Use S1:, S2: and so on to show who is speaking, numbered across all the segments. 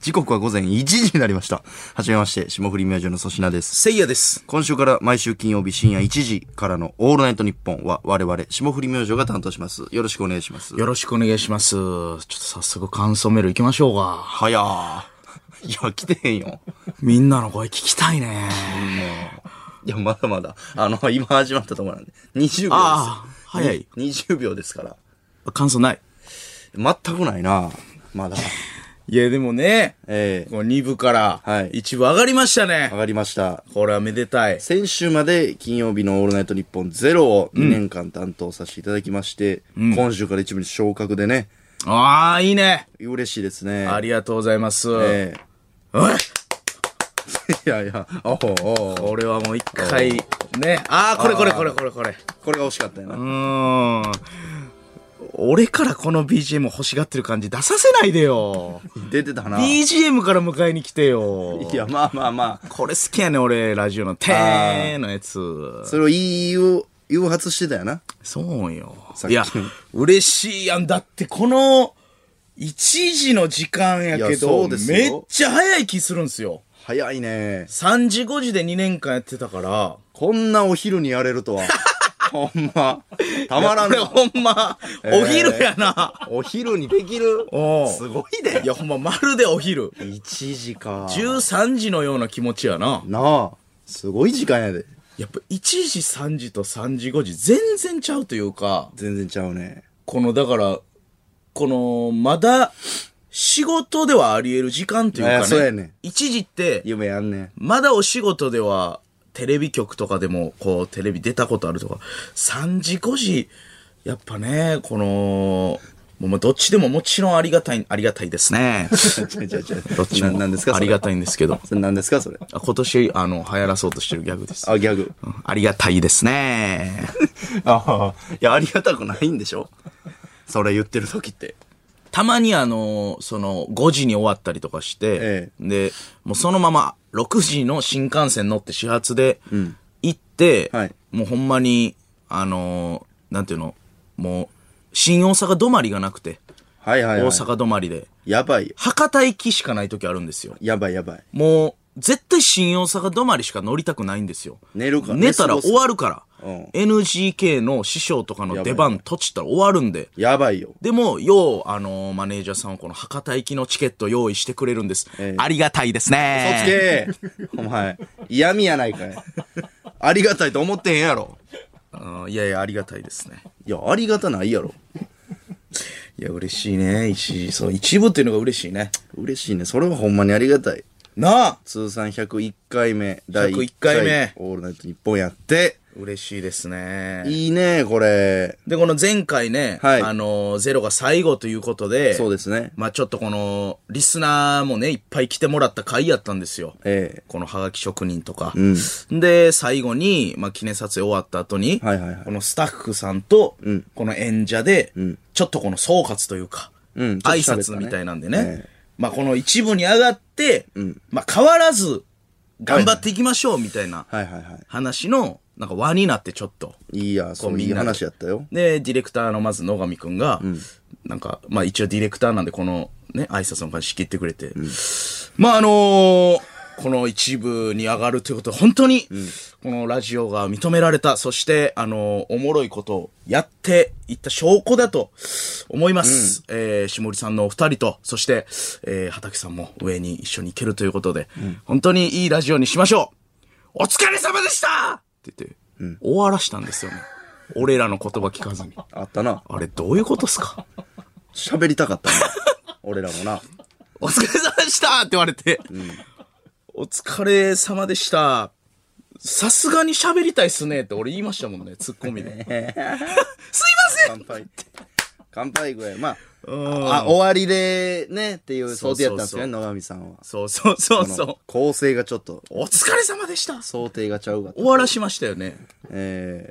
S1: 時刻は午前1時になりました。はじめまして、霜降り明星の粗品です。
S2: せいやです。
S1: 今週から毎週金曜日深夜1時からのオールナイトニッポンは我々、霜降り明星が担当します。よろしくお願いします。
S2: よろしくお願いします。ちょっと早速感想メール行きましょうか。
S1: はやー。いや、来てへんよ。
S2: みんなの声聞きたいね。
S1: いや、まだまだ。あの、今始まったところなんで。20秒です。
S2: あー早い
S1: に。20秒ですから。
S2: 感想ない。
S1: 全くないな。まだ。
S2: いや、でもね、
S1: ええ
S2: この2部から
S1: はい
S2: 1部上がりましたね。
S1: 上がりました。
S2: これはめでたい。
S1: 先週まで金曜日の「オールナイトニッポンゼロを2年間担当させていただきまして、今週から一部に昇格でね、
S2: ああ、いいね。
S1: 嬉しいですね。
S2: ありがとうございます。
S1: え
S2: おい
S1: え いやいや、おうおう
S2: これはもう一回、ね。ああ、これこれこれこれこれ。
S1: これが惜しかったよな。
S2: うーん。俺からこの BGM を欲しがってる感じ出させないでよ。
S1: 出てたな。い
S2: BGM から迎えに来てよ。
S1: や、まあまあまあ、
S2: これ好きやね俺ラジオの「てー」のやつ
S1: それを言いを誘発してたよな。
S2: そうよ
S1: さっき
S2: いや嬉しいやんだってこの1時の時間や
S1: い
S2: け
S1: やそ
S2: ど
S1: うですよ
S2: めっちゃ早い気するんすよ
S1: 早いね。
S2: 3時5時で2年間やってたから
S1: こんなお昼にやれる とは。ほんま。たまらん
S2: これ
S1: な。
S2: ほんま、お昼やな
S1: お昼にできる
S2: おう。
S1: すごいね
S2: い。やほんままるでお昼
S1: 1時か。
S2: 13時のような気持ちやな
S1: なあ。すごい時間やで。
S2: やっぱ1時3時と3時5時全然ちゃうというか
S1: 全然ちゃうね。
S2: この、だから、この、まだ、仕事ではあり得る時間という
S1: い
S2: か
S1: やそうや
S2: ね。
S1: ね
S2: 一時って、
S1: 夢やんね
S2: まだお仕事では、テレビ局とかでも、こう、テレビ出たことあるとか、3時、5時、やっぱね、この、もうまあどっちでももちろんありがたい、ありがたいですね。 どっちも。
S1: 何ですか
S2: あ
S1: それ
S2: りがたいんですけど。
S1: それ何ですかそれ
S2: あ今年、あの、流行らそうとしてるギャグです。
S1: あギャグ
S2: うんありがたいですね。
S1: ああいやありがたくないんでしょそれ言ってる時って
S2: たまにあの、その、5時に終わったりとかして、
S1: え
S2: で、もうそのまま6時の新幹線乗って始発で行って、
S1: はい
S2: もうほんまに、あのーなんていうの、もう、新大阪止まりがなくて、
S1: はいはい、
S2: 大
S1: はい、
S2: 阪止まりで、
S1: やばいよ
S2: 博多行きしかない時あるんですよ。
S1: やばいやばい
S2: もう、絶対新大阪止まりしか乗りたくないんですよ。
S1: 寝るから
S2: 寝たら終わるか
S1: う
S2: ら。
S1: ん
S2: NGK の師匠とかの出番、とちったら終わるんで。
S1: やばいよ
S2: でも、よう、あのーマネージャーさんはこの博多行きのチケット用意してくれるんです。
S1: ええ
S2: ありがたいですね。
S1: そつけお前嫌味やないかいありがたいと思ってへんやろ
S2: うんいやいや、ありがたいですね。
S1: いやありがたないやろ
S2: いや、嬉しいね。一、そう、一部っていうのが嬉しいね。
S1: 嬉しいねそれはほんまにありがたい
S2: なあ
S1: 通算101回目第1
S2: 101回目
S1: オールナイト日本やって
S2: 嬉しいですね。
S1: いいねこれ
S2: で、この前回ね、
S1: はい
S2: あのーゼロが最後ということで、
S1: そうですね
S2: まあちょっとこの、リスナーもね、いっぱい来てもらった回やったんですよ。
S1: え
S2: このハガキ職人とか。
S1: ん
S2: で、最後に、まあ、記念撮影終わった後に、
S1: はいはいはい
S2: このスタッフさんと、この演者で、
S1: ん
S2: ちょっとこの総括というか、
S1: うん
S2: 挨
S1: ちょっと喋った
S2: 拶
S1: ね
S2: みたいなんでね、
S1: ええ
S2: まあ、この一部に上がって、まあ、変わらず、頑張っていきましょうみたいな
S1: えはいはいは
S2: 話の、なんか輪になってちょっと。
S1: いいいやそういい話やったよ
S2: で、ディレクターのまず野上くんが、なんか、まあ一応ディレクターなんで、このね、挨拶の感じ仕切ってくれて、まああのーこの一部に上がるということは、本当に、このラジオが認められた、そして、あのーおもろいことをやっていった証拠だと思います。えー、下りさんのお二人と、そして、えー、畑さんも上に一緒に行けるということで、本当にいいラジオにしましょうお疲れ様でしたって言って、終わらしたんですよね。俺らの言葉聞かずに。
S1: あったな
S2: あれ、どういうことっすか
S1: 喋りたかった な俺らもな
S2: お疲れ様でしたって言われて、お疲れ様でした。さすがに喋りたいっすねって俺言いましたもんね、ツッコミ で。すいませ
S1: 乾
S2: ん
S1: 杯乾杯ぐらいまああ終わりでねっていう想定やったんですよね
S2: そう
S1: 野上さんは
S2: そうそうそう
S1: こ
S2: そう
S1: の。構成がちょっと
S2: お疲れ様でした
S1: 想定がちゃうが
S2: 終わらしましたよね。
S1: ええ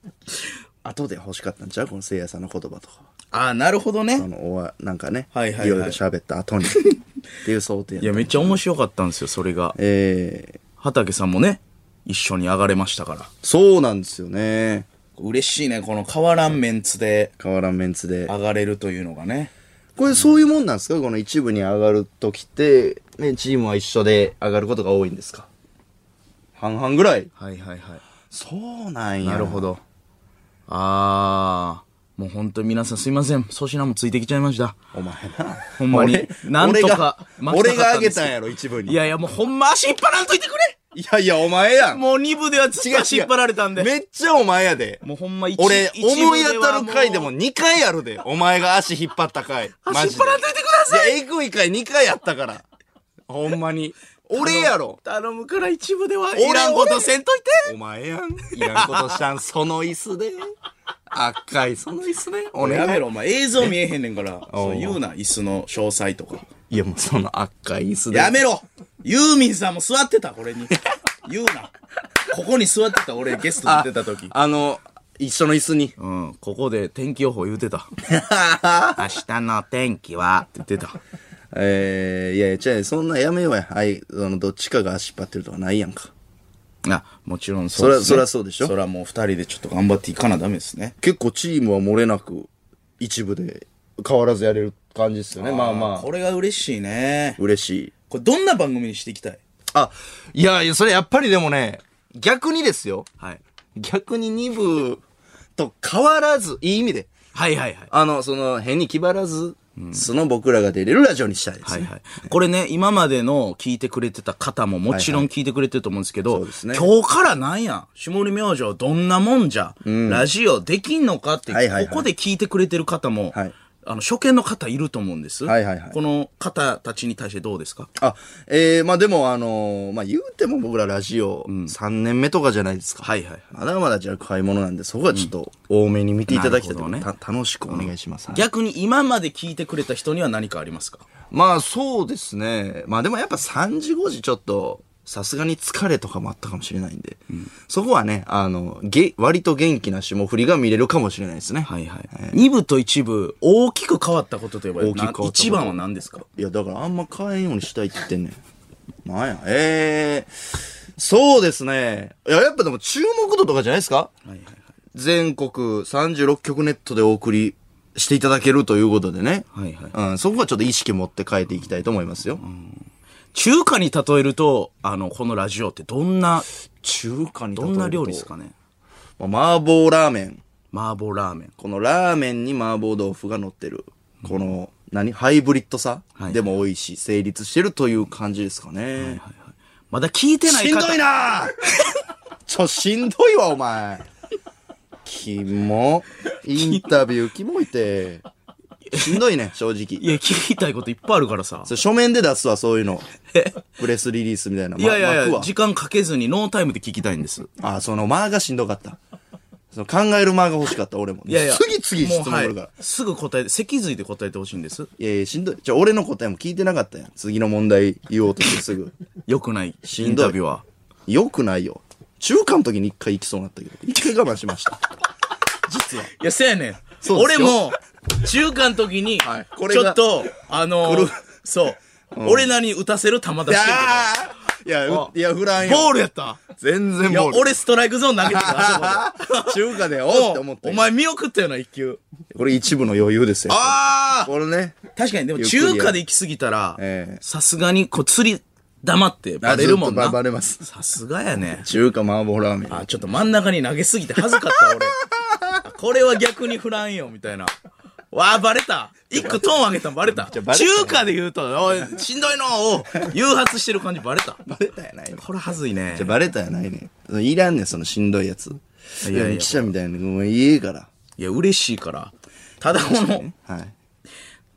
S1: 後で欲しかったんちゃうこのせいやさんの言葉とか
S2: ああ、なるほど
S1: あ
S2: ね。
S1: のおわなんかね、
S2: はいはいはい
S1: ろいろ喋った後 にっていう想定やった
S2: いや、めっちゃ面白かったんですよ、それが。
S1: ええ
S2: 畑さんもね、一緒に上がれましたから。
S1: そうなんですよね
S2: 嬉しいね、この変わらんメンツで
S1: 変わらんメンツで
S2: 上がれるというのがね。
S1: これそういうもんなんですかこの一部に上がるときって、ね、チームは一緒で上がることが多いんですか半々ぐらい
S2: はいはいはい。
S1: そうなんや。
S2: なるほ
S1: ど。
S2: ど。あー、もう本当に皆さんすいません。粗品もついてきちゃいました。
S1: お前な。
S2: ほんまに
S1: 俺
S2: なんとか
S1: 俺が、俺が上
S2: 負け
S1: げ
S2: た
S1: た
S2: かったんですけど
S1: んやろ、一部に。
S2: いやいや、もうほんま足引っ張らんといてくれ
S1: いやいや、お前やん。
S2: もう2部ではずっ
S1: 違う違
S2: と
S1: う
S2: 足引っ張られたんで。
S1: めっちゃお前やで。
S2: もうほんま一
S1: 俺、
S2: 一部では
S1: 思い当たる回でも
S2: う
S1: 2回あるで。お前が足引っ張った回。マ
S2: 足引
S1: ジ
S2: っ
S1: で
S2: 張。らんといてください
S1: いや、えぐい回2回やったから。ほんま に。俺やろ。
S2: 頼むから一部では
S1: 俺
S2: いらんことせんといて
S1: お前やん。いらんことしたん、その椅子で。赤い、その椅子で。お
S2: や
S1: 願
S2: め
S1: い。
S2: ろ、お前映像見えへんねんから。そう言うな、椅子の詳細とか。
S1: いや、もうその赤い椅子で。
S2: やめろユーミンさんも座ってた、これに。言うな。ここに座ってた、俺ゲスト
S1: あ
S2: 出てた時。
S1: あの、一緒の椅子に。
S2: うん、ここで天気予報言うて た。明日の天気は、って言ってた。
S1: えー、いやいや、違う、そんなやめようや。はい、あの、どっちかが足引っ張ってるとかないやんか。
S2: あ、もちろんそうです、ね。
S1: そらそらそうでしょ
S2: そらもう二人でちょっと頑張っていかなダメですね。
S1: 結構チームは漏れなく、一部で変わらずやれる感じですよね。まあまあ
S2: こ、れが嬉しいね。
S1: 嬉しい。
S2: これどんな番組にしていきたい
S1: あ、いやいや、それやっぱりでもね、逆にですよ。
S2: はい。
S1: 逆に2部と変わらず、いい意味で。
S2: はいはいはい。
S1: あの、その、変に気張らず、その僕らが出れるラジオにしたいです、ね。
S2: はいはい。これね、今までの聞いてくれてた方ももちろん聞いてくれてると思うんですけど、
S1: そうですね
S2: 今日からなんや、下り明星どんなもんじゃ、ラジオできんのかって、
S1: はいはいはい
S2: ここで聞いてくれてる方も、
S1: はい
S2: あの、初見の方いると思うんです。
S1: はいはいはい
S2: この方たちに対してどうですか
S1: あ、えー、まあでもあのーまあ言うても僕らラジオ3年目とかじゃないですか。
S2: はいはいはい
S1: まだまだじゃあ買い物なんで、そこはちょっと多めに見ていただきたいと、
S2: なるほど
S1: た楽しくお願いします。はい
S2: 逆に今まで聞いてくれた人には何かありますか
S1: まあそうですね。まあでもやっぱ3時5時ちょっと、さすがに疲れとかもあったかもしれないんで、そこはね、あの、げ、割と元気な霜降りが見れるかもしれないですね。
S2: はいはい。二部と一部、大きく変わったことといえば、
S1: 大きく変わったこと
S2: な一番は何ですか
S1: いや、だからあんま変えんようにしたいって言ってんねん。なんや、えー、そうですね。いや、やっぱでも注目度とかじゃないですか
S2: はいはいはい。
S1: 全国36局ネットでお送りしていただけるということでね。
S2: はいはい
S1: うん、そこはちょっと意識持って変えていきたいと思いますよ。
S2: 中華に例えると、あの、このラジオってどんな、
S1: 中華に
S2: どんな料理ですかね
S1: まあ麻婆ラーメン。
S2: 麻婆ラーメン。
S1: このラーメンに麻婆豆腐が乗ってる。この、何ハイブリッドさ、
S2: はい
S1: でも美味しい。成立してるという感じですかね。
S2: まだ聞いてない
S1: しん
S2: 方。
S1: どいな ちょ、しんどいわ、お前。キモ。インタビューキモいて。しんどいね、正
S2: い
S1: 直。
S2: や、聞きたいこといっぱいあるから さ
S1: そ。れ書面で出すわ、そういうの。プレスリリースみたいな。ま
S2: いやいやい
S1: 巻
S2: や、
S1: く
S2: 時間かけずにノータイムで聞きたいんです。
S1: わあ、その間がしんどかった。その考える間が欲しかった、俺も。
S2: いやいや。
S1: 次々質問
S2: も
S1: 来
S2: う
S1: るから。
S2: はいすぐ答えて、脊髄で答えてほしいんです。
S1: いやいや、しんどい。じゃ俺の答えも聞いてなかったやん。次の問題言おうとしてすぐ。
S2: 良くない。
S1: し
S2: イ
S1: ん
S2: ン
S1: どい
S2: タビューは。
S1: よくないよ。中華の時に一回行きそうになったけど、一回我慢しました。実は。
S2: いや、せやねん。
S1: そうで
S2: 俺
S1: すよ
S2: も、中華の時に、
S1: はいこれ
S2: ちょ
S1: が
S2: っと、あの
S1: これ
S2: ー、そう。俺なりに打たせる球出して
S1: い
S2: る
S1: やーいや、ういや、フラン
S2: け
S1: よ
S2: ど。ボールやった。
S1: 全然
S2: いや、
S1: ボール。
S2: 俺ストライクゾーン投げてたあそこ
S1: 中華で、お
S2: で
S1: って思った
S2: お
S1: よ。
S2: 前見送ったよな、一球。
S1: これ一部の余裕ですよ。
S2: あ
S1: これね。
S2: 確かに、でも
S1: ゆっくりや
S2: 中華で行き過ぎたら
S1: ええ、
S2: さすがに、こう、釣り、黙ってバレるも
S1: あ
S2: ん
S1: ず
S2: な
S1: っと。バレます。
S2: さすがやね。
S1: 中華麻婆ラーメン。
S2: あ、ちょっと真ん中に投げすぎて恥ずかった、俺。 あこれは逆に振らんよ、みたいな。わあ、バレた。一個トーン上げたのバレた。中
S1: バレたよ
S2: 華で言うと、おい、しんどいのを誘発してる感じバレた。
S1: バレたやないね。
S2: これはずいね
S1: じゃ。バレたやないね。いらんねん、そのしんどいやつ。
S2: い
S1: い
S2: やいや
S1: や、記者みたいなの、もう言えから。
S2: いや、嬉しいから。ただこの、
S1: はい。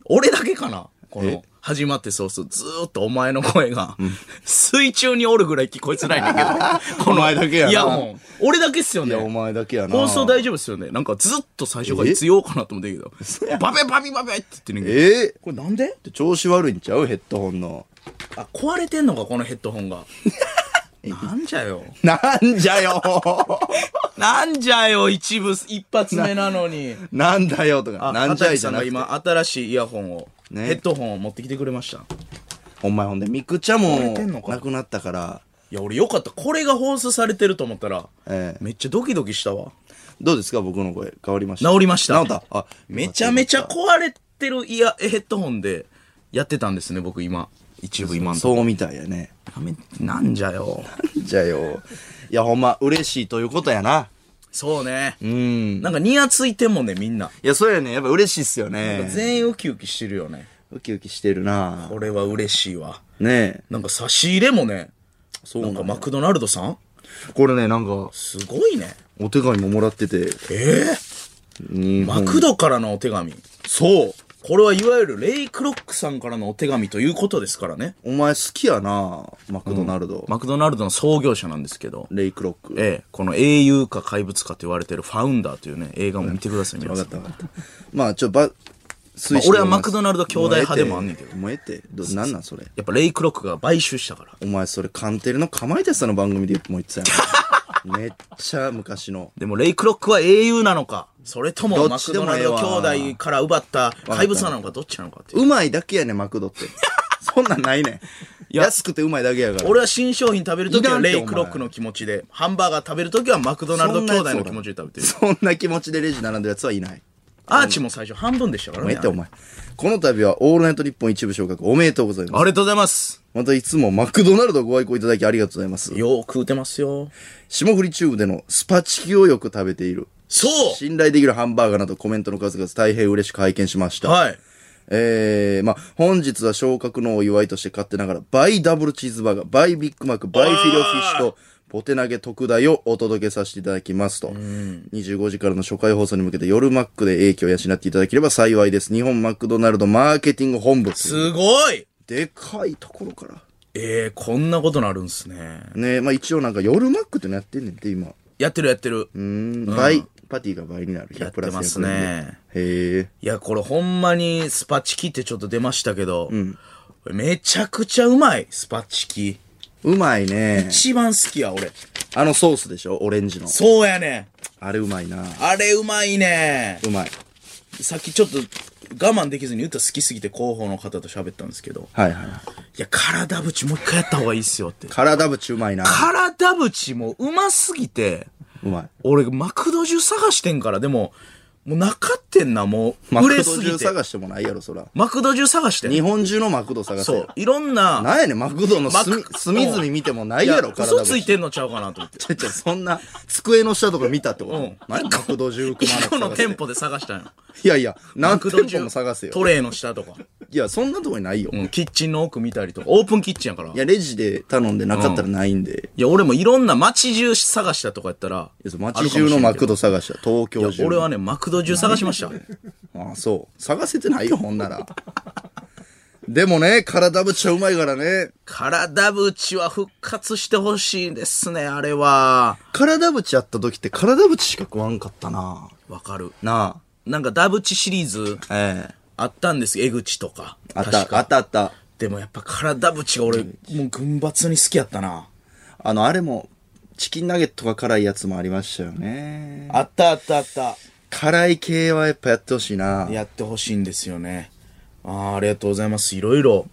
S2: 俺だけかなこ
S1: え
S2: の、始まってそうそう、ずーっとお前の声が、水中におるぐらい聞こえづらい んだけど。
S1: お前だけやな
S2: イヤホン。俺だけっすよ
S1: い
S2: ね。
S1: や、お前だけやな。
S2: 放送大丈夫っすよね。なんかずっと最初から必要かなと思ってるけど。バベバビバベって言ってんねんけど。
S1: ええ
S2: これなんで
S1: 調子悪いんちゃうヘッドホンの。
S2: あ、壊れてんのか、このヘッドホ ンが。なんじゃよ。
S1: なんじゃよ
S2: なんじゃよ、一部、一発目なのに。
S1: なんだよとか、
S2: あ、
S1: なんじゃい
S2: 畑
S1: じ
S2: さ
S1: ゃ
S2: ん
S1: な
S2: が
S1: くて。
S2: 今、新しいイヤホンを、
S1: ね
S2: ヘッドホンを持ってきてくれました。
S1: お前ほんで、ミクちゃんも
S2: れてんのか
S1: なくなったから、
S2: いや、俺よかった。これが放送されてると思ったら、
S1: ええ
S2: めっちゃドキドキしたわ。
S1: どうですか僕の声、変わりました。
S2: 治りました。
S1: 治った。あ、
S2: めちゃめちゃ壊れってるイヤ、ヘッドホンでやってたんですね、僕今。一部今のとこ
S1: そうみたいやね。
S2: やめなんじゃよ。
S1: じゃあよ。いや、ほんま、嬉しいということやな。
S2: そうね。
S1: うん。
S2: なんかニヤついてんもんね、みんな。
S1: いや、そうやね。やっぱ嬉しいっすよね。
S2: 全員ウキウキしてるよね。
S1: ウキウキしてるな
S2: これは嬉しいわ。
S1: ねえ。
S2: なんか差し入れもね、
S1: そう
S2: なん
S1: な
S2: か
S1: ん
S2: マクドナルドさん
S1: これね、なんか、
S2: すごいね。
S1: お手紙ももらってて。
S2: ええ
S1: 日
S2: マ
S1: 本
S2: クドからのお手紙。
S1: そう
S2: これはいわゆるレイ・クロックさんからのお手紙ということですからね。
S1: お前好きやなマクドナルド。
S2: マクドナルドの創業者なんですけど、
S1: レイクロック。
S2: ええ、この英雄か怪物かと言われてるファウンダーというね、映画も見てください、皆
S1: わか
S2: さ
S1: っ
S2: ん。
S1: たわかった。まあ、ちょ、ば、推
S2: まあ俺はマクドナルド兄弟派でもあんねんけど。
S1: もうええって。どなんなんそれ。
S2: やっぱレイ・クロックが買収したから。
S1: お前それ、カンテレのかまいたちさんの番組でもう言ってたやん。めっちゃ昔の。
S2: でもレイ・クロックは英雄なのか、それとも
S1: ど
S2: マ
S1: っち
S2: ク
S1: で
S2: ド
S1: も
S2: ナ
S1: え
S2: ル
S1: え
S2: ド
S1: わ
S2: 兄弟から奪った怪物なのか、どっちなのかっていう。
S1: うまいだけやねんマクド って。そんなんないねん。安くてうまいだけやから。
S2: 俺は新商品食べるとき
S1: いら
S2: は
S1: んって
S2: レイ・クロックの気持ちで、ハンバーガー食べるときはマクドナルド兄弟の気持ちで食べてる。
S1: そんな気持ちでレジ並んでるやつはいない。
S2: アーチも最初半分でしたから
S1: おめ
S2: ね。
S1: でとうお前。この度は、オールナイト日本一部昇格おめでとうございます。
S2: ありがとうございます。
S1: またいつもマクドナルドご愛顧いただきありがとうございます。
S2: よう食うてますよ。
S1: 霜降りチューブでのスパチキをよく食べている。
S2: そう
S1: 信頼できるハンバーガーなどコメントの数々大変嬉しく拝見しました。
S2: はい。
S1: えー、まあ、本日は昇格のお祝いとして勝手ながら、倍ダブルチーズバーガー、倍ビッグマック、倍フィレオフィッシュと、ポテ投げ特大をお届けさせていただきますと。25時からの初回放送に向けて夜マックで影響を養っていただければ幸いです。日本マクドナルドマーケティング本部。
S2: すごい
S1: でかいところから。
S2: ええこんなことなるんすね。
S1: ねまあ一応なんか夜マックってのやってんねんって今。
S2: やってるやってる。
S1: うーん、倍、パティが倍になる。100プラス
S2: やってます
S1: 100円で
S2: ね。
S1: へえ。
S2: いや、これほんまにスパチキってちょっと出ましたけど、めちゃくちゃうまい、スパチキ。
S1: うまいね。
S2: 一番好きや、俺。
S1: あのソースでしょオレンジの。
S2: そうやね
S1: あれうまいな。
S2: ん。あれうまいね
S1: うまい。
S2: さっきちょっと我慢できずに歌好きすぎて広報の方と喋ったんですけど、
S1: はいはい。
S2: いや、体縁もう一回やった方がいいっすよって。
S1: 体ぶちうまいな。
S2: 体縁もうますぎて、
S1: うまい。
S2: 俺、マクド中探してんから、でも、もうなかってんな、もう、売れすぎ
S1: マクド中
S2: て。
S1: 探してもないやろ、そら。
S2: マクド中探してん
S1: 日本中のマクド探せ
S2: そう
S1: よ。。
S2: いろんな、
S1: なんやねん、マクドの
S2: マク
S1: 隅隅々見てもない
S2: いや
S1: やろ、体
S2: 嘘
S1: ぶ
S2: つい
S1: ち。
S2: てんのちゃうかなと思って。
S1: ちょ ちょ、そんな、机の下とか見たってこと、
S2: うん
S1: 何やマクド中くまな
S2: 一
S1: く
S2: 個の
S1: 探せ
S2: 店舗で探したんよ。
S1: いやいや、何
S2: マクド
S1: 店
S2: 中
S1: 舗も探せよ。
S2: トレイの下とか。
S1: いや、そんなとこにないよ。
S2: う
S1: い
S2: ん、キッチンの奥見たりとか。オープンキッチンやから。いや、
S1: や、レジで頼んでなかったらないんで。
S2: 俺もいろんな街中探したとかやったら
S1: いや。そう街中のマクド探した。東京中。
S2: 俺はね、マクド中探しました。
S1: ああ、そう。探せてないよ、ほんなら。でもね、体ぶちはうまいからね。
S2: 体縁は復活してほしいですね、あれは。
S1: 体ぶちやった時って体ぶちしか食わんかったな
S2: わかる。
S1: な
S2: なんか、ダブチシリーズ
S1: あ。ええ
S2: あったんです、江口とか。
S1: あっ
S2: 確
S1: た、あ
S2: か
S1: ったあった。
S2: でもやっぱ体縁が俺、もう群抜に好きやったな。
S1: あの、あれも、チキンナゲットが辛いやつもありましたよね。
S2: あったあったあった。
S1: 辛い系はやっぱやってほしいな
S2: やってほしいんですよね。あーありがとうございます。いろいろ、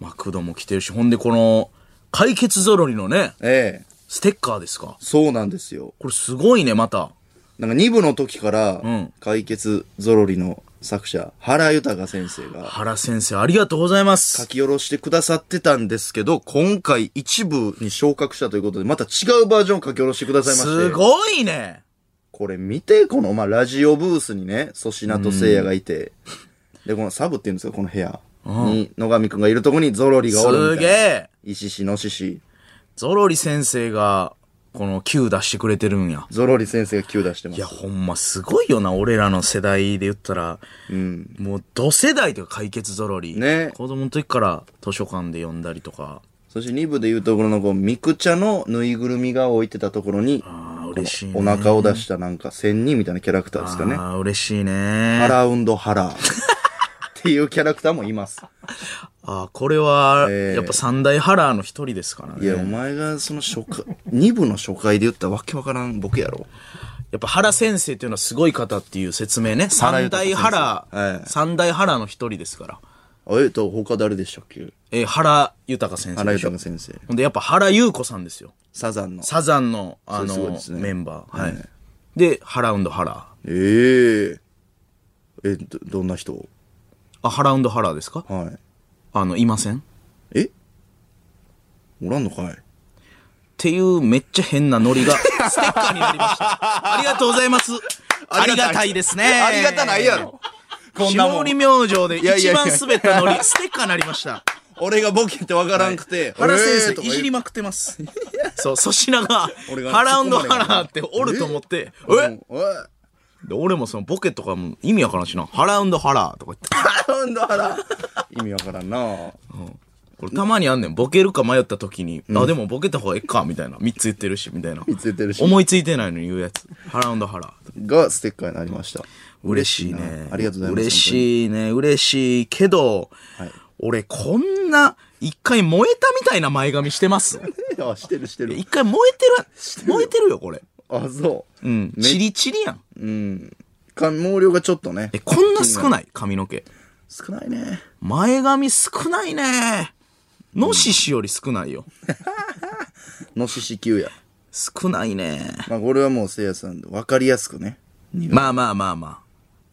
S2: マクドも来てるし、ほんでこの、解決ぞろりのね、
S1: ええ
S2: ステッカーですか。
S1: そうなんですよ。
S2: これすごいね、また。
S1: なんか2部の時から、
S2: ん
S1: 解決ゾロリの作者、原豊先生が
S2: 原先生、ありがとうございま
S1: 書
S2: す。
S1: き下ろしてくださってたんですけど、今回一部に昇格したということで、また違うバージョン書き下ろしてくださいまして。
S2: すごいね。
S1: これ見て、この、まあ、ラジオブースにね、粗品と聖夜がいて、で、このサブっていうんですか、この部屋に、野上くんがいるとこにゾロリがおる
S2: す
S1: み
S2: げ
S1: たいな。
S2: え。
S1: 石しのしし、
S2: ゾロリ先生が、この Q 出してくれてるんや。
S1: ゾロリ先生が急出してま
S2: いや、
S1: す。
S2: ほんますごいよな、俺らの世代で言ったら。
S1: うん。
S2: もう、同世代というか解決ぞろり。
S1: ね
S2: 子供の時から図書館で読んだりとか。
S1: そして2部でいうところの、こう、ミクチャのぬいぐるみが置いてたところに、
S2: ああ、嬉しいね。
S1: お腹を出したなんか、仙人みたいなキャラクターですかね。
S2: ああ、嬉しいね。
S1: ハラウンドハラーっていうキャラクターもいます。
S2: ああ、これは、
S1: ええ
S2: やっぱ三大ハラーの一人ですからね。
S1: いや、お前がその初回、2部の初回で言ったわけわからん僕やろ。
S2: やっぱ原先生っていうのはすごい方っていう説明ね。
S1: 原
S2: 三
S1: 豊
S2: 大
S1: 先生
S2: ハラ
S1: え
S2: ー、
S1: え
S2: 三大ハラーの一人ですから。
S1: あえっと、他誰でしたっけ
S2: えー、原豊先生
S1: 原
S2: でしょ。
S1: 豊先生。
S2: ほんで、やっぱ原優子さんですよ。
S1: サザンの。
S2: サザンの、あ
S1: それすごい
S2: の
S1: で、すね
S2: メンバー。は
S1: はい
S2: い。で、ハラウンドハラー。
S1: えええ、ど、どんな人
S2: あ、ハラウンドハラーですか
S1: はい。
S2: あの、いませんっ
S1: えおらんのかい
S2: ていうめっちゃ変なノリがステッカーになり ました。ありがとうございます。ありがたいですね。
S1: ありがたないや。ろ。こんなも
S2: 下
S1: ん
S2: り。明星で
S1: いやいや
S2: 一
S1: いや
S2: 番滑った ノリ、ステッカーになりました。
S1: 俺がボケってわからんくて、
S2: 原
S1: えー
S2: 先
S1: とか
S2: 生い
S1: 言う
S2: じりまくってます。 そう、粗品が
S1: 俺、が
S2: ハラウンドハラーっておると思って、え
S1: うんおい
S2: で俺もそのボケとかも意味わからんしな、ハラウンドハラーとか言って。
S1: ハラウンドハラー。意味わからんな
S2: これたまにあんねん。ボケるか迷った時に、あ、でもボケた方がええか、みたいな。三つ言ってるし、みたいな。
S1: 三つ言ってるし
S2: 思いついてないのに言うやつ。ハラウンドハラー。
S1: がステッカーになりました。
S2: 嬉しいね。
S1: ありがとうございます
S2: 嬉しいね。嬉しいけど、
S1: はい
S2: 俺こんな、一回燃えたみたいな前髪してます。
S1: あ、してるしてる。
S2: 一回燃えてる、燃えてるよ、これ。
S1: あ、そう。
S2: うん。チリチリやん。
S1: うん。か毛量がちょっとね
S2: え、。こんな少ない髪の毛。
S1: 少ないね。
S2: 前髪少ないね。のししより少ないよ。
S1: のしし級や。
S2: 少ないね。
S1: まあ、これはもうせいやさん、わかりやすくね。
S2: まあまあまあまあ。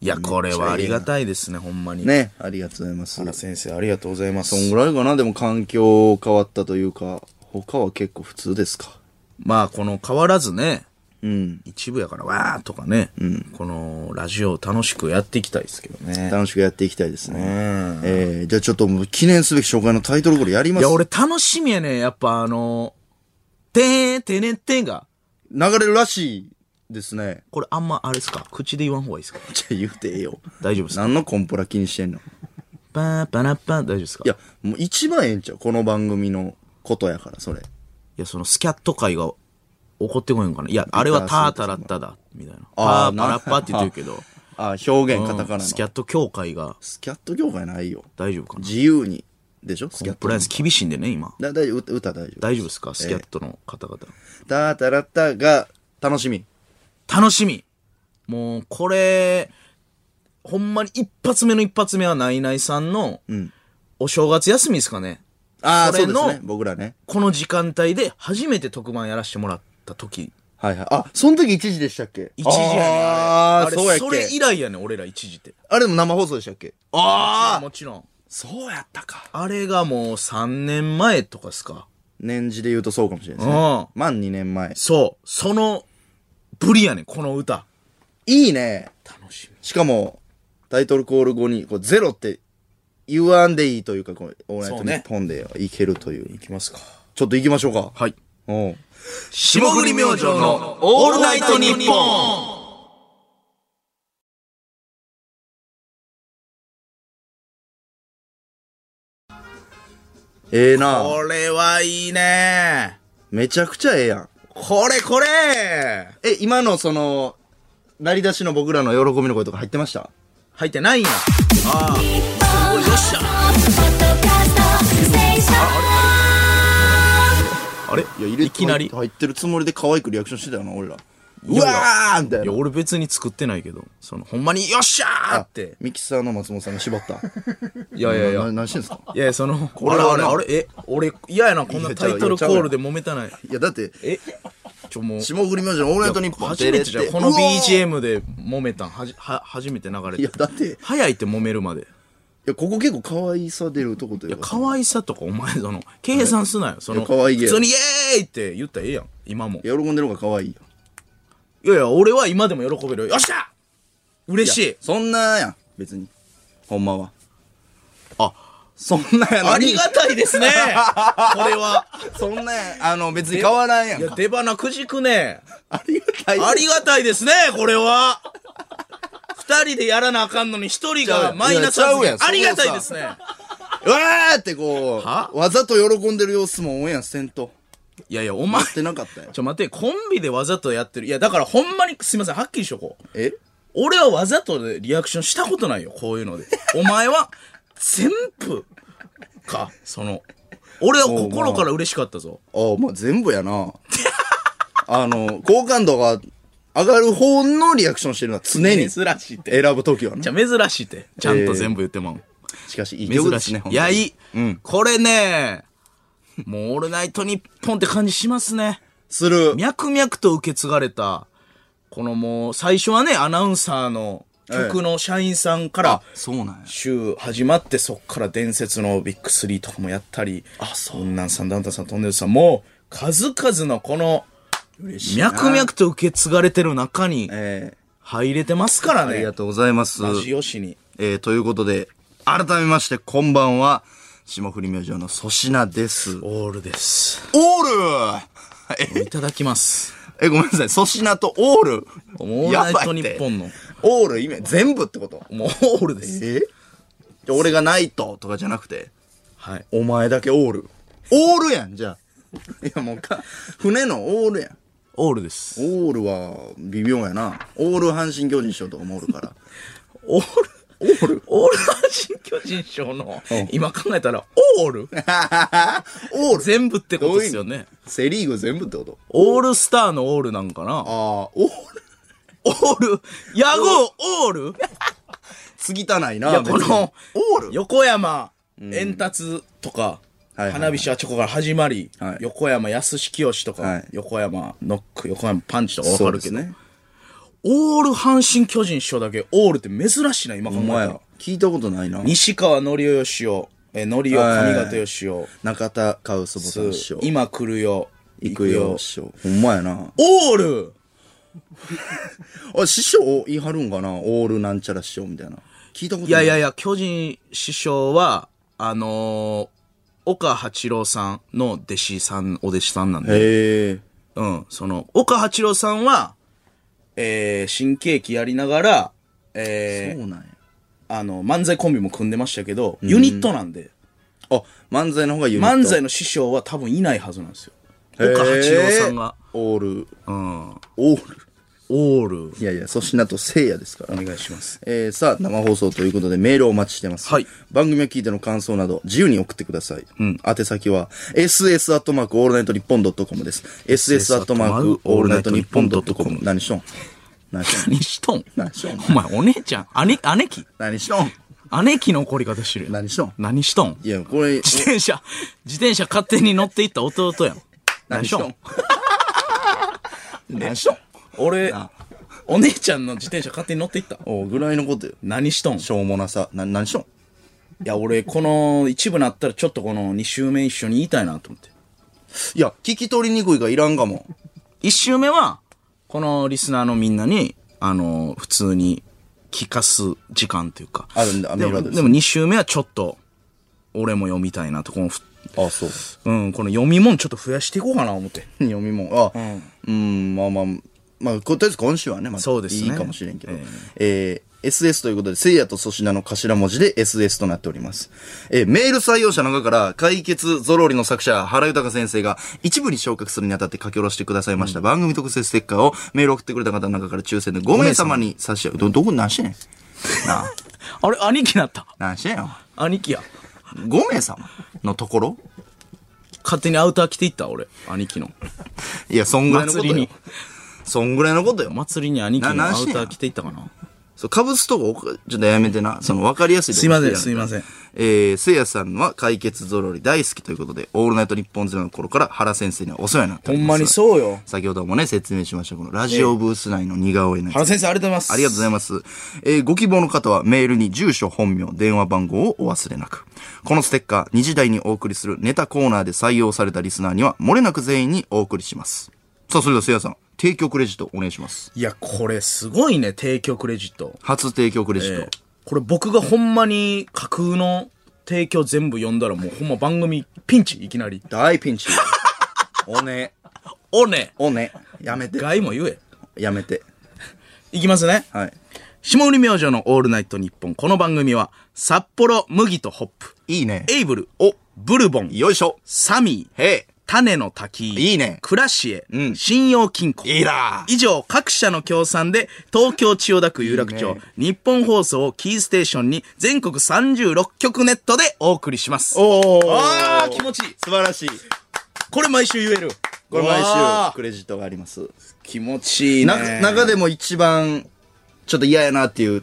S2: いや、これはありがたいですね、ほんまに。
S1: ね。ありがとうございます。
S2: 先生、ありがとうございます
S1: どんぐらいかなでも環境変わったというか、他は結構普通ですか。
S2: まあ、この変わらずね、
S1: うん。
S2: 一部やからわーとかね、このラジオを楽しくやっていきたいですけどね。
S1: 楽しくやっていきたいです
S2: う
S1: ね。
S2: ん。
S1: えー、じゃあちょっともう記念すべき紹介のタイトルこれやりま
S2: い
S1: す。
S2: や、俺楽しみやね。やっぱあの、てーんてねってんが、
S1: 流れるらしいですね。
S2: これあんまあれですか口で言わん方がいいですか
S1: じゃあ言うてええよ。
S2: 大丈夫ですか
S1: 何のコンプラ気にしてんの
S2: パーパラッパー大丈夫ですか
S1: いや、もう一番ええんちゃうこの番組のことやから、それ。
S2: いや、そのスキャット界が怒ってこへんかな。いや、あれはタータラッタだ、みたいな。パ
S1: あー
S2: ーパラッパって言ってるけど、
S1: あ、表 現、カタカナ
S2: う
S1: の。
S2: んスキャット協会が
S1: スキャット業界ないよ。
S2: 大丈夫かな。
S1: 自由に。でしょスキャ
S2: コン
S1: ッ
S2: プ
S1: ト。
S2: ライアンス厳しいんでね、今。
S1: だ、だい、歌歌大丈夫。
S2: 大丈夫ですかスキャットの方々。
S1: タータラッタが楽しみ。
S2: 楽しみもう、これ、ほんまに一発目の一発目はナイナイさんの、お正月休みですかね。
S1: ああ、
S2: それ
S1: そう
S2: の
S1: ですね。僕らね。
S2: この時間帯で初めて特番やらしてもらった時。
S1: はいはい。あ、その時1時でしたっけ
S2: 一時やねん
S1: あ
S2: あ
S1: あ
S2: れ
S1: そうやっ
S2: それ
S1: け
S2: 以来やねん、俺ら一時って。
S1: あれでも生放送でしたっけ
S2: ああもちろん。
S1: そうやったか。
S2: あれがもう3年前とかですか。
S1: 年次で言うとそうかもしれないです
S2: うん
S1: ね。満2年前。
S2: そう。その、ぶりやねん、この歌。
S1: いいね。
S2: 楽しみ。
S1: しかも、タイトルコール後に、こう、ゼロって言わんでいいというか、こう、オールナイ
S2: そ
S1: ト
S2: う
S1: ニ
S2: ね
S1: ッポンでいけるという。
S2: いきますか。
S1: ちょっと行きましょうか。
S2: はい。
S1: うん。
S2: 霜降り明星のオールナイトニッポン。
S1: ええな
S2: これはいいね。
S1: めちゃくちゃええやん。
S2: これこれ
S1: え、今のその、成り出しの僕らの喜びの声とか入ってました
S2: 入ってないんや。
S3: よっしゃ
S2: あれいきなり。い
S1: 入ってるつもりで可愛くリアクションしてたよな、俺ら。う
S2: や
S1: わーみたい
S2: や、
S1: な。
S2: 俺別に作ってないけど、その、ほんまによっしゃーって。
S1: ミキサーの松本さんが絞った。
S2: いやいやいや
S1: な。何してんすか
S2: いや、その、
S1: れは
S2: あれあれ、あれ、え、俺、嫌やな、こん
S1: い
S2: な
S1: やちゃ
S2: タ
S1: う
S2: イトルコールで揉めたない。
S1: いや、だって、
S2: え、ちょ、もう。
S1: 霜降り明星のオールナイトニッポン
S2: 初めてじゃん
S1: 出れて
S2: この
S1: うおー
S2: BGM で揉めたんはじは初めて流れて
S1: いや、だって、い
S2: 早いって揉めるまで
S1: や、ここ結構可愛さ出るとこというか。
S2: 可愛さとかお前その計算すなよそ
S1: い
S2: の
S1: や可愛い
S2: 普
S1: やん
S2: 通にイエーイって言ったらええやん今も
S1: いや喜んでる方が可愛いよ。
S2: いやいや俺は今でも喜べるよよっしゃ嬉しい
S1: そんなやん、別に。ほんまは。
S2: あ
S1: そんなや
S2: ありがたい ですねこれは
S1: そんなやん、あの、別に変わらんや
S2: い
S1: ん
S2: や
S1: か。
S2: 出花くじくね
S1: ありがたい。
S2: ありがたいですねこれは二人でやらなあかんのに一人がマイナス
S1: ちゃうやん
S2: ありがたいですね
S1: うわーってこ
S2: は
S1: う、わざと喜んでる様子もオンエアせんと。
S2: いやいやお前
S1: ってなかったよ。
S2: ちょ、待て、コンビでわざとやってる。いや、だからほんまに、すいません、はっきりしとこう。
S1: え
S2: 俺はわざとでリアクションしたことないよ、こういうので。お前は、全部、か、その、俺は心から嬉しかったぞ。
S1: ああ、まあ全部やな。あの、好感度が上がる方のリアクションしてるのは常に
S2: 珍
S1: 選
S2: しいって。
S1: ぶときは
S2: じゃ
S1: ね。
S2: あ、珍しいって。ちゃんと全部言ってまう。
S1: しかし、いい曲で
S2: 珍
S1: す
S2: しい
S1: ね。。
S2: いや、い
S1: い。
S2: い。これね、もう、オールナイトニッポンって感じしますね。
S1: する。
S2: 脈々と受け継がれた、このもう、最初はね、アナウンサーの局の社員さんから、
S1: そうなんや。
S2: 週始まってそっから伝説のビッグスリーとかもやったり、あ、そう。なんさん、ダウンタウンさん、トンネルズさん、もう数々のこの、脈々と受け継がれてる中に
S1: ええ
S2: 入れてますから
S1: あり
S2: ね
S1: が。とうございます。
S2: ラジオ誌に。
S1: えー、ということで、改めまして、こんばんは。霜降り明星の粗品です。オー
S2: オールです。
S1: ル え
S2: いただきます。
S1: え、ごめんなさい。粗品とオール。
S2: オールナイトニッポンの
S1: やばいってオール、今、全部ってこと
S2: もうオールです。
S1: え俺がナイトとかじゃなくて、
S2: はい。
S1: お前だけオール。オールやん、じゃ あ。いや、もうか、船のオールやん。
S2: オールです。
S1: オールは微妙やな。オール阪神巨人師匠とかもおるから。
S2: オールオールオール阪神巨人賞の、今考えたら、オー ル
S1: オール
S2: 全部ってことですよね。
S1: セリーグ全部ってこと
S2: オールスターのオールなんかな
S1: ああ、オール。
S2: オールヤゴーオール
S1: つぎたないな。
S2: いや、
S1: 別
S2: こ
S1: に
S2: の、
S1: オール
S2: 横山、円達とか、
S1: はいはい
S2: 花火師はチョコから始まり、
S1: はい
S2: 横山安志清とか、
S1: はい
S2: 横山ノック、横山パンチとかわかるけど、
S1: そうですね
S2: オール阪神巨人師匠だけオールって珍しいな、今考
S1: お
S2: えた
S1: 前
S2: ら。
S1: 聞いたことないな。
S2: 西川のりおよしお、え、のりお、
S1: はい
S2: 上方よしお、
S1: 中田カウスボタン師匠。
S2: 今来るよ、
S1: 行くよ、師匠。ほんまやな。
S2: オール
S1: あ、師匠言い張るんかなオールなんちゃら師匠みたいな。聞いたことない。
S2: いやいやいや、巨人師匠は、あのー岡八郎さんの弟子さん、お弟子さんなんで、
S1: へえ。
S2: うん、その、岡八郎さんは、えー、新喜劇やりながら、えー、
S1: そうなんや。
S2: あの、漫才コンビも組んでましたけど、ユニットなんで、
S1: あ、漫才の方がユニット
S2: 漫才の師匠は多分いないはずなんですよ。
S1: へー
S2: 岡八郎さんが。
S1: オール。
S2: うん。オ
S1: オール。
S2: ール。
S1: いやいや、粗品と聖夜ですから
S2: お。願いします。
S1: えー、さあ、生放送ということでメールをお待ちしてます。
S2: はい
S1: 番組を聞いての感想など、自由に送ってください。うん。宛先は、ss アットマークオールナイトニッポンドットコムです。ss アットマークオールナイトニッポンドットコム。何しとん何しとん
S2: 何しとん
S1: 何しとん
S2: お前、お姉ちゃん、姉、姉貴
S1: 何しとん
S2: 姉貴の怒り方してるやん。
S1: 何しとん
S2: 何しとん
S1: いや、これ、
S2: 自転車、自転車勝手に乗っていった弟やん。
S1: 何しとん何しとん
S2: 俺、お姉ちゃんの自転車勝手に乗っていった。
S1: おうぐらいのことよ。
S2: 何しとんい
S1: しょうもなさ。な、何しとん
S2: や、俺、この一部なったらちょっとこの2周目一緒に言いたいなと思って。
S1: いや、聞き取りにくいがいらんかも。
S2: 1周目は、このリスナーのみんなに、あの、普通に聞かす時間というか。
S1: あるんだ、メ
S2: で
S1: ール
S2: も
S1: アドレ
S2: でも2周目はちょっと、俺も読みたいなと、このふ、
S1: ス。あ、そう。
S2: うん、この読み物ちょっと増やしていこうかな思って。
S1: 読み物あうん、まあまあまあとりあえず今週はね,、まあ、
S2: そうですね
S1: いいかもしれんけど
S2: え
S1: えー SS ということで、聖夜と粗品の頭文字で SS となっております。えーメール採用者の中から、解決ゾロリの作者、原豊先生が一部に昇格するにあたって書き下ろしてくださいました、番組特製ステッカーをメール送ってくれた方の中から抽選で5名様に差し上げど、どこ何してんねんなあ、
S2: あれ、兄貴なった。
S1: 何してんよ。
S2: 兄貴や。
S1: 5名様のところ
S2: 勝手にアウター着ていった、俺。兄貴の。
S1: いや、そんぐらいのこと
S2: 祭り
S1: よ
S2: に。
S1: そんぐらいのことよ。
S2: 祭りに兄貴
S1: な
S2: の
S1: 何
S2: ア
S1: し
S2: ウ
S1: てん
S2: タ
S1: や
S2: ー着ていったかな。
S1: そう、かぶすとこおか、ちょっとやめてな。その、わかりやすいとこ
S2: すいません
S1: 好きやから
S2: すいません。
S1: えー、せいやさんは解決ぞろり大好きということで、オールナイト日本ゼロの頃から原先生にはお世話になっております。
S2: そうよ。
S1: 先ほどもね、説明しました。このラジオブース内の似顔絵のやつ
S2: 原先生、ありがとうございます。
S1: ありがとうございます。えーご希望の方はメールに住所、本名、電話番号をお忘れなく。このステッカー、2時台にお送りするネタコーナーで採用されたリスナーには、漏れなく全員にお送りします。さあ、それではせいやさん、提供クレジットお願いします。
S2: いや、これすごいね、提供クレジット。
S1: 初提供クレジット。
S2: これ僕がほんまに架空の提供全部読んだらもうほんま番組ピンチ、いきなり。
S1: 大ピンチ。おね。
S2: おね、
S1: おね。やめて。
S2: 害も言え。
S1: やめて。
S2: いきますね。
S1: はい。
S2: 下売り明星のオールナイトニッポン。この番組は、札幌麦とホップ、
S1: いいね。
S2: エイブル、お、ブルボン、
S1: よいしょ。
S2: サミー、
S1: へ
S2: 種の滝、
S1: いいね
S2: クラシエ、
S1: うん
S2: 信用金庫。
S1: いいな
S2: 以上、各社の協賛で、東京千代田区有楽町、
S1: いいね
S2: 日本放送をキーステーションに、全国36局ネットでお送りします。
S1: おー
S2: あー、気持ちいい。
S1: 素晴らしい。
S2: これ毎週言える。
S1: これ毎
S2: わ
S1: 週
S2: ー
S1: クレジットがあります。
S2: 気持ちいいね。
S1: な、中でも一番、ちょっと嫌やなっていう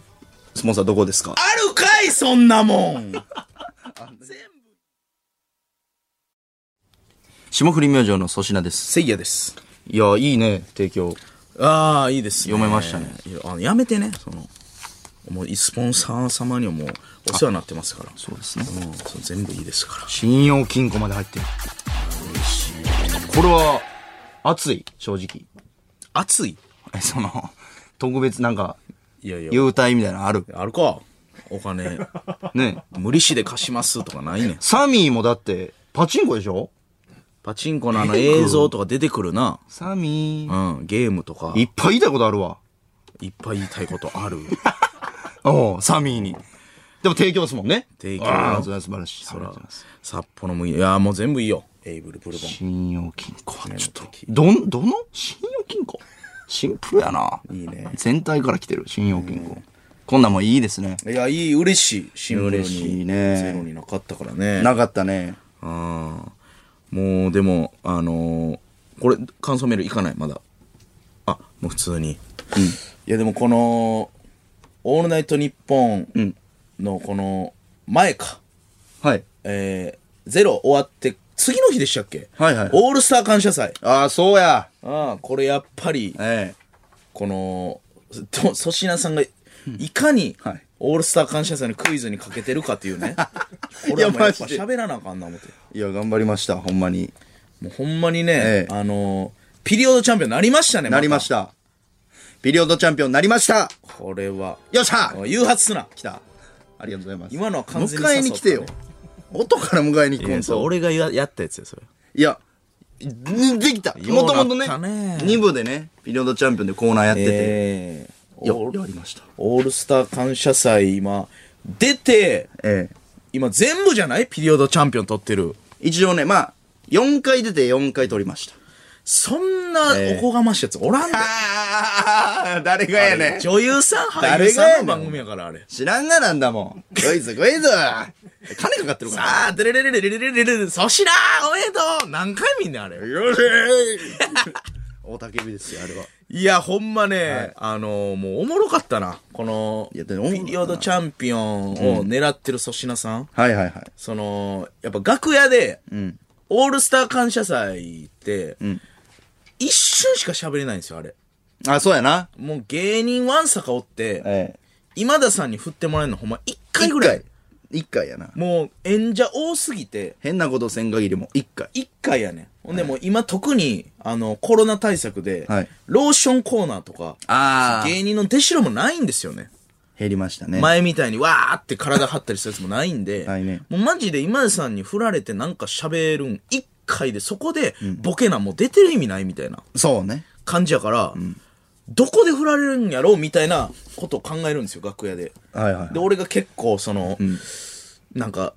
S1: スポンサーどこですか
S2: あるかい、そんなもん。
S1: 霜降り明星の粗品です。
S2: せいやです。
S1: いや、いいね、提供。
S2: あー、いいです、
S1: 読めましたね。
S2: いやあのやめてね、その。もうスポンサー様にはもうお世話になってますからそう
S1: ですね
S2: んそう全部いいですから
S1: 信用金庫まで入ってる。これは、熱い、正直。
S2: 熱い
S1: えその、特別なんか、
S2: いやいや
S1: 優待みたいなのある。
S2: あるかお金
S1: ね。
S2: 無利子で貸しますとかないね ん
S1: サミーもだって、パチンコでしょ
S2: パチンコのあの映像とか出てく るな
S1: サミー。
S2: うんゲームとか
S1: いっぱい言いたいことあるわ。
S2: いっぱい言いたいこと ある
S1: おうサミーに。でも提供ですもんね。
S2: 提供
S1: ああ、それは素晴らしい。ありがとうございます。
S2: 札幌もいいいやもう全部いいよエイブルブルボン
S1: 信用金庫はちょっと
S2: 金融、
S1: どん、どの信用金庫シンプルやな。い
S2: いね
S1: 全体から来てる、信用金庫。こんなんもいいですね。
S2: いや、いい、嬉しい。シンプルに。
S1: 嬉しいね
S2: ゼロになかったからね。
S1: なかったね。
S2: あーもう、でも、あのーこれ、感想メールいかないまだ。あ、もう普通に。いや、でもこの、オールナイトニッポンのこの、前か。
S1: はい。
S2: えーゼロ終わって、次の日でしたっけ
S1: はいはい
S2: オールスター感謝祭。
S1: ああ、そうや。
S2: ああ、これやっぱり、
S1: え
S2: この、と粗品さんが、いかに
S1: はい、
S2: オールスター感謝祭のクイズにかけてるかっていうね。これはもうやっぱ喋らなあかんな思って。
S1: えいや、頑張りました、ほんまに。
S2: もうほんまにね、
S1: ええ
S2: あのーピリオドチャンピオンになりましたね、。
S1: なりましたた。ピリオドチャンピオンになりました
S2: これは。
S1: よっしゃ
S2: おい誘発すな。
S1: 来た。ありがとうございます。
S2: 今のは完全に
S1: 迎えに来てよ
S2: 誘った。
S1: 音から迎えに来こんと。
S2: 俺がややったやつよ、それ。
S1: いや、んできた。
S2: よ
S1: も
S2: う
S1: とも
S2: なっ
S1: とね
S2: たね、
S1: 2部でね、ピリオドチャンピオンでコーナーやってて、
S2: ええ
S1: いや
S2: オール
S1: やりました。
S2: オールスター感謝祭、今、出て、
S1: ええ
S2: 今全部じゃないピリオドチャンピオン取ってる。
S1: 一応ね、まあ、4回出て4回取りました。
S2: そんな
S1: ええ
S2: おこがましいやつおらんで、
S1: ああ、誰がやねん。
S2: 女優さん、俳
S1: 誰
S2: 優
S1: がやね
S2: さん
S1: ん
S2: の番組やから、あれ。
S1: 知らんがなんだもん。クイズクイズ金かかってるから。
S2: ああ、デレレレレレレレレレレ、粗品おめでとう何回見んねん、あれ。
S1: よし大竹美ですよ、あれは。
S2: いや、ほんまね、あのーもうおもろかったな。この、
S1: い
S2: ピ
S1: やでもおもろかったな
S2: リオドチャンピオンを狙ってる粗品さん。
S1: はいはいはい。
S2: その、やっぱ楽屋で、オールスター感謝祭って、一瞬しか喋れないんですよ、あれ。
S1: あ、そうやな。
S2: もう芸人ワンサかおって、
S1: ええ。
S2: 今田さんに振ってもらえるのほんま一回ぐらい。
S1: 一回やな。
S2: もう演者多すぎて、
S1: 変なことせん限りも一回。
S2: 一回やねん。ほんでもう今特に、あの、コロナ対策で、
S1: はい
S2: ローションコーナーとか、
S1: あ
S2: 芸人の出しろもないんですよね。
S1: 減りましたね。
S2: 前みたいにわーって体張ったりするやつもないんで、
S1: ないね
S2: もうマジで今田さんに振られてなんか喋るん一回でそこでボケなもう出てる意味ないみたいな
S1: そうね。
S2: 感じやから、どこで振られるんやろうみたいなことを考えるんですよ、楽屋で。
S1: はいはいはい
S2: で、俺が結構その、なんか、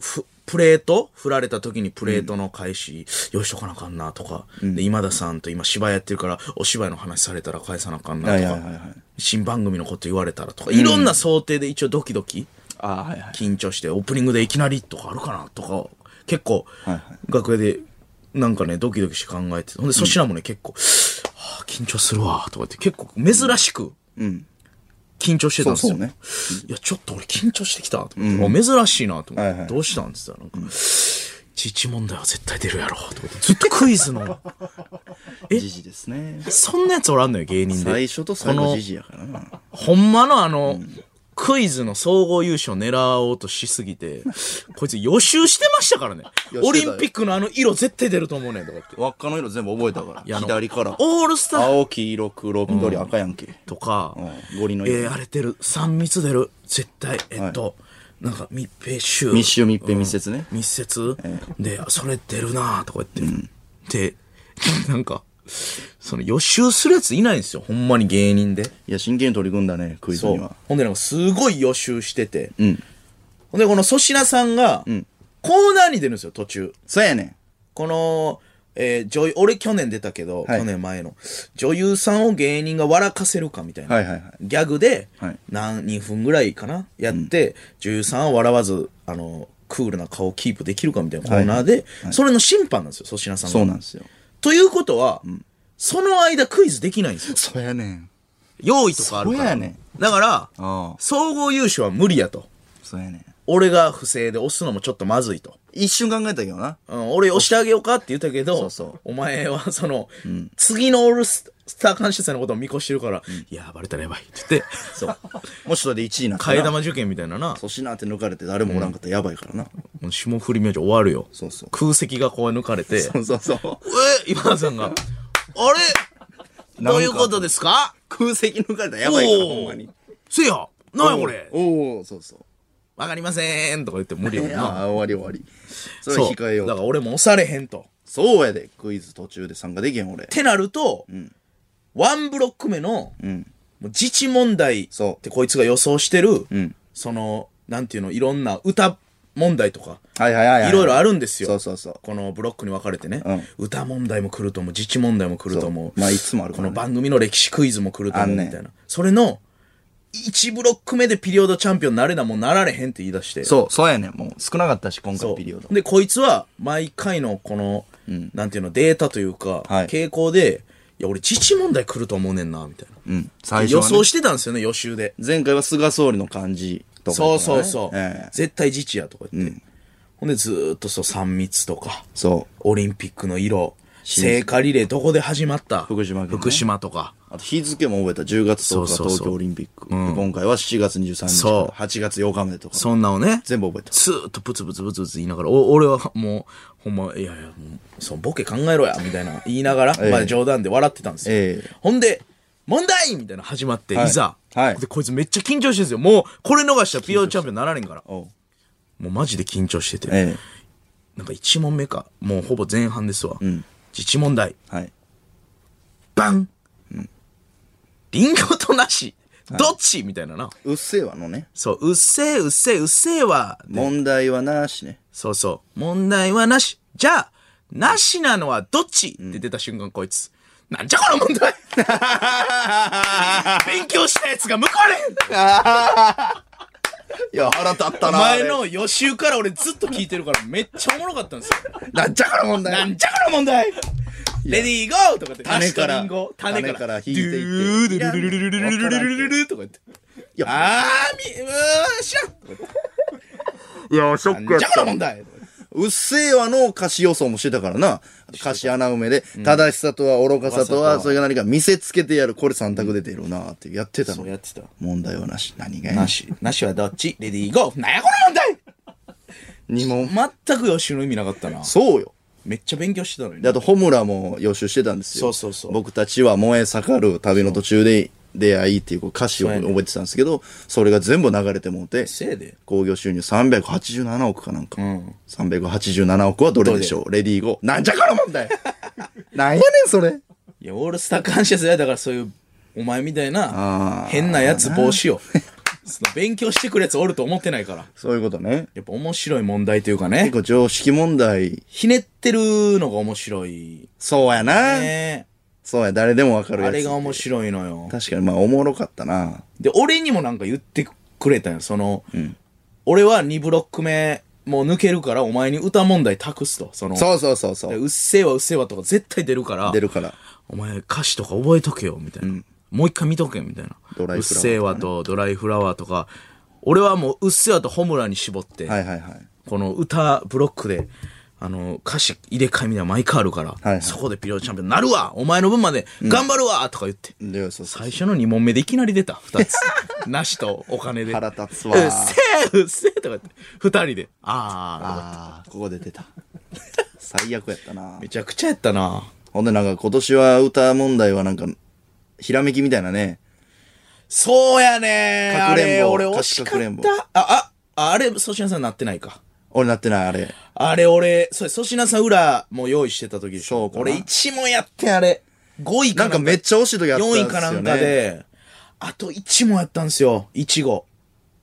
S2: ふプレート振られた時にプレートの返し、用意しとかなあかんなとか、で、今田さんと今芝居やってるから、お芝居の話されたら返さなあかんなとか、
S1: はいはいはいはい
S2: 新番組のこと言われたらとか、いろんな想定で一応ドキドキ、
S1: ああ、はいはい。
S2: 緊張して、オープニングでいきなりとかあるかなとか、結構、
S1: いはい
S2: 楽屋で、なんかね、ドキドキして考えてて、ほんで、粗品もね、結構、はあ、緊張するわ、とかって、結構珍しく、緊張してたんです
S1: そうそ
S2: よ。
S1: うね
S2: いや、ちょっと俺緊張してきた、と思って、あ珍しいな、と思って、
S1: はいはい
S2: どうしたんですよ、なんか。ちち問題は絶対出るやろ、とかって、ずっとクイズの、
S1: じじですね。
S2: そんなやつおらんのよ、芸人で。
S1: 最初と最
S2: こ
S1: 後
S2: の
S1: じじやからな。
S2: ほんまのあの、クイズの総合優勝狙おうとしすぎて、 こいつ予習してましたからね
S1: 予習。だよ
S2: オリンピックのあの色絶対出ると思うねんとかって。
S1: 輪っかの色全部覚えたか
S2: い
S1: ら。
S2: やあの
S1: 左から。
S2: オールスター
S1: 青、黄色、黒、緑、赤やんけ。
S2: とか、
S1: うんゴリの色
S2: えー、あれ出る。三密出る。絶対。えっと、なんか密閉臭。
S1: 密集、密閉、密接ね。
S2: 密接、で、それ出るなとか言って。で、 なんか、その予習するやついないんですよ。ほんまに芸人で。
S1: いや、真剣に取り組んだね、クイズ
S2: そ
S1: に
S2: う
S1: は。。
S2: ほんで、なんかすごい予習してて。
S1: ん
S2: ほんで、この粗品さんが、コーナーに出るんですよ、途中。
S1: そうやねん。
S2: この、えー女優、俺去年出たけど、
S1: はい
S2: 去年前の、女優さんを芸人が笑かせるかみたいな、
S1: はいはいはい
S2: ギャグで、
S1: はい
S2: 何2分ぐらいかな、やって、女優さんを笑わず、あの、クールな顔をキープできるかみたいなコーナーで、それの審判なんですよ、粗品さんが。
S1: そうなんですよ。
S2: ということは、その間クイズできないんですよ。
S1: そうやねん。
S2: 用意とかあるから。
S1: そうやねん
S2: だから、
S1: ああ。
S2: 総合優勝は無理やと。
S1: そうやねん。
S2: 俺が不正で押すのもちょっとまずいと。
S1: 一瞬考えたけどな。
S2: うん、俺押してあげようかって言ったけど、
S1: そうそう
S2: お前はその、次のオールスター感謝祭のことを見越してるから、いやー、バレたらやばいって言って、そう。
S1: もしそれで1位なんか
S2: 替え
S1: な。
S2: 玉受験みたいなな、
S1: 粗品って抜かれて誰もおらんかったらやばいからな。
S2: もう霜降り明星終わるよ。
S1: そうそう
S2: 空席がこう抜かれて、
S1: そうそうそう。
S2: え今田さんが、あれどういうことですか
S1: 空席抜かれたらやばいから、
S2: おー
S1: ほんまに。
S2: せやなんやこれ
S1: おおそうそう。
S2: わかりませんとか言って無理
S1: い
S2: やもん
S1: や
S2: な。
S1: ー終わり終わり。それは
S2: そう。
S1: 控えよう
S2: だか
S1: と。
S2: ら俺も押されへんと。っ
S1: そうやで、クイズ途中で参加できへん俺。
S2: てなると、ワンブロック目の、
S1: うん。
S2: もう自治問題っ
S1: そう
S2: てこいつが予想してる、
S1: ん
S2: その、なんていうの、いろんな歌問題とか、
S1: はいはいはい、はい。
S2: いろいろあ
S1: る
S2: るんですよ。
S1: そうそうそう
S2: このブロックに分かれてね、
S1: う
S2: 歌問題も来ると思う、自治問題も来ると思う。
S1: そうまあいつもあるか
S2: こ
S1: らね
S2: の番組の歴史クイズも来ると思
S1: あ
S2: うん
S1: ね
S2: み
S1: ん
S2: たいな。それの、1ブロック目でピリオドチャンピオンになれなもうなられへんって言い出して。
S1: そう、そうやねん。もう少なかったし、今
S2: そ
S1: 回
S2: う
S1: ピリオド。
S2: で、こいつは、毎回のこの、なんていうの、データというか、
S1: はい
S2: 傾向で、いや、俺、自治問題来ると思うねんな、みたいな。
S1: うん。最初
S2: 予
S1: はね、
S2: 想してたんですよね、予習で。
S1: 前回は菅総理の感じとか、ね。
S2: そうそうそう。
S1: ええ
S2: 絶対自治やとか言って。ほんで、ずーっとそう、3密とか、
S1: そう。
S2: オリンピックの色、聖火リレーどこで始まった
S1: 福島県ね
S2: 福島とか。
S1: あと日付も覚えた10月10日
S2: そうそうそう
S1: 東京オリンピック。で今回は7月23日
S2: そう
S1: から8月8日までとか。
S2: そんなをね、
S1: 全部覚えた。
S2: ずーっとブツブツブツブツ言いながら、お俺はもう、ほんま、いやいや、もうそのボケ考えろや、みたいな言いながら、
S1: え
S2: まあ冗談で笑ってたんですよ。
S1: ええ
S2: ほんで、問題みたいなの始まって、
S1: はい
S2: い、ざ、
S1: はい
S2: で、こいつめっちゃ緊張してるんですよ。もう、これ逃したら PO チャンピオンなられんから。
S1: おう
S2: もうマジで緊張してて。
S1: え
S2: なんか1問目か。もうほぼ前半ですわ。自治問題。
S1: えはい。
S2: バン、リンゴとなし。どっちみたいなな。
S1: うっせぇわのね。
S2: そう、うっせえ、うっせえ、うっせえわ。
S1: 問題はなしね。
S2: そうそう。問題はなし。じゃあ、なしなのはどっち、って出た瞬間、こいつ。なんじゃこの問題勉強したやつが報われん
S1: いや、腹立った
S2: お
S1: な。
S2: 前の予習から俺ずっと聞いてるからめっちゃおもろかったんですよ。
S1: なんじゃから問
S2: な
S1: 題。
S2: んじゃこの問題レディーゴーとかって
S1: 種から
S2: 梨とリンゴ種から
S1: 種から
S2: ド
S1: 引いてい
S2: ゥー
S1: って
S2: ドゥルルルルルルルルルルルルルとか言って。
S1: いや、
S2: あーみ、うーしゃん
S1: いや、ショック
S2: じゃこの問題
S1: うっせぇわの歌詞予想もしてたからな。歌詞穴埋めで、正しさとは愚かさとは、それが何か見せつけてやる。これ三択出てるなってやってたの。
S2: ってた。
S1: 問題はなし。何がやねん
S2: な。し。なしはどっちレディーゴーなんやこの問題
S1: 二問。
S2: 全く予習の意味なかったな。
S1: そうよ。
S2: めっちゃ勉強してたのに
S1: で、。あと、ホムラも予習してたんですよ。
S2: そうそうそう
S1: 僕たちは燃え盛る旅の途中で出会いっていうこう歌詞を
S2: そうやね
S1: 覚えてたんですけど、それが全部流れてもうて、
S2: せいで。
S1: 興行収入387億かなんか。
S2: ん
S1: 387億はどれでしょうレディーゴー。なんじゃこの問 題なんやねん、それ。
S2: いや、オールスター感謝祭はだからそういう、お前みたいな
S1: あ、ー
S2: 変なやつ防止よ。その勉強してくるやつおると思ってないから。
S1: そういうことね。
S2: やっぱ面白い問題というかね
S1: 結。構常識問題。
S2: ひねってるのが面白い。
S1: そうやな。
S2: ね
S1: そうや、誰でもわかるやつ。
S2: あれが面白いのよ。
S1: 確かに、まあ、おもろかったな。
S2: で、俺にもなんか言ってくれたよ。その、俺は2ブロック目、もう抜けるから、お前に歌問題託すと。その、
S1: そうそうそうそうう。
S2: っせえわうっせえわとか絶対出るから。
S1: 出るから。
S2: お前歌詞とか覚えとけよ、みたいな。もう一回見とけよ、みたいな。
S1: ドライフラワーとかね
S2: うっせぇわとドライフラワーとか、俺はもううっせぇわとホムラに絞って、
S1: はいはいはい。
S2: この歌ブロックで、あの、歌詞入れ替えみたいなの毎回あるから、
S1: はいはい
S2: そこでピリオドチャンピオンなるわお前の分まで頑張るわ、とか言って。
S1: で、そうそう。
S2: 最初の2問目でいきなり出た、2つ。 なしとお金で。
S1: 腹立つ
S2: う
S1: わ
S2: っせぇ、うっせぇとか言って。2人で。あ
S1: ああ、
S2: ーとか言って
S1: ここで出た。最悪やったな
S2: め。ちゃくちゃやったな
S1: ほんで、なんか今年は歌問題はなんか、ひらめきみたいなね。
S2: そうやね
S1: か
S2: あ
S1: くれ
S2: れ、
S1: んぼ
S2: 俺惜しか
S1: かく
S2: っ
S1: れんぼ
S2: た。あ、あ、あれ、粗品さんなってないか。
S1: 俺なってない、あれ。
S2: あれ、俺、そう、粗品さん裏も用意してた時でし
S1: そう
S2: ょ。
S1: かな
S2: 俺1問やって、あれ。5位
S1: な
S2: かなんんか。
S1: かめっちゃ惜しい時あったんですよ、
S2: 4
S1: ね。
S2: 位かなんか。で、あと1問やったんですよ。1号。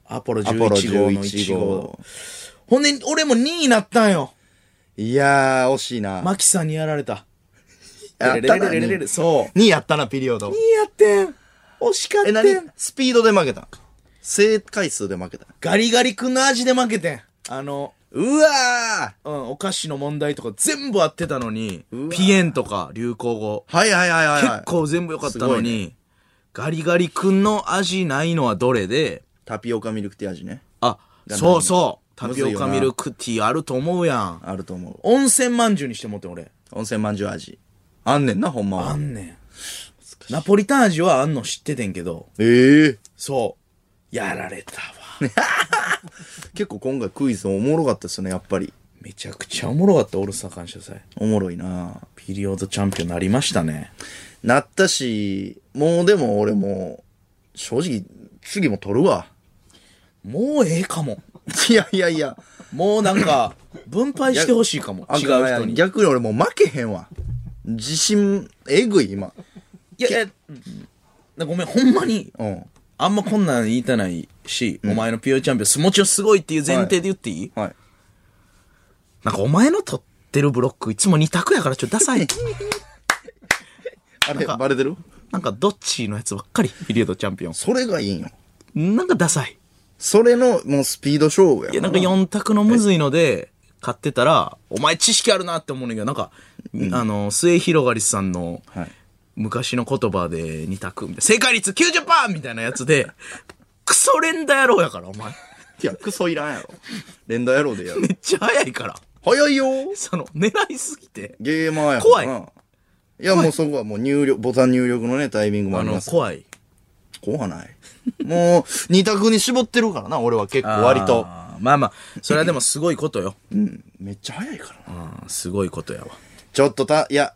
S2: アポロ
S1: アポロ
S2: 11号の
S1: 11
S2: 1
S1: 号
S2: 号。。ほんで、俺も2位になったんよ。
S1: いやー、惜しいな。
S2: マキさんにやられた。
S1: やったな
S2: レレレレレレレそう。
S1: 2やったな、ピリオド
S2: 2。位やってん。惜しかっ
S1: え、
S2: た
S1: 何スピードで負けた正解数で負けた。
S2: ガリガリ君の味で負けてん。あの、
S1: うわ
S2: うん、お菓子の問題とか全部合ってたのに、ピエンとか流行語、
S1: ーはいはいはいはいはい。
S2: 結構全部良かったの
S1: すごい
S2: に、ガリガリ君の味ないのはどれで、
S1: タピオカミルクティー味ね。
S2: あ、そうそタピオカミルクティーあると思うやん。
S1: あると思う。
S2: 温泉まんじゅうにしてもってん俺。
S1: 温泉まんじゅう味。あんねんな、ほんま
S2: あ
S1: は。
S2: んねん。ナポリタン味はあんの知っててんけど。
S1: ええ
S2: そう。やられたわ。
S1: 結構今回クイズおもろかったですね、やっぱり。
S2: めちゃくちゃおもろかった、オールスター感謝祭。
S1: おもろいな
S2: ピリオドチャンピオンになりましたね。
S1: なったし、もうでも俺も、正直、次も取るわ。
S2: もうええかも。
S1: いやいやいや。
S2: もうなん か、分配してほしいかも。
S1: あ
S2: 違う人に。い
S1: 逆に俺もう負けへんわ。自信、えぐい、今。
S2: や、いや、うんごめん、ほんまに、
S1: うん。
S2: あんまこんなん言いたないし、お前のピリオドチャンピオン、もちろんすごいっていう前提で言っていい、
S1: はい。
S2: なんかお前の取ってるブロック、いつも二択やからちょっとダサ い。
S1: あれ、バレてる
S2: なんかどっちのやつばっかり、ピリオドチャンピオ
S1: それがいいんよ。
S2: ン。なんかダサい。
S1: それの、もうスピード勝負や
S2: いや、なんか4択のむずいので、買ってたら、お前知識あるなって思うねんだけど、なんか、あの、末広がりさんの、
S1: はい
S2: 昔の言葉で2択みたいな、正解率 90%! みたいなやつで、 クソ連打野郎やから、お前。
S1: いや、クソいらんやろ。連打野郎でやる
S2: め。っちゃ早いから。
S1: 早いよ
S2: その、狙いすぎて。
S1: ゲーマーやからな
S2: 怖い
S1: いや、もうそこはもう入力、ボタン入力のね、タイミングもあ
S2: あ
S1: り
S2: の
S1: ま、す。
S2: 怖い。
S1: 怖ない。もう、二択に絞ってるからな、俺は結構割と。
S2: あー。まあまあ、それはでもすごいことよ。
S1: うん、めっちゃ早いからな。
S2: うん、すごいことやわ。
S1: ちょっとた、いや、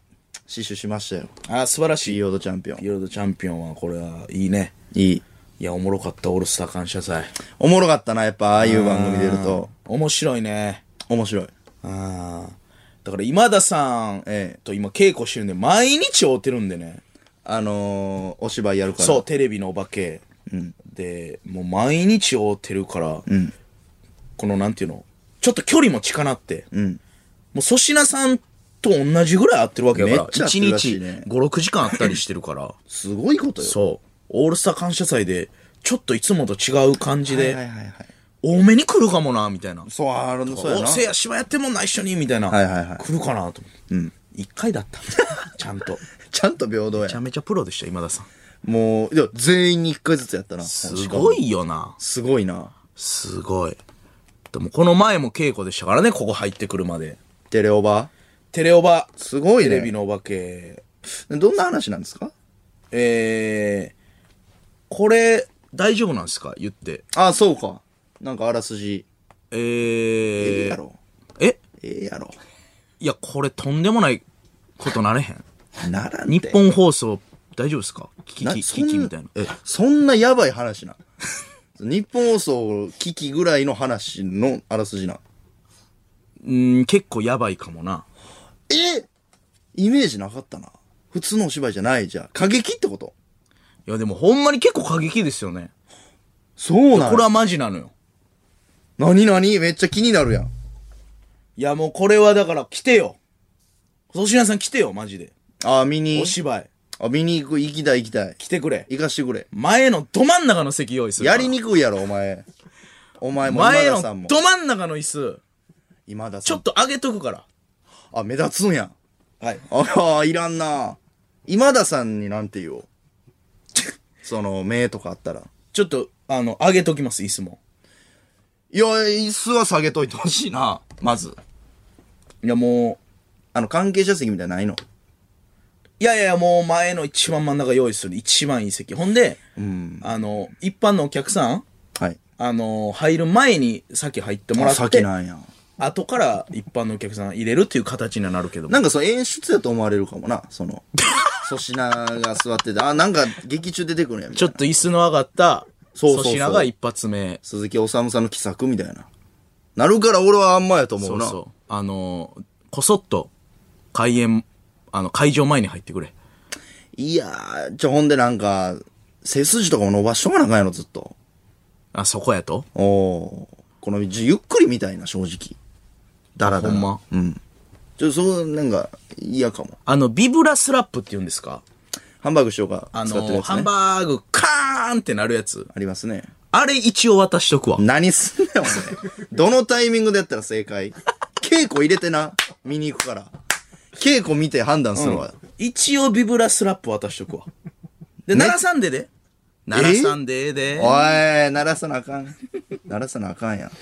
S1: 死守しましたよ。
S2: あー素晴らし
S1: ピ
S2: い。
S1: リオドチャンピオン。
S2: ピ
S1: い
S2: リオドチャンピオンは、これはいいね。
S1: い。
S2: いや、おもろかった、オールスター感謝祭。
S1: おもろかったな、やっぱ、ああいう番組出ると。
S2: 面白いね。
S1: 面白い。
S2: ああ。だから今田さん
S1: ええ
S2: と今稽古してるんで、毎日会うてるんでね。
S1: あのー、お芝居やるから。
S2: そう、テレビのお化け。で、もう毎日会うてるから、このなんていうの、ちょっと距離も近なって、もう粗品さんと同じぐらい会ってるわけやか
S1: めっちゃ会
S2: ら、
S1: っ
S2: 一
S1: てるら
S2: 日
S1: しいね
S2: 5、6時間会ったりしてるから、
S1: すごいことよ。
S2: そう、オールスター感謝祭で、ちょっといつもと違う感じ
S1: はいはい
S2: で、
S1: はいはい。
S2: 多めに来るかもな、みたいな。
S1: そう、あるの、そうや
S2: お
S1: な。
S2: せや芝やってんもんな一緒にみたいな、
S1: はいはいはい
S2: 来るかなと思って、うん、1回だった ちゃんとめ
S1: ちゃんと平等
S2: ち
S1: や
S2: ゃ。めちゃプロでした今田さん
S1: もう、いや、全員に一回ずつやったな。
S2: すご
S1: しかも
S2: いよな
S1: すごいな。
S2: すごいでもこの前も稽古でしたからねここ入ってくるまで
S1: テレオバ
S2: テレオバ
S1: すごいね
S2: テレビのお化け
S1: どんな話なんですか
S2: えー、これ大丈夫なんですか言って
S1: あ、そうか。なんかあらすじ。
S2: え
S1: ええ
S2: ー、
S1: やろ。
S2: え
S1: ええやろ。
S2: いやこれとんでもないことなれへん
S1: ならんて
S2: 日本放送大丈夫ですか危機
S1: な
S2: 危
S1: そん
S2: 機みたいな
S1: え、そんなやばい話な。 日本放送危機ぐらいの話のあらすじな。
S2: うん結構やばいかもな
S1: えイメージなかったな。普通のお芝居じゃないじゃあ。過激ってこと
S2: いやでもほんまに結構過激ですよね。
S1: そうな
S2: これ
S1: の
S2: はマジなのよ。
S1: 何何めっちゃ気になるやん。
S2: いやもうこれはだから来てよ。粗品さん来てよ、マジで。
S1: あ、見に
S2: お、芝居。
S1: あ、見に行く、行きたい行きたい。
S2: 来てくれ。
S1: 行かしてくれ。
S2: 前のど真ん中の席用意するか
S1: や
S2: ら。
S1: りにくいやろ、お前。お前も今
S2: 前
S1: 田
S2: の
S1: さんも。
S2: ど真ん中の椅子、
S1: 今田さん。
S2: ちょっと上げとくから。
S1: あ、目立つんや。
S2: はい。
S1: ああ、いらんな。今田さんになんて言おう。 その、目とかあったら。
S2: ちょっと、あの、上げときます、椅子も。
S1: いや、椅子は下げといてほしいな。まず。
S2: いやも
S1: あの、関係者席みたいなのないの。
S2: う、いやいやもう前の一番真ん中用意する。一番いい席。ほんで、あの、一般のお客さん、
S1: はい。
S2: あの、入る前に先入ってもら
S1: あ
S2: って。
S1: 先なんや。
S2: 後から一般のお客さん入れるっていう形にはなるけども
S1: なんかその演出やと思われるかもな。そ の、粗品が座ってて、あ、なんか劇中出てくるんやみ
S2: ち
S1: た
S2: ょ
S1: い
S2: っ
S1: な。
S2: と椅子の上がった
S1: そうそう
S2: 粗
S1: そう
S2: 品が一発目
S1: 鈴木おさむさんの奇策みたいな。なるから俺はあんまやと思
S2: そうう
S1: な。
S2: そうあのーこそっと開演あの会場前に入ってくれ
S1: いやー、ちょ、ほんでなんか、背筋とかも伸ばしとかなあかんやろ、ずっと。
S2: あそこやと
S1: おおーこの、じゆっくりみたいな、正直。だらだら。
S2: ほんま
S1: うん。ちょ、そう、なんか、嫌かも。
S2: あのビブラスラップって言うんですか
S1: ハンバーグしようか。
S2: あ
S1: 使
S2: の
S1: ってる
S2: ー
S1: やつ
S2: ハ
S1: ね
S2: ン。バーグカーンってなるやつ
S1: ありますね。
S2: あれ一応渡しとくわ
S1: 何すんねん、お前。 どのタイミングでやったら正解稽古入れてな。見に行くから。稽古見て判断するわ。
S2: 一応ビブラスラップ渡しとくわで鳴らさんでで鳴らさんでええで
S1: おい、鳴らさなあかん。鳴らさなあかんやん。
S2: い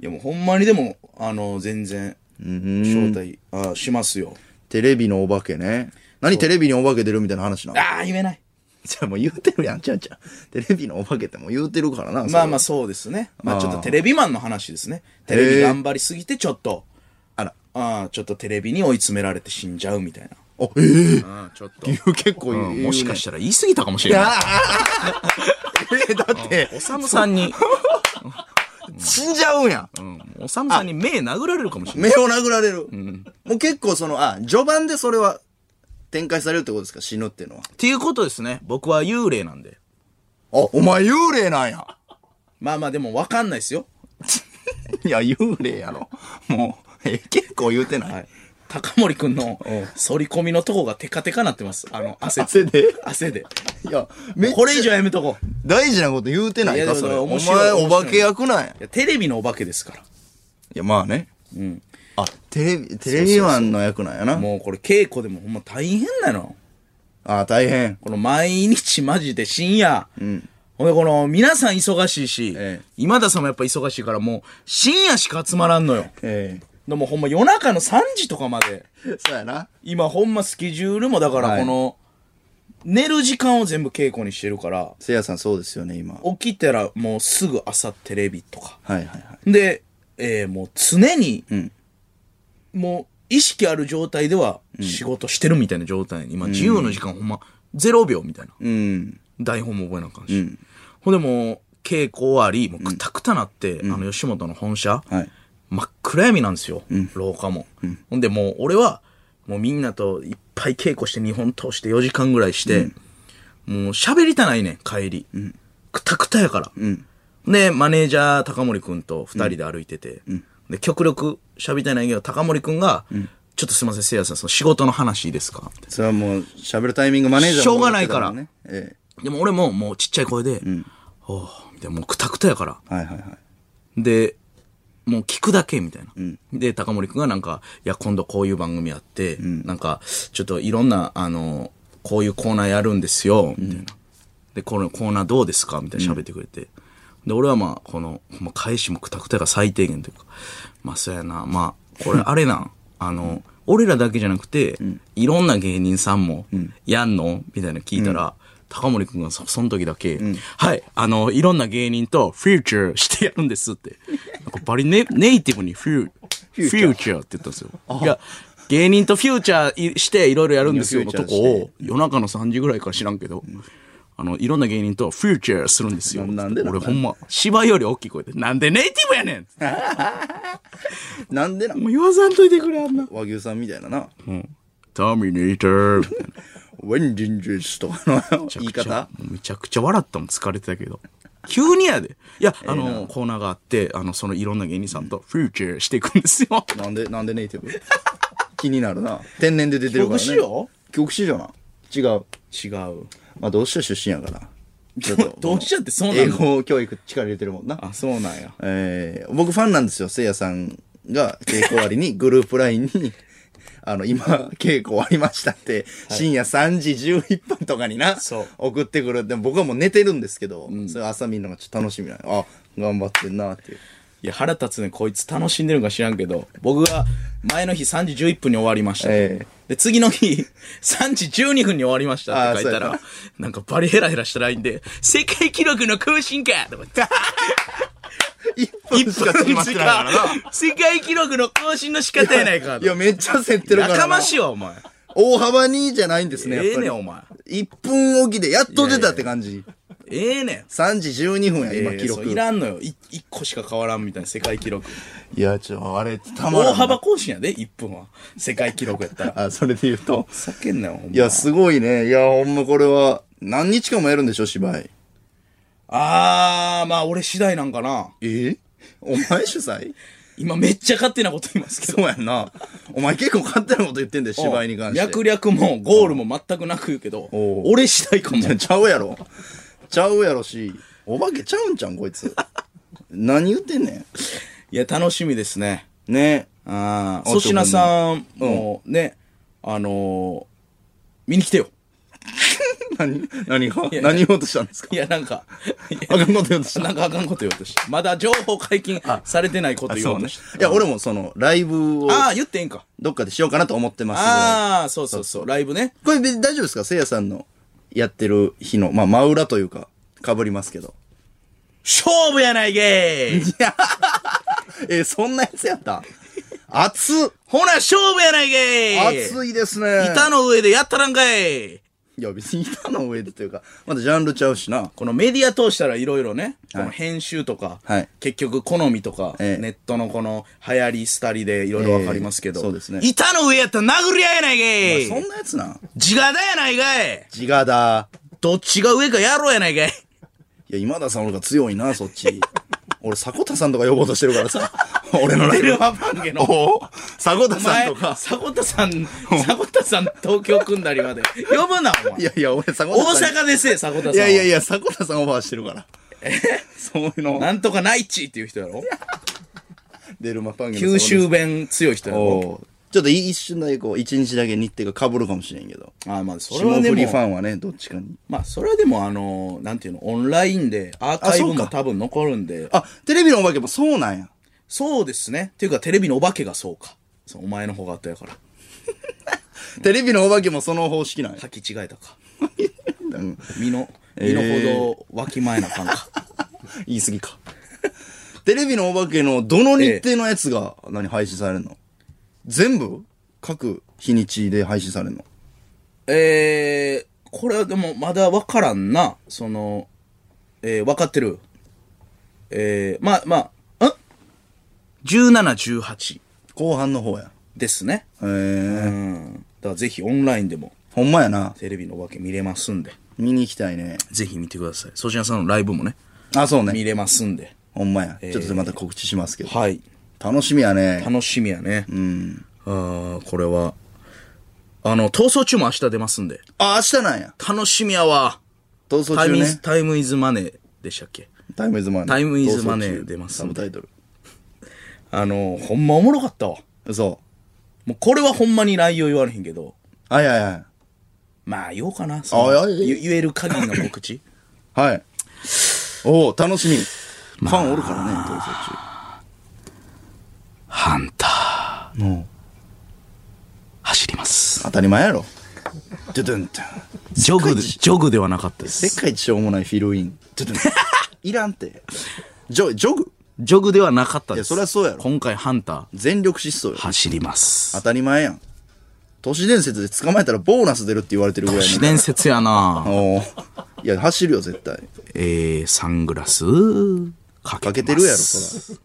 S2: やもうほんまにでも、あの、全然、招待、あしますよ。
S1: テレビのお化けね。何テレビにお化け出るみたいな話なの
S2: ああ、言えない。
S1: じゃあもう言うてるやん、ちゃうちゃう。テレビのお化けってもう言うてるからな。
S2: まあまあ
S1: あ。
S2: そうですね。ま
S1: あ
S2: あ
S1: ー
S2: ちょっとテレビマンの話ですね。テレビ頑張りすぎてちょっと、
S1: あら。
S2: ああ、ちょっとテレビに追い詰められて死んじゃうみたいな。
S1: あ、ええ
S2: ああ、ちょっと。
S1: ー、結構言う、
S2: もしかしたら言い過ぎたかもしれない。
S1: え だって、
S2: おさむさんに、
S1: 死んじゃうんや。
S2: うん、おさむさんに目殴られるかもしれない。
S1: 目を殴られる。もう結構その、あ、序盤でそれは展開されるってことですか死ぬっていうのは。
S2: っていうことですね。僕は幽霊なんで。
S1: あ、お前幽霊なんや。
S2: まあまあでもわかんないですよ。
S1: いや、幽霊やろ。もう、え、結構言うてない。
S2: はい。高森くんの反り込みのとこがテカテカなってます。あの、汗
S1: 汗で
S2: 汗で。
S1: いや、めっち
S2: これ以上やめとこう。
S1: ゃ大事なこと言うてない
S2: い
S1: か、
S2: や
S1: それ。
S2: でも
S1: お
S2: 面白い
S1: 前、お化け役なんや。
S2: いやテレビのお化けですから。
S1: いや、まあね。うん。あ、テレビ、テレビマンの役なんやな。
S2: もうこれ稽古でもほんま大変なの。
S1: あ、大変。
S2: この毎日マジで深夜。ほんでこの皆さん忙しいし、
S1: ええ
S2: 今田さんもやっぱ忙しいからもう深夜しか集まらんのよ。
S1: え
S2: でもほんま夜中の3時とかまで。
S1: えそうやな。
S2: 今ほんまスケジュールもだから
S1: はい
S2: この、寝る時間を全部稽古にしてるから、
S1: せいやさんそうですよね、今。はい
S2: 起きたらもうすぐ朝テレビとか。
S1: はいはい。
S2: で、えーもう常に、
S1: ん
S2: もう意識ある状態では仕事してるみたいな状態に、今自由の時間ほんま0秒みたいな。
S1: うん。
S2: 台本も覚えなあかんし。ほんでもう稽古終わり、もうくたくたなって、あの吉本の本社、
S1: はい。
S2: 真っ暗闇なんですよ、廊下も、ほんでもう俺はもうみんなといっぱい稽古して2本通して4時間ぐらいして、もう喋りたないねん帰り、くたくたやから、でマネージャー高森くんと2人で歩いてて、で極力喋りたないけど高森くんが、ちょっとすいませんせいやさんその仕事の話いいですか?」って
S1: それはもう、喋るタイミングマネージャーも
S2: しょうがないから
S1: ね。え
S2: でも俺ももうちっちゃい声で「おう」みたいなもうくたくたやから、
S1: え。はいはいはい。
S2: で、もう聞くだけみたいな。で、高森くんがなんか、いや、今度こういう番組やって、なんか、ちょっといろんな、あの、こういうコーナーやるんですよ、みたいな。で、このコーナーどうですかみたいな喋ってくれて。で、俺はまあ、この、まあ、返しもくたくたが最低限というか、まあ、そうやな、まあ、これあれなん、あの、俺らだけじゃなくて、いろんな芸人さんも、やんのみたいなの聞いたら、高森くんがそその時だけ、はい、あの、いろんな芸人とフューチャー してやるんですって。なんかバリネネイティブにフュー、フューチャーって言ったんですよ。いや、芸人とフューチャーいしていろいろやるんですよのとこを、夜中の3時ぐらいから知らんけど、あの、いろんな芸人とフューチャーするんですよ。
S1: なんでなん
S2: 俺ほんま、芝居より大きい声で、なんでネイティブやねん
S1: なんでな
S2: もう言わさんといてくれ、あんな。
S1: 和牛さんみたいなな。
S2: ターミネーターみたいな。
S1: ウェンジンジュースとかの言い方
S2: めちゃくちゃ笑ったもん疲れてたけど。急にやで。いや、あの、コーナーがあって、あの、そのいろんな芸人さんとフューチャーしていくんですよ。
S1: なんで、なんでネイティブ 気になるな。天然で出てるからね。
S2: 極よ
S1: 極子じゃな。違う。
S2: 違う。
S1: まあ、同志社出身やから。ちょっと
S2: どうしちゃってそうな
S1: 英
S2: の
S1: 語教育力入れてるもんな。
S2: あ、そうなんや。
S1: えー、僕ファンなんですよ。せいやさんが稽古終わりにグループラインに、 あの、今、稽古終わりましたって、深夜3時11分とかにな、
S2: そう
S1: 送ってくる。でも僕はもう寝てるんですけど、それ朝見るのがちょっと楽しみなの。あ、頑張ってんなっていう。
S2: いや、腹立つね。こいつ楽しんでるんか知らんけど、僕が前の日3時11分に終わりました。
S1: ええ
S2: で、次の日、3時12分に終わりましたって書いた
S1: あ
S2: ら
S1: そ、
S2: なんかバリヘラヘラしたラインで、世界記録の更新かとか言って。
S1: 1分しか過ぎまってないからな。
S2: 世界記録の更新の仕方やないか
S1: いや、めっちゃ競ってるから
S2: や
S1: な。
S2: かましいわ、お前。
S1: 大幅にじゃないんですね、やっぱ
S2: え
S1: り。
S2: えねん、お前。
S1: 1分おきでやっと出たって感じ。
S2: ええねん。
S1: 3時12分や、今記
S2: え
S1: 録。
S2: えそういらんのよ。い一個しか変わらんみたいな世界記録。
S1: いや、ちょ、あれ、たまらんな
S2: 大幅更新やで、1分は。世界記録やったら。
S1: あ、それで言うと。
S2: ふざけんなよ、ほんま
S1: いや、すごいね。いや、ほんまこれは、何日間もやるんでしょ、芝居。
S2: あー、まあ俺次第なんかな。
S1: えお前主催
S2: 今めっちゃ勝手なこと言いますけど。
S1: そうやんな。お前結構勝手なこと言ってんだよ、芝居に関して。
S2: 脈略もゴールも全くなく言うけど、
S1: おう
S2: 俺次第かも。
S1: いや ちゃうやろ。ちゃうやろし、お化けちゃうんちゃうん、こいつ。何言ってんね
S2: いや、楽しみですね。
S1: ん。ね
S2: あ
S1: あ
S2: ー、粗品さんもね、あのー、見に来てよ。
S1: 何何が何言おうとしたんですか
S2: いや、なんか、 い
S1: あかんこと言おうとした
S2: やなんかあかんこと言おうとして。まだ情報解禁されてないこと言おうとし
S1: いや、俺もその、ライブを
S2: た。ああ、言っていいんか。
S1: どっかでしようかなと思ってますぐらい
S2: ああ、そうそうそう、ライブね。
S1: これ別に大丈夫ですかせいやさんのやってる日の、まあ、真裏というか、被りますけど。
S2: 勝負やないゲー
S1: えーそんなやつや った熱っ
S2: ほな、勝負やないゲー
S1: 熱いですね。
S2: 板の上でやったらんかい
S1: いや、別に板の上でというか、まだジャンルちゃうしな。
S2: このメディア通したらいろいろね、この編集とか、
S1: はい
S2: 結局好みとか、
S1: ええ
S2: ネットのこの流行り廃りでいろいろわかりますけど、
S1: ええそうですね
S2: 板の上やったら殴り合いやない
S1: そ
S2: かい
S1: んなやつな。
S2: 地がだやないかい
S1: 自我だ。
S2: どっちが上かやろうやないかい
S1: いや、今田さんの方が強いな、そっ ち。俺、迫田さんとか呼ぼうとしてるからさ。俺のライブ。
S2: ルマパンゲの
S1: おお迫田
S2: お
S1: さ
S2: 前
S1: んとか。
S2: 迫田さん迫田さん東京組んだりまで呼ぶなお前
S1: いやいや、俺、迫田
S2: 大
S1: さん。
S2: 阪ですよ迫田さんはい
S1: やいやいや、迫田さんオファーしてるから。そういうの。
S2: なんとかナイチっていう人やろ
S1: デルマパンゲの
S2: 九州弁強い人や
S1: お
S2: ろ
S1: うちょっと一瞬だけこう、一日だけ日程が被るかもしれんけど。
S2: あーまあそれは
S1: 霜
S2: で
S1: 降りフ
S2: も
S1: ァンはね、どっちかに。
S2: まあそれはでもあのーなんていうのオンラインでアーカイブ
S1: あそう
S2: も
S1: か
S2: 多分残るんで
S1: あ、テレビのお化けもそうなんや。
S2: そうですねっていうかテレビのお化けがそうかそうお前の方が後やから
S1: テレビのお化けもその方式なんや。
S2: 履き違えたか
S1: うん
S2: 身の身のほどわきまえなあかん か、
S1: 言い過ぎか。 テレビのお化けのどの日程のやつが何配信されるの全部各日にちで配信されるの
S2: えー、これはでもまだ分からんな。その、えー、分かってる。えー、まあまあ、ん ?17、18
S1: 後半の方や。
S2: ですね。
S1: へえ。
S2: うん。だからぜひオンラインでも
S1: ほんまやな。
S2: テレビのわけ見れますんで。
S1: 見に行きたいね。
S2: ぜひ見てください。ソジアさんのライブもね、
S1: あ、そうね
S2: 見。れますんで。
S1: ほんまや。ちょっとまた告知しますけど。
S2: はい。
S1: 楽しみやね。
S2: 楽しみやね。うん。ああ、これは。あの、逃走中も明日出ますんで。
S1: あ、明日なんや。
S2: 楽しみやわ。
S1: 逃走
S2: タイ
S1: 中
S2: ムイズ、
S1: ね。
S2: タイムイズマネーでしたっけ
S1: タイムイズマネー。
S2: タイムイズマネー
S1: 逃走中
S2: 出ます
S1: サブタイトル。
S2: あの、ほんまおもろかったわ。
S1: そう。
S2: もうこれはほんまに内容言われへんけど、
S1: はいはいはい。
S2: まあ言おうかな。
S1: あ
S2: その
S1: いやいや
S2: ゆ言える限りの告 知。
S1: はい。おお楽しみ。ファンおるからね、逃走
S2: ハンター、
S1: 中。もう
S2: 走ります。
S1: 当たり前やろ。ドゥドゥンドゥ
S2: ジョグで、ジョグではなかったで
S1: ン。世。界一しょうもないフィルイン。ドゥドゥン。いらんて。ジョ、ジョグ
S2: ジョグではなかったです。
S1: いやそりゃそうやろ
S2: 今回ハンタ
S1: 全力疾走よ
S2: ー、。走りま
S1: 当
S2: す。
S1: たり前やん。都市伝説で捕まえたらボーナス出るって言われてるぐらい
S2: 自
S1: の。
S2: 伝説 やな
S1: おーいや、走るよ、絶対。
S2: えー、サングラス、か
S1: かけ
S2: け
S1: て
S2: てる
S1: る
S2: や
S1: や
S2: ろ、
S1: ろ、
S2: そ
S1: そら。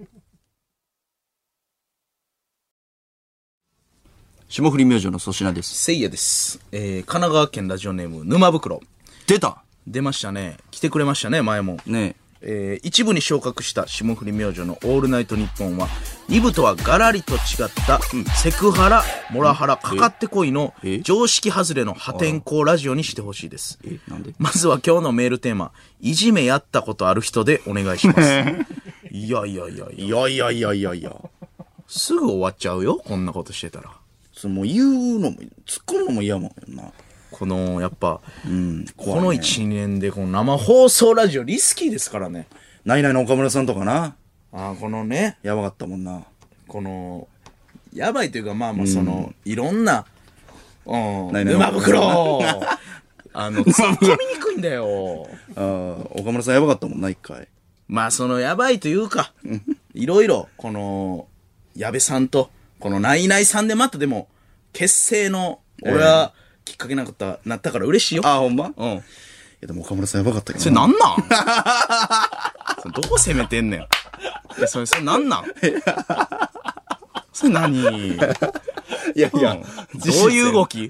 S1: 霜降り明星の粗品です。
S2: せいやです。えー、神奈川県ラジオネーム、沼袋。
S1: 出た
S2: 出ましたね。来てくれましたね、前も。
S1: ね
S2: えー一部に昇格した霜降り明星の「オールナイトニッポン」は二部とはガラリと違った、セクハラモラハラかかってこいの
S1: え
S2: 常識外れの破天荒ラジオにしてほしいです
S1: え。なんで
S2: まずは今日のメールテーマ「いじめやったことある人」でお願いし ますいやいやいやいや
S1: いやいやいやいやいや。
S2: すぐ終わっちゃうよこんなことしてたら
S1: そのもう言うのも、突っ込むのも嫌もんな。
S2: このやっぱ、
S1: 怖い
S2: この1年でこの生放送ラジオリスキーですからね
S1: ないないの岡村さんとかな。
S2: あーこのね
S1: やばかったもんな。
S2: このやばいというかまあまあその、いろんな、うん、
S1: ないない
S2: 沼袋 あ の突っ込みにくいんだよ
S1: あー岡村さんやばかったもんな、一回。
S2: まあそのやばいというかいろいろこの矢部さんとこのナイナイさんでまたでも結成の俺はきっかけなかった、なったから嬉しいよ
S1: あー、ほんまい
S2: うん
S1: や、でも岡村さんやばかったけ
S2: そ
S1: ど
S2: れ
S1: な。
S2: なんなん それどこ攻めてんねん。えそれ、それなんなんそれ何
S1: いやいや、
S2: どういう動き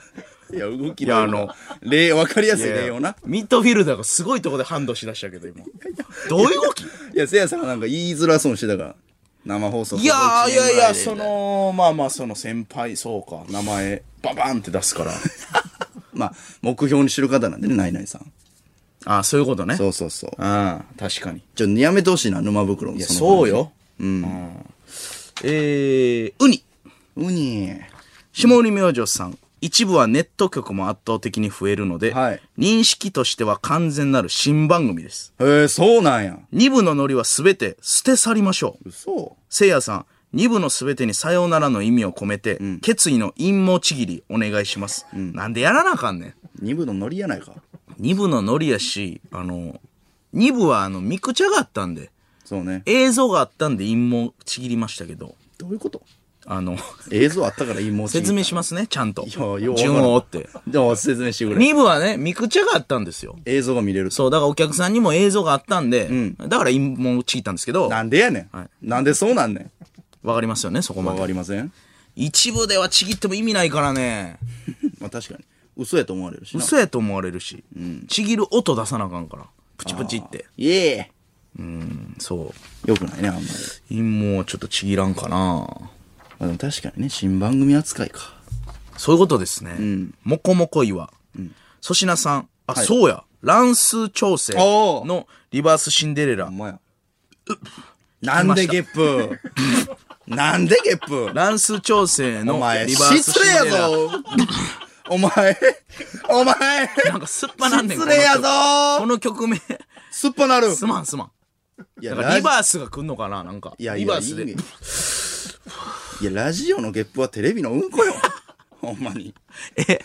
S1: きいや、動き
S2: いや
S1: だ
S2: あ
S1: あ
S2: の
S1: の、例、わかりやすい
S2: いやい
S1: 例
S2: や
S1: をな。
S2: ミッドフィルダーがすごいとこでハンドしだしたけど、今。どういう動き
S1: いや、せいやさんがなんか言いづらそうにしてたから。生放送
S2: いや
S1: ここ
S2: ー、
S1: 一
S2: い
S1: 年ぐら
S2: や
S1: で
S2: いや、そ。の、まあまあ、その先輩、そうか、名前、ババンって出すから。
S1: まあ、目標にしてる方なんでね、ないないさん。
S2: ああ、そういうことね。
S1: そうそうそう。
S2: ああ、確かに。
S1: ちょ、やめてほしいな、沼袋の
S2: いや、
S1: の
S2: そう。よ。うん。えー、ウニ。
S1: ウニ。
S2: 下降り明星さん、一部はネット局も圧倒的に増えるので、
S1: はい
S2: 認識としては完全なる新番組です。
S1: へえ、そうなんや。
S2: 二部のノリは全て捨て去りましょう。
S1: 嘘
S2: せいやさん、二部のすべてにさようならの意味を込めて、決意の陰謀ちぎりお願いします。なんでやらなあかんねん。
S1: 二部のノリやないか。
S2: 二部のノリやし、あの、二部はあの、ミクチャがあったんで、
S1: そうね。
S2: 映像があったんで陰謀ちぎりましたけど、
S1: どういうこと
S2: あの、
S1: 映像あったからいいもん。
S2: 説明しますね、ちゃんと。
S1: ようよう
S2: 順を追って。
S1: じゃあ説明してくれ。
S2: 二部はね、ミクチャがあったんですよ。
S1: 映像が見れる。
S2: そう、だからお客さんにも映像があったんで、だから陰謀ちぎったんですけど、
S1: なんでやねん、
S2: はい
S1: なんでそうなんね
S2: わかりますよね、そこ
S1: ん。
S2: ま
S1: わか
S2: で。
S1: りません
S2: 一部ではちぎっても意味ないからね。
S1: まあ確かに。嘘やと思われるしな。
S2: 嘘やと思われるし、ちぎる音出さなあかんからプチプチって
S1: いえ
S2: そう
S1: よくないね、あんまり。
S2: 陰謀はちょっとちぎらんかな
S1: まあ、でも確かにね、新番組扱いか。
S2: そういうことですね、もこもこ岩粗品さんあ、そうや乱数調整
S1: おー
S2: のリバースシンデレラ
S1: ほんまや。なんでゲップなんでゲップ
S2: 乱数調整の
S1: お
S2: リバ
S1: 前、
S2: ース
S1: 失
S2: シンデ
S1: 礼
S2: レ
S1: や
S2: ラ
S1: ぞお前、お前、
S2: なんかすっぱなんねん
S1: 失礼や
S2: こ
S1: ぞ
S2: の曲この曲名
S1: すっぱなる
S2: すまんすまん
S1: いや
S2: なんかリバ
S1: ラ
S2: ースが来んのかななんか
S1: ジいやい
S2: リ
S1: や
S2: バースで
S1: いいねいや、ラジオのゲップはテレビのうんこよ。ほんまに。
S2: え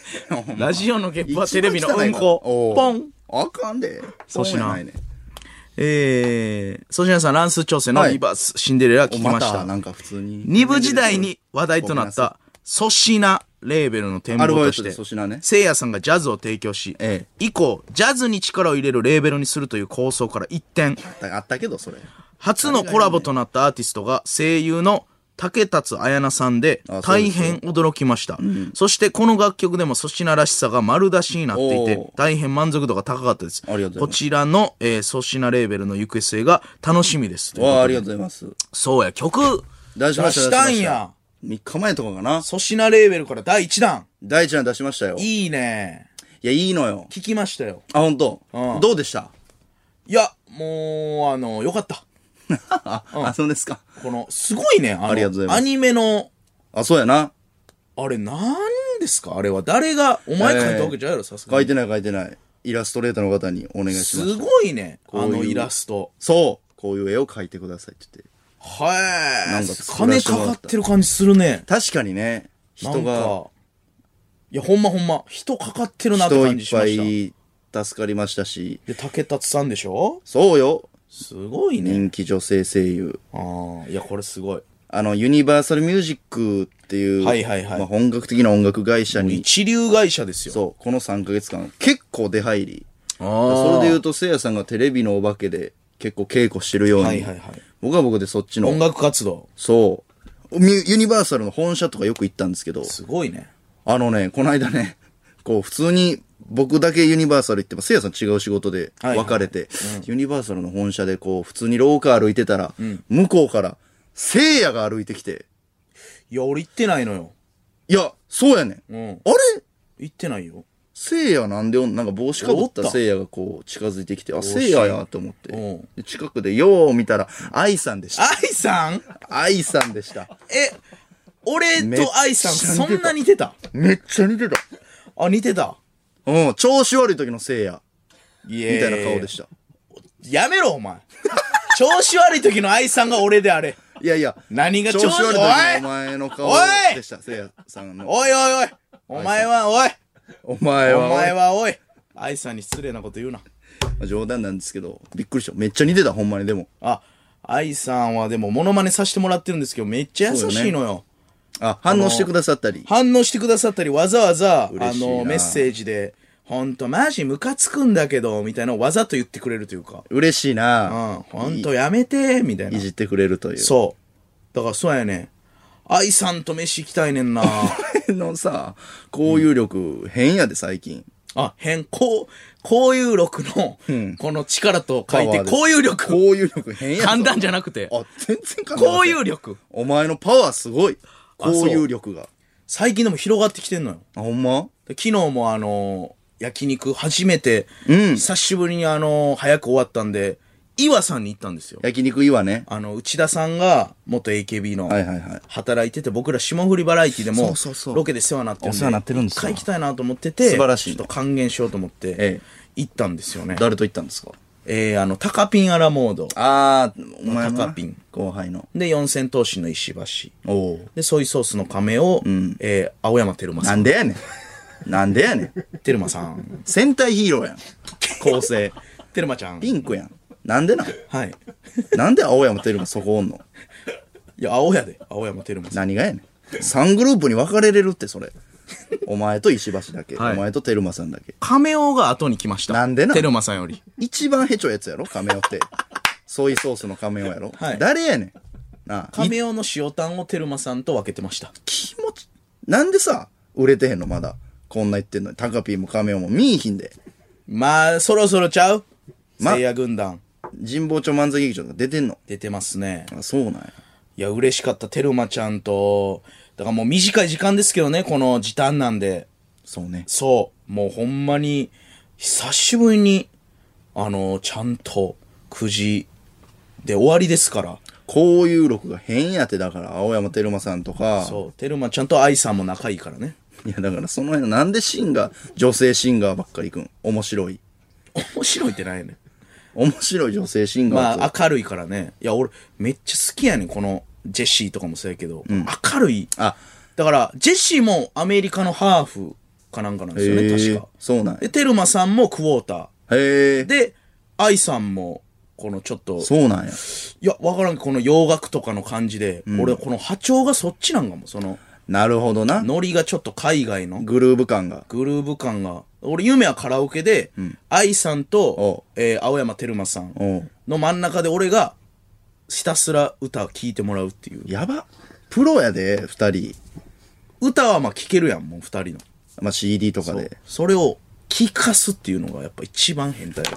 S2: ラジオのゲップはテレビのうんこポン
S1: ン。あかんで。
S2: 粗品
S1: ポンやないね
S2: えー、粗品さん、乱数調整の
S1: はい
S2: リバース、シンデレラ聞きま
S1: ま、
S2: した
S1: な
S2: た。
S1: んか普通に。
S2: 二部時代に話題とな
S1: ご
S2: っ
S1: めん
S2: た、粗品レーベルの展望
S1: アルバイ
S2: と
S1: ト
S2: し
S1: で
S2: て
S1: 粗品ね、
S2: せいやさんがジャズを提供し
S1: ええ、
S2: 以降、ジャズに力を入れるレーベルにするという構想から一転、
S1: あったあったけど、それ。
S2: 初のコラボとなったアーティストが声優の竹達彩奈さんで
S1: あそうで
S2: 大
S1: すよ
S2: 変驚きました。そしてこの楽曲でも粗品らしさが丸出しになってい
S1: お
S2: て
S1: ー、
S2: 大変満足度が高かったです。
S1: ありがとうございます
S2: こちらの、えー粗品レーベルの行方性が楽しみです。ということ
S1: わ
S2: で
S1: あ、ありがとうございます。
S2: そうや、曲
S1: 出しました。
S2: たんや。
S1: 3日前とかかな。
S2: 粗品レーベルから第1弾。
S1: 大ちゃん出しましたよ。い
S2: いいね。
S1: や、いいのよ。
S2: 聞きましたよ。
S1: あ、ほんと
S2: うん
S1: どうでした
S2: いや、もう、あの、よかった。
S1: あ、 あ、そうですか。
S2: この、すごいね、あの
S1: ありがとうございます
S2: アニメの、
S1: あ、そうやな。
S2: あれ、なんですかあれは。誰が、お前描いたわけじゃないやろ、さすが
S1: 書い
S2: に。
S1: てない書いてない。イラストレーターの方にお願いしますす。
S2: ごいね、
S1: うい
S2: あ
S1: う
S2: のイラスト。
S1: そう。こういう絵を描いてくださいって言って。
S2: は
S1: ないんか。作ら
S2: 金
S1: せても
S2: から
S1: った
S2: かってる感じするね。
S1: 確かにね、人
S2: なん
S1: が、
S2: か。いや、ほんまほんま。人かかってるなって
S1: 人
S2: 感
S1: い
S2: じ
S1: っ
S2: しま
S1: ぱ
S2: した。
S1: い助かりましたし、
S2: で、竹達さんでしょ
S1: そうよ。
S2: すごいね。
S1: 人気女性声優。
S2: ああ、いや、これすごい。
S1: あの、ユニバーサルミュージックっていう、
S2: はいはいはい
S1: まあ、本格的な音楽会社に、
S2: 一流会社ですよ。
S1: そう、この3ヶ月間、結構出入り。
S2: あ
S1: それで言
S2: う
S1: うと、せいやさんがテレビのお化けで結構稽古してるように、
S2: はいはいはい
S1: 僕は僕でそっち
S2: 音
S1: の、
S2: 楽活動。
S1: そう、ミュユニバーサルの本社とかよく行ったんですけど、
S2: すごいね。
S1: あのね、この間ね、 こう、普通に、僕だけユニバーサル行っても、せいやさん違う仕事で
S2: はいはい
S1: 別れて、ユニバーサルの本社でこう、普通に廊下歩いてたら、向こうから、せいやが歩いてきて、
S2: いや、俺行ってないのよ。
S1: いや、そうやねん。
S2: うん。
S1: あれ
S2: 行ってないよ。
S1: せいやなんでおんなんか帽子かぶっ
S2: お
S1: た
S2: った
S1: せいやがこう近づいてきて、あ、せいややと思って
S2: うん。
S1: で近くでよう見たら、愛さんでした。
S2: 愛さん
S1: 愛さんでした。
S2: え、俺
S1: めっち
S2: と
S1: ゃ
S2: 愛さん、
S1: 似てた
S2: そんな似てた
S1: めっちゃ似てた。
S2: あ、似てた。
S1: うん、調子悪い時のせいや、
S2: み。
S1: みたいな顔でしたた。
S2: やめろ、お前。 調子悪い時の愛さんが俺であれ。
S1: いやいや、
S2: 何が
S1: 調
S2: 調
S1: 子
S2: 子
S1: 悪い時
S2: お
S1: のお
S2: い
S1: 前の顔
S2: おい
S1: でした、せいやさんの。
S2: おいおいおいお前は、おい
S1: お前
S2: お前
S1: は、
S2: は、おい愛さんに失礼なこと言うな。
S1: 冗談なんですけど、びっくりした。めっちゃ似てた、ほんまに。でも、
S2: あ、愛さんはでもモノマネさせてもらってるんですけど、めっちゃ優しいのよ。
S1: あ、反応してくださったり。
S2: 反応してくださったり、わざわざ、あ
S1: 嬉しいな
S2: の、メッセージで、ほんと、マジムカつくんだけど、みたいなのをわざと言ってくれるというか、
S1: 嬉しい
S2: うん、
S1: な
S2: ほんとやめて、みたい
S1: い
S2: な。
S1: じってくれるという。
S2: そう。だからそうやね。愛さんと飯行きたいねんな。
S1: う。 のさ、交友力、変やで、最近。
S2: あ、変、こう、交友力の、この力と書いて、
S1: パワーです
S2: 交友力。
S1: 交友力変やぞ
S2: 簡単じゃなくて、
S1: あ、全然考え
S2: 交友力。
S1: お前のパワーすごい。
S2: あそう
S1: 交友力が。
S2: 最近でも広がってきてんのよ。
S1: あ、ほんま
S2: で昨日もあのー焼肉初めて、
S1: ん
S2: 久しぶりにあのー早く終わったんで、岩さんに行ったんですよ。
S1: 焼肉岩ね。
S2: あの、内田さんが、元 AKB の
S1: はいはいはい、
S2: 働いてて、僕ら霜降りバラエティで
S1: そ
S2: も
S1: うそうそ、う
S2: ロケで世話になってるんで、
S1: お世話になってるんですよ
S2: 一回行きたいなと思ってて、
S1: 素晴らしいね
S2: ちょっと還元しようと思って
S1: え、
S2: 行ったんですよね。
S1: 誰と行ったんですか
S2: えー、あの、タカピンアラモード。
S1: あー、お前もな
S2: 高ピン
S1: 後輩の。
S2: で、四千頭身の石橋。
S1: おお。
S2: で、ソイソースの亀を、えー、青山テルマ
S1: な
S2: さん。
S1: んでやねん。なんでやねん。
S2: テルマさん。
S1: 戦隊ヒーローやん。構 成。
S2: テルマちゃん。
S1: ピンクやん。なんでなん
S2: はい。
S1: なんで青山テルマそこおんの
S2: いや、青やで。青山テルマさん。
S1: 何がやねん。3グループに分かれれるって、それ。お前と石橋だけ。
S2: はい
S1: お前とテルマさんだけ。
S2: 亀尾が後に来ました。
S1: なんでなん
S2: テルマさんより。
S1: 一番ヘチョやつやろカメオって。ソイソースのカメオやろ、
S2: はい
S1: 誰やねん。なあ。
S2: 亀尾の塩タンをテルマさんと分けてました。
S1: 気持ち、なんでさ、売れてへんのまだ。こんな言ってんのに。タカピーもカメオも見いひんで。
S2: まあ、そろそろちゃう
S1: ま
S2: 聖夜軍団。
S1: 神保町漫才劇場とか出てんの。
S2: 出てますね。
S1: あ、そうなんや。
S2: いや、嬉しかった。テルマちゃんと、だからもう短い時間ですけどね、この時短なんで。
S1: そうね。
S2: そう。もうほんまに、久しぶりに、あの、ちゃんと9時で終わりですから。
S1: こういう録が変やってだから、青山テルマさんとか。
S2: そう。テルマちゃんと愛さんも仲いいからね。
S1: いや、だからその辺、なんでシンガー、女性シンガーばっかりくん。面白い。
S2: 面白いってないよね。
S1: 面白い女性シンガーって
S2: まあ、明るいからね。いや、俺、めっちゃ好きやねん、この、ジェシーとかもそうやけど、明るい。
S1: あ、
S2: だから、ジェシーもアメリカのハーフかなんかなんですよね、
S1: へー
S2: 確か。
S1: そうなんや
S2: で、テルマさんもクォータ
S1: へえ。
S2: ー。で、アイさんも、このちょっと、
S1: そうなんや。
S2: いや、わからんけどこの洋楽とかの感じで、俺はこの波長がそっちなんかも、その、
S1: なるほどな。
S2: ノリがちょっと海外の
S1: グルーヴ感が。
S2: グルーヴ感が、俺、夢はカラオケで、愛さんと
S1: お、
S2: えー青山テルマさん
S1: おう
S2: の真ん中で俺が、ひたすら歌を聴いてもらうっていう。
S1: やば。プロやで、二人。
S2: 歌はまあ聴けるやん、もう二人の。
S1: まあ、CD とか
S2: そ
S1: で。いう
S2: それを聞かすっていうのがやっぱ一番変態だ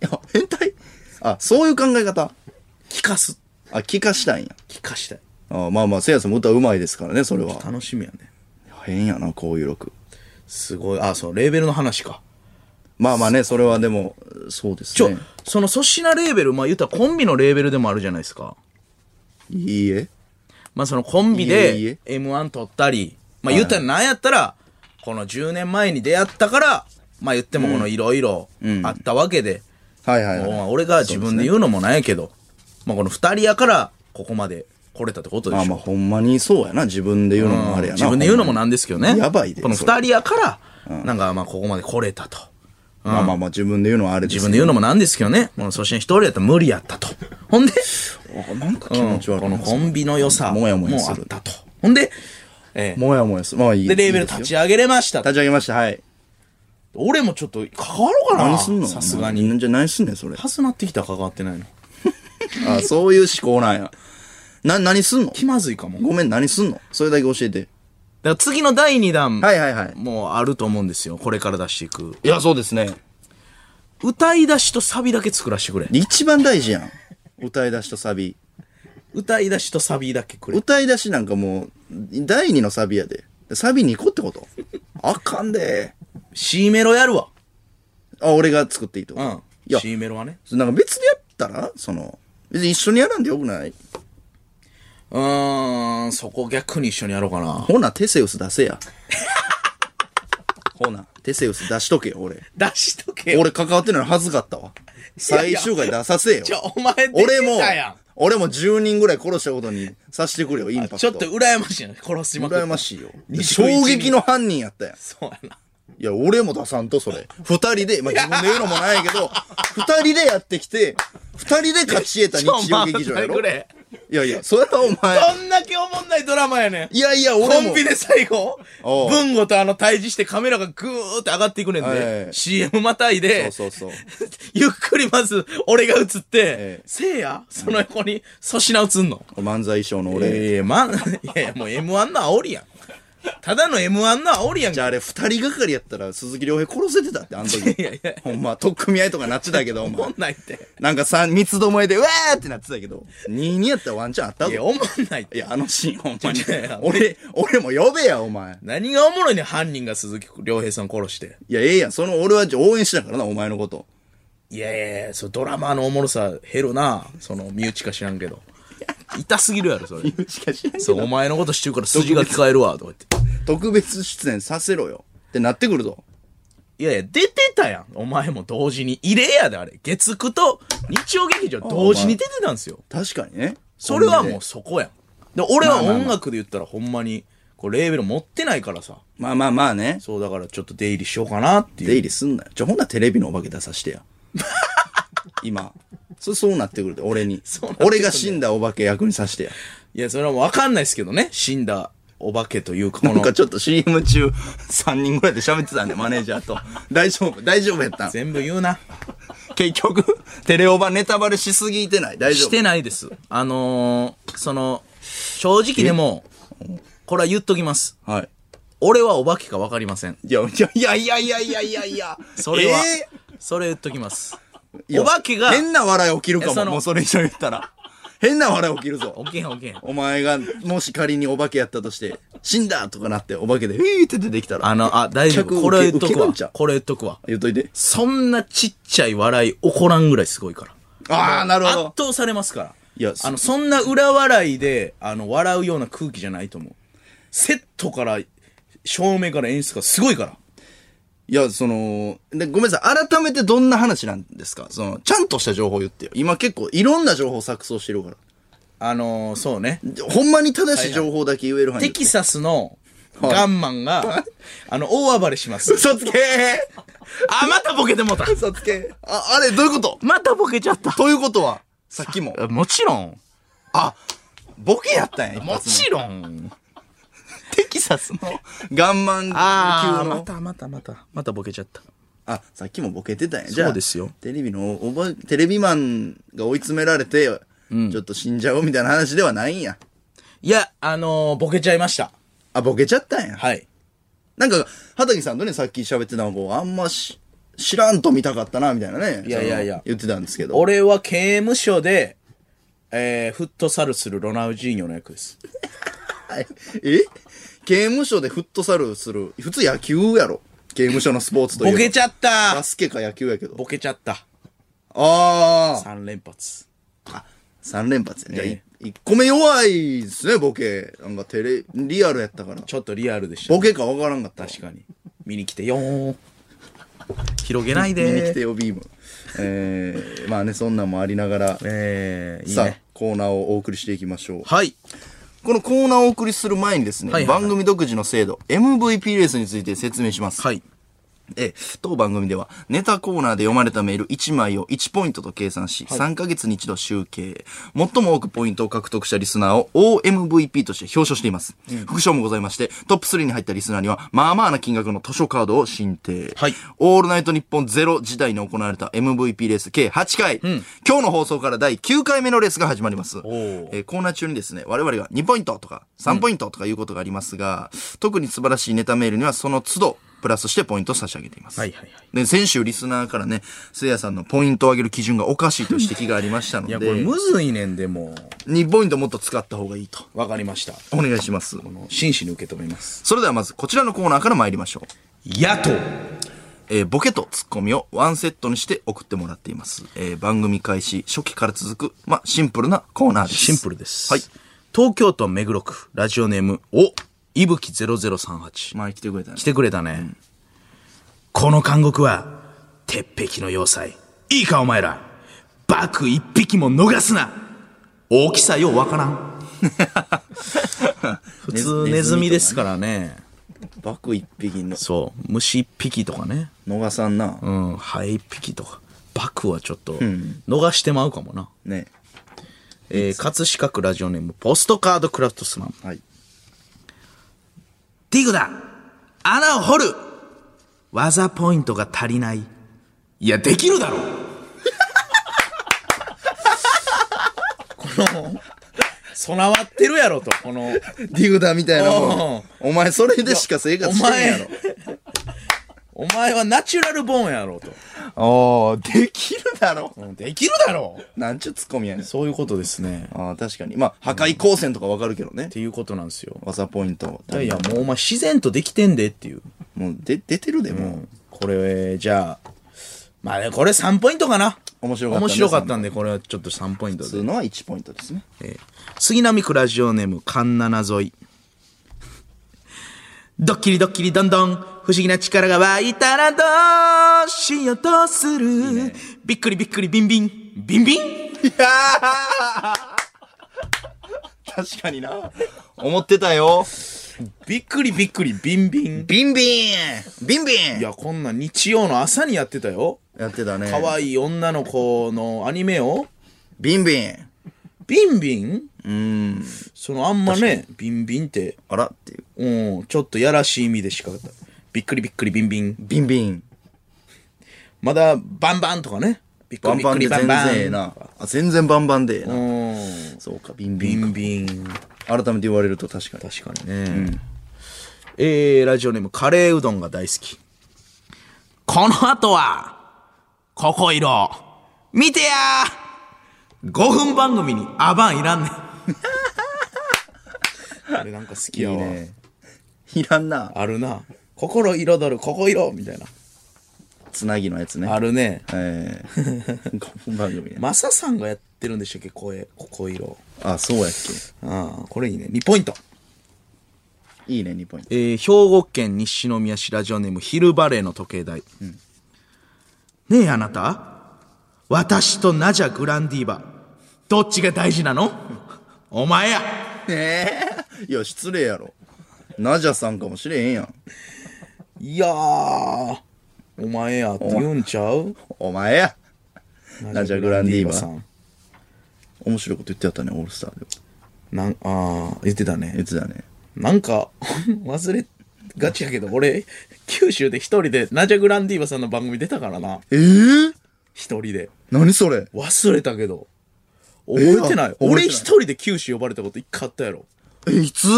S1: や、変態あ、そういう考え方。
S2: 聞かす
S1: あ、聞かしたんや。
S2: 聞かしたい
S1: あまあまあ、せいやさんも歌うまいですからね、それは。
S2: 楽しみやね
S1: 変やな、こういう録。
S2: すごいあそうレーベルの話か
S1: まあまあね、それはでも、そうです
S2: ちょ、
S1: ね。
S2: その粗品レーベルまあ言ったらコンビのレーベルでもあるじゃないですか
S1: いいえ。
S2: まあそのコンビ
S1: いえいえ
S2: で m 1取ったりまあ言ったらなんやったらこの10年前に出会ったからまあ言ってもこのいろいろあったわけで、
S1: はいはい、
S2: もうま
S1: は
S2: あ
S1: い。
S2: 俺が自分で言うのもなんやけど、まあこの二人やからここまで来れたってことでしょ
S1: まあまあ、ほんまにそうやな。自分で言うのもあれやな。
S2: 自分で言うのもなんですけどね。
S1: やばいで
S2: この
S1: それ
S2: 二人やから、なんかまあここまで来れたと。
S1: ほんまにまあまあまあ、自分で言うのはあれです
S2: 自分で言うのもなんですけどね。この粗品一人やったら無理やったと。ほんで、
S1: あなんか気持ち悪いな、
S2: このコンビの良さも
S1: も
S2: あ
S1: やもやする
S2: ったと。ほんで、えー
S1: もやもやすまあいい
S2: で、レーベル立
S1: いいです
S2: ち
S1: よ
S2: 上げれましたと。
S1: 立ち上げましたはい
S2: 俺もちょっと関わろうか
S1: 何すんの
S2: な。さすがに。
S1: じゃあ何すんねんそれ
S2: はずなってきたら関わってないの。
S1: あそういう思考なんやな何すんの
S2: 気まずいかも。だか
S1: ごめん何すんのそれだけ教えて
S2: ら次の第2弾、
S1: はいはいはい
S2: もうあると思うんですよ。これから出していく。
S1: いやそうですね
S2: 歌い出しとサビだけ作らしてくれ。
S1: 一番大事やん歌い出しとサビ
S2: 歌い出しとサビだけくれ。
S1: 歌い出しなんかもう第二のサビやでサビ2個ってことあかんで
S2: C メロやるわ。
S1: あ俺が作っていいと
S2: うん
S1: いや
S2: C メロはね。
S1: なんか別でやったらその別に一緒にやらんでよくないう
S2: ーん、そこ逆に一緒にやろうかな。
S1: ほな、テセウス出せや。ほな、テセウス出しとけよ、俺。
S2: 出しとけよ。
S1: 俺関わってるのに恥ずかったわ。最終回出させよ
S2: ち。ょ、お前出
S1: 俺
S2: て
S1: も
S2: たや、
S1: 俺も10人ぐらい殺したことにさしてくれよ、インパクト。
S2: ん。ちょっと、羨ましいな。殺しまくった
S1: 羨ましいよ。
S2: 21
S1: 衝撃の犯人やったやん。
S2: そうやな。
S1: いや、俺も出さんと、それ。二人で、まあ、自分で言うのもないけ ど、二人でやってきて、二人で勝ち得た日曜劇場やろ。
S2: ちょ待ってく
S1: いやいや、それはお前
S2: れ。どんだけおもんないドラマやねん。
S1: いやいや、俺
S2: コ
S1: も。
S2: ンビで最後、
S1: おう
S2: 文吾とあの対峙してカメラがグーって上がっていくねんで、
S1: ええ
S2: CM またいで、
S1: そうそうそう
S2: ゆっくりまず俺が映っ
S1: え
S2: て、
S1: え
S2: せいやその横に粗品映んの。
S1: 漫才衣装の俺。
S2: いやいや、ま、いやいや、もう M1 の煽りやん。ただの M1 の煽りやん
S1: じゃああれ二人がかりやったら鈴木亮平殺せてたってあの時
S2: いやいや
S1: ほんま取っ組み合いとかなってたけどお
S2: おも
S1: 前
S2: んないって。
S1: なんか三三つどもえでうわーってなってたけど22やったらワンチャンあった
S2: いや、
S1: ぞ
S2: おもんないっ
S1: い
S2: て。
S1: やあのシーンほんまに
S2: いやいや
S1: 俺俺も呼べやお前
S2: 何がおもろいねん犯人が鈴木亮平さん殺して。
S1: いやええやんその俺は応援してたからなお前のこと
S2: いやいやいや、それドラマーのおもろさ、減るな。その、身内か知らんけど。痛すぎるやろ、それ。
S1: しかし
S2: そう、お前のことしてるから筋が聞かえるわ、とか言って。
S1: 特別出演させろよってなってくるぞ。
S2: いやいや、出てたやん。お前も同時に。異例やで、あれ。月9と日曜劇場同時に出てたんですよ。
S1: 確かにね。
S2: それは
S1: コンビ
S2: も
S1: で
S2: う。そこやん。で、俺は音楽で言ったらほんまに、こう、レーベル持ってないからさ。
S1: まあまあまあね。
S2: そう、だからちょっと出入りしようかなっ
S1: 出
S2: ていう。
S1: 入りすんなよ。ちょ、ほんならテレビのお化け出さしてや。今。そそうなってくるで、俺に
S2: そうなっ。てくるね
S1: 俺が死んだお化け役にさしてや。
S2: いや、それはもうわかんないですけどね。死んだお化けというか、こ
S1: なん
S2: の
S1: か、ちょっと CM 中、3人ぐらいで喋ってたんで、マネージャーと。大丈夫、大丈夫やったん。
S2: 全部言うな。
S1: 結局、テレオバネタバレしすぎてない。大丈夫。
S2: してないです。あのー、その、正直でも、これは言っときます。
S1: はい。
S2: 俺はお化けかわかりません。
S1: いや、いやいやいやいやいやいや。
S2: それは、
S1: え
S2: それ言っときます。
S1: ーいや
S2: お化けが
S1: 変な笑い起きるか
S2: えそ
S1: も、
S2: の
S1: もうそれ以上言ったら。変な笑い起きるぞ
S2: お。けんおけん。
S1: お前が、もし仮にお化けやったとして、死んだとかなって、お化けで、ヒーって出てきたら。
S2: あの、あ、大丈
S1: 客受け
S2: 夫。これ言っと
S1: 受け
S2: く
S1: るん
S2: わ
S1: ちゃう。
S2: これ言っとくわ。
S1: 言っといて。
S2: そんなちっちゃい笑い起こらんぐらいすごいから。
S1: ああ、なるほ
S2: 圧
S1: ど。
S2: 倒されますから。
S1: いや
S2: あの、そんな裏笑いで、あの、笑うような空気じゃないと思う。セットから、照明から演出がすごいから。
S1: いや、その、でごめんなさい。改めてどんな話なんですかその、ちゃんとした情報言ってよ。今結構いろんな情報錯綜してるから。
S2: あのー、そうね。
S1: ほんまに正しい情報だけ言える範囲で。
S2: テキサスのガンマン が、あの、大暴れします。
S1: 嘘つけ
S2: あ、またボケてもうた。
S1: 嘘つけあ、あれ、どういうこと
S2: またボケちゃった。
S1: ということは、さっきも。
S2: もちろん。
S1: あ、ボケやったんや。一
S2: も
S1: 発
S2: ちろん。
S1: テキサスのガンマン級
S2: ーま
S1: の。
S2: たまたまた。またボケちゃった。
S1: あ、さっきもボケてたんや。じゃあ、
S2: そうですよ
S1: テレビのおば、テレビマンが追い詰められて、ちょっと死んじゃおうみたいな話ではないんや。
S2: いや、あのー、ボケちゃいました。
S1: あ、ボケちゃったんや。
S2: はい。
S1: なんか、畑さんとね、さっき喋ってたのを、あんまし、知らんと見たかったな、みたいなね。
S2: いやいやいや
S1: その言ってたんですけど。
S2: 俺は刑務所で、えー、フットサルするロナウジーニョの役です。
S1: はいえ刑務所でフットサルする。普通野球やろ。刑務所のスポーツといえ
S2: ボ
S1: ば
S2: ケちゃっ
S1: バ
S2: た
S1: スケか野球やけど。
S2: ボケちゃった。
S1: ああ。
S2: 3連発。
S1: 3連発や。じゃあ、
S2: え
S1: 1個目弱いですね、ボケ。なんかテレ、リアルやったから。
S2: ちょっとリアルでした。
S1: ボケかわからんかった。
S2: 確かに。見に来てよーん。広げない
S1: 見に来
S2: で
S1: て
S2: ー。
S1: よ、ビーム。えー、まあね、そんなんもありながら、
S2: えー、いい
S1: さあ
S2: ね。、
S1: コーナーをお送りしていきましょう。
S2: はい。
S1: このコーナーをお送りする前にですね、
S2: はいはいはい
S1: 番組独自の制度、MVP レースについて説明します。
S2: はい。
S1: えー、当番組では、ネタコーナーで読まれたメール1枚を1ポイントと計算し、3ヶ月に一度集計。最も多くポイントを獲得したリスナーを OMVP として表彰しています。副賞もございまして、トップ3に入ったリスナーには、まあまあな金額の図書カードを申請。
S2: はい
S1: オールナイト日本ゼロ時代に行われた MVP レース計8回。今日の放送から第9回目のレースが始まります。
S2: ー
S1: えーコーナー中にですね、我々が2ポイントとか3ポイントとかいうことがありますが、特に素晴らしいネタメールにはその都度、プラスしてポイントを差し上げています。
S2: はいはいはい
S1: で、先週リスナーからね、せいやさんのポイントを上げる基準がおかしいという指摘がありましたの
S2: い
S1: で、
S2: や、これむずいねんでも
S1: 2ポイントもっと使った方がいいと。
S2: う。わかりました。
S1: お願いします。
S2: もう真摯に受け止めます。
S1: それではまずこちらのコーナーから参りましょう。
S2: 野党。
S1: えーボケとツッコミをワンセットにして送ってもらっています。えー番組開始初期から続く、まあ、シンプルなコーナーです。
S2: シンプルです。
S1: はい。
S2: 東京都目黒区、ラジオネーム、お、いぶき0038。
S1: 前来てくれたね
S2: 来。てくれたね。この監獄は、鉄壁の要塞。いいかお前ら。バク一匹も逃すな大きさようわから ん。普通ネズミですからね。
S1: バク一匹の、
S2: そう。虫一匹とかね。
S1: 逃さんな。
S2: うん。ハエ一匹とか。バクはちょっと、逃してまうかもな。
S1: ね。
S2: えー、葛飾区ラジオネーム、ポストカードクラフトスマン。
S1: はい。
S2: ディグだ穴を掘る技ポイントが足りない。いや、できるだろこの、備わってるやろと、この、
S1: ディグダーみたいなもん。お前それでしか生活
S2: お
S1: してんや
S2: 前
S1: ろ。、
S2: お前はナチュラルボーンやろと。
S1: ああ、できるだろ。
S2: うんできるだろ
S1: なんちゅうツッコミやねん。
S2: そういうことですね。っ
S1: ああ、確かに。まあ、破壊光線とかわかるけどね。
S2: ていうことなんですよ。
S1: 技ポイント。
S2: いやいや、もうお前自然とできてんでっていう。
S1: もう、で、出てるで、
S2: う
S1: もう。
S2: ん。これ、じゃあ、まあね、これ3ポイントかな。
S1: 面白かったね
S2: 面白かったんで、これはちょっと3ポイント
S1: つう
S2: で。
S1: のは1ポイントですね。
S2: えー杉並区ラジオネーム、カンナナ沿い。ドッキリドッキリどんどん、不思議な力が湧いたらどうしようとする。びっくりびっくりビンビン、ビンビン
S1: 確かにな。思ってたよ。
S2: びっくりびっくりビンビン。
S1: ビンビンビンビン
S2: いや、こんなん日曜の朝にやってたよ。
S1: やってたね。
S2: 可愛い女の子のアニメを、
S1: ビンビン。
S2: ビンビンうん。そのあんまね、ビンビンって、
S1: あらっていう。
S2: うん、ちょっとやらしい意味でしかった。びっくりびっくりビンビン。
S1: ビンビン。
S2: まだ、バンバンとかね。びっく
S1: バ
S2: り
S1: ン
S2: びっ
S1: バ
S2: く
S1: ンで
S2: りバン
S1: 全
S2: バン。
S1: 然ええな。あ、全然バンバンでええな。
S2: うん。
S1: そうか、ビンビ
S2: ビ
S1: ンか。
S2: ンビン。
S1: 改めて言われると確かに。
S2: 確かにね。えー、ラジオネーム、カレーうどんが大好き。この後は、ココイロ、見てやー !5 分番組にアバンいらんねん。 あれなんか好きやわ。
S1: いいねいらんな。
S2: あるな。心彩る、ココイロみたいな。
S1: つなぎのやつね。
S2: あるね。
S1: え え本番組ね。
S2: マサさんがやってるんでしたっけ声、ココイロ。
S1: あ、そうやっ
S2: ああ、これいいね。2ポイント。
S1: け。いいね、2ポイント。
S2: えー兵庫県西宮市ラジオネーム昼バレーの時計台、ねえあなた私とナジャ・グランディーバどっちが大事なのお前や
S1: いや、失礼やろ。ナジャさんかもしれへんやん。
S2: いやーお前やって言うんちゃう
S1: お前や。ナジャ・グランディーバ
S2: さ
S1: ー。
S2: ん
S1: 面白いこと言ってやったね、オールスターで。
S2: なんああ言ってたね
S1: いつだね。
S2: なんか 忘れがちやけど俺九州で一人でナジャ・グランディーバさんの番組出たからな
S1: ええ
S2: 一人で
S1: 何それ
S2: 忘れたけど覚え
S1: あ
S2: てない、
S1: 覚えてない
S2: 俺一人で九州呼ばれたこと一回あったやろ
S1: え、いつ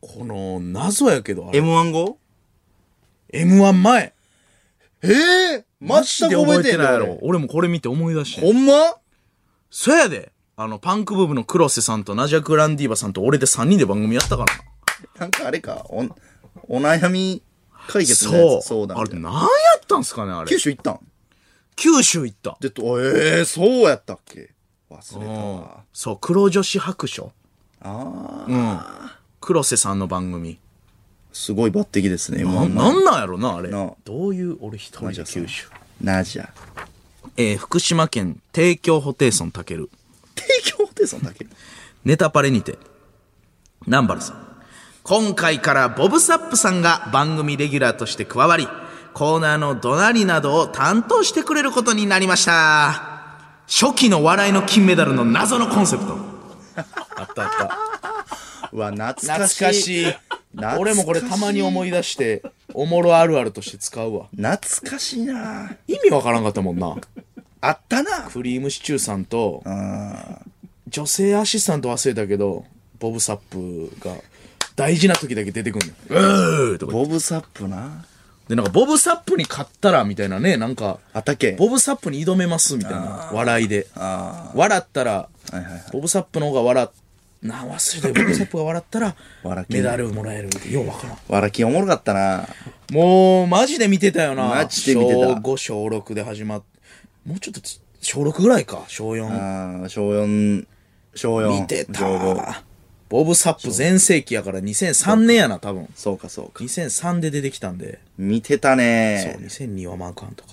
S2: この謎やけどあれ
S1: ?M1 後
S2: M1 前
S1: ええ全く覚えてないやろ。
S2: 俺もこれ見て思い出して
S1: ほんま
S2: そやであのパンクブームの黒瀬さんとナジャ・グランディーバさんと俺で3人で番組やったからな
S1: なんかあれか、お、お悩み解決の
S2: そ
S1: や
S2: う
S1: つ。そうだ
S2: あれ何やったんすかねあれ
S1: 九州行ったん
S2: 九州行った
S1: で、とええそうやったっけ忘れた
S2: うん
S1: わ。
S2: そう黒女子白書
S1: ああ、
S2: うん黒瀬さんの番組
S1: すごい抜擢ですね、
S2: な
S1: M1 前
S2: なんなんやろなあれ
S1: な
S2: どういう俺一人
S1: ジ
S2: で
S1: ャさん
S2: 九州
S1: ナジャ。
S2: えー福島県帝京ホテイソンたける
S1: 提供でそんだけ。
S2: ネタパレにて、南原さん。今回からボブサップさんが番組レギュラーとして加わり、コーナーの怒鳴りなどを担当してくれることになりました。初期の笑いの金メダルの謎のコンセプト。 あったあった。
S1: うわ、懐か
S2: 懐
S1: しい。
S2: かしい。俺もこれたまに思い出して、おもろあるあるとして使うわ。
S1: 懐かしいな
S2: 意味わからんかったもんな。
S1: あったな
S2: クリームシチューさんと、
S1: あ
S2: 女性アシスタント忘れたけど、ボブサップが大事な時だけ出てくんの。うーとか
S1: ボブサップな。
S2: で、なんか、ボブサップに勝ったら、みたいなね、なんか、
S1: あったっけ
S2: ボブサップに挑めます、みたいな、笑いで。笑ったら、
S1: はいはいはい
S2: ボブサップの方が笑っ、なあ、忘れて、ボブサップが笑ったら
S1: 笑、き
S2: メダルもらえるって、ようわからん。
S1: わらきおもろかったな
S2: もう、マジで見てたよな。
S1: マジで見てた
S2: 小5、小6で始まって、もうちょっとつ、小6ぐらいか、小4。
S1: あー小4、小4。
S2: 見てた
S1: 小5。
S2: ボブサップ全盛期やから、2003年やな、多分。
S1: そうかそうか。
S2: 2003で出てきたんで。
S1: 見てた
S2: そう、
S1: ね
S2: 2002はマーカンとか。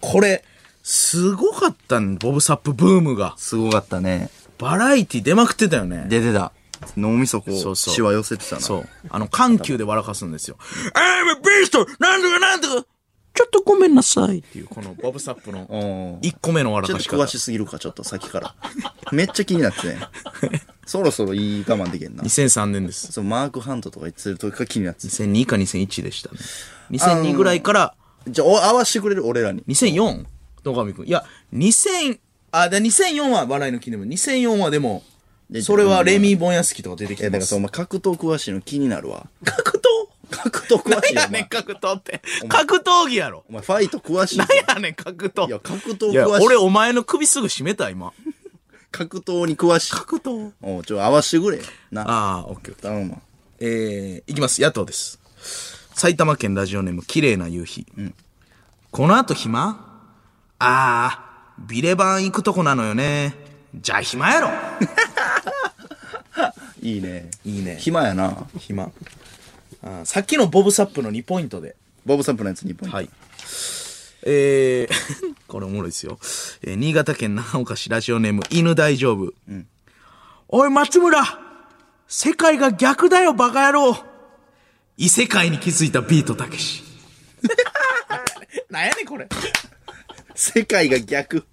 S2: これ、すごかったん、ボブサップブームが。
S1: すごかったね。
S2: バラエティ出まくってたよね。
S1: 出てた。脳みそこ
S2: そう
S1: う、
S2: そう
S1: しわ寄せてたな。
S2: そう。あの、緩急で笑かすんですよ。I'm a beast! なんとかなんとかちょっとごめんなさいっていう、このボブサップ
S1: う
S2: の
S1: ん。
S2: 1個目の
S1: ち
S2: 笑
S1: ょっ
S2: か
S1: と
S2: し方
S1: 詳。しすぎるか、ちょっと先から。めっちゃ気になってね。そろそろいい我慢できんな。
S2: 2003年です。
S1: そう、マークハントとか言ってる時が気になって。
S2: 2002か2001でしたね。2002ぐらいから、
S1: じゃあ、お合わせてくれる俺らに。
S2: 2004? 野上くん。いや、2000、あ、で2004は笑いの記念日。2004はでも、
S1: で
S2: それはレミー・ボンヤスキとか出てき
S1: いや、だか
S2: てま
S1: ら
S2: す
S1: そう、お。前格闘詳しいの気になるわ。
S2: 格闘
S1: 格闘詳しいよ
S2: 何やねん
S1: お前
S2: 格闘って格闘技やろ
S1: お前、ファイト詳しいぞ。
S2: 何やねん格闘
S1: いや、格闘
S2: いや
S1: 詳しい。
S2: 俺お前の首すぐ絞めた今
S1: 格闘に詳しい。
S2: 格闘
S1: おうちょ、合わしてくれ。な。
S2: ああオッケーオッケー
S1: 頼むわ。
S2: えー、いきます野党です埼玉県ラジオネーム綺麗な夕日、この後暇あー、ビレバン行くとこなのよね。じゃあ暇やろ。
S1: いいね。
S2: いいね
S1: 暇やな。
S2: 暇。あーさっきのボブサップの2ポイントで。
S1: ボブサップのやつにポイント。
S2: はい。えー、 これおもろいですよ。えー新潟県長岡市ラジオネーム、犬大丈夫。おい、松村世界が逆だよ、バカ野郎異世界に気づいたビートたけし。 なんやねん、これ。
S1: 世界が逆。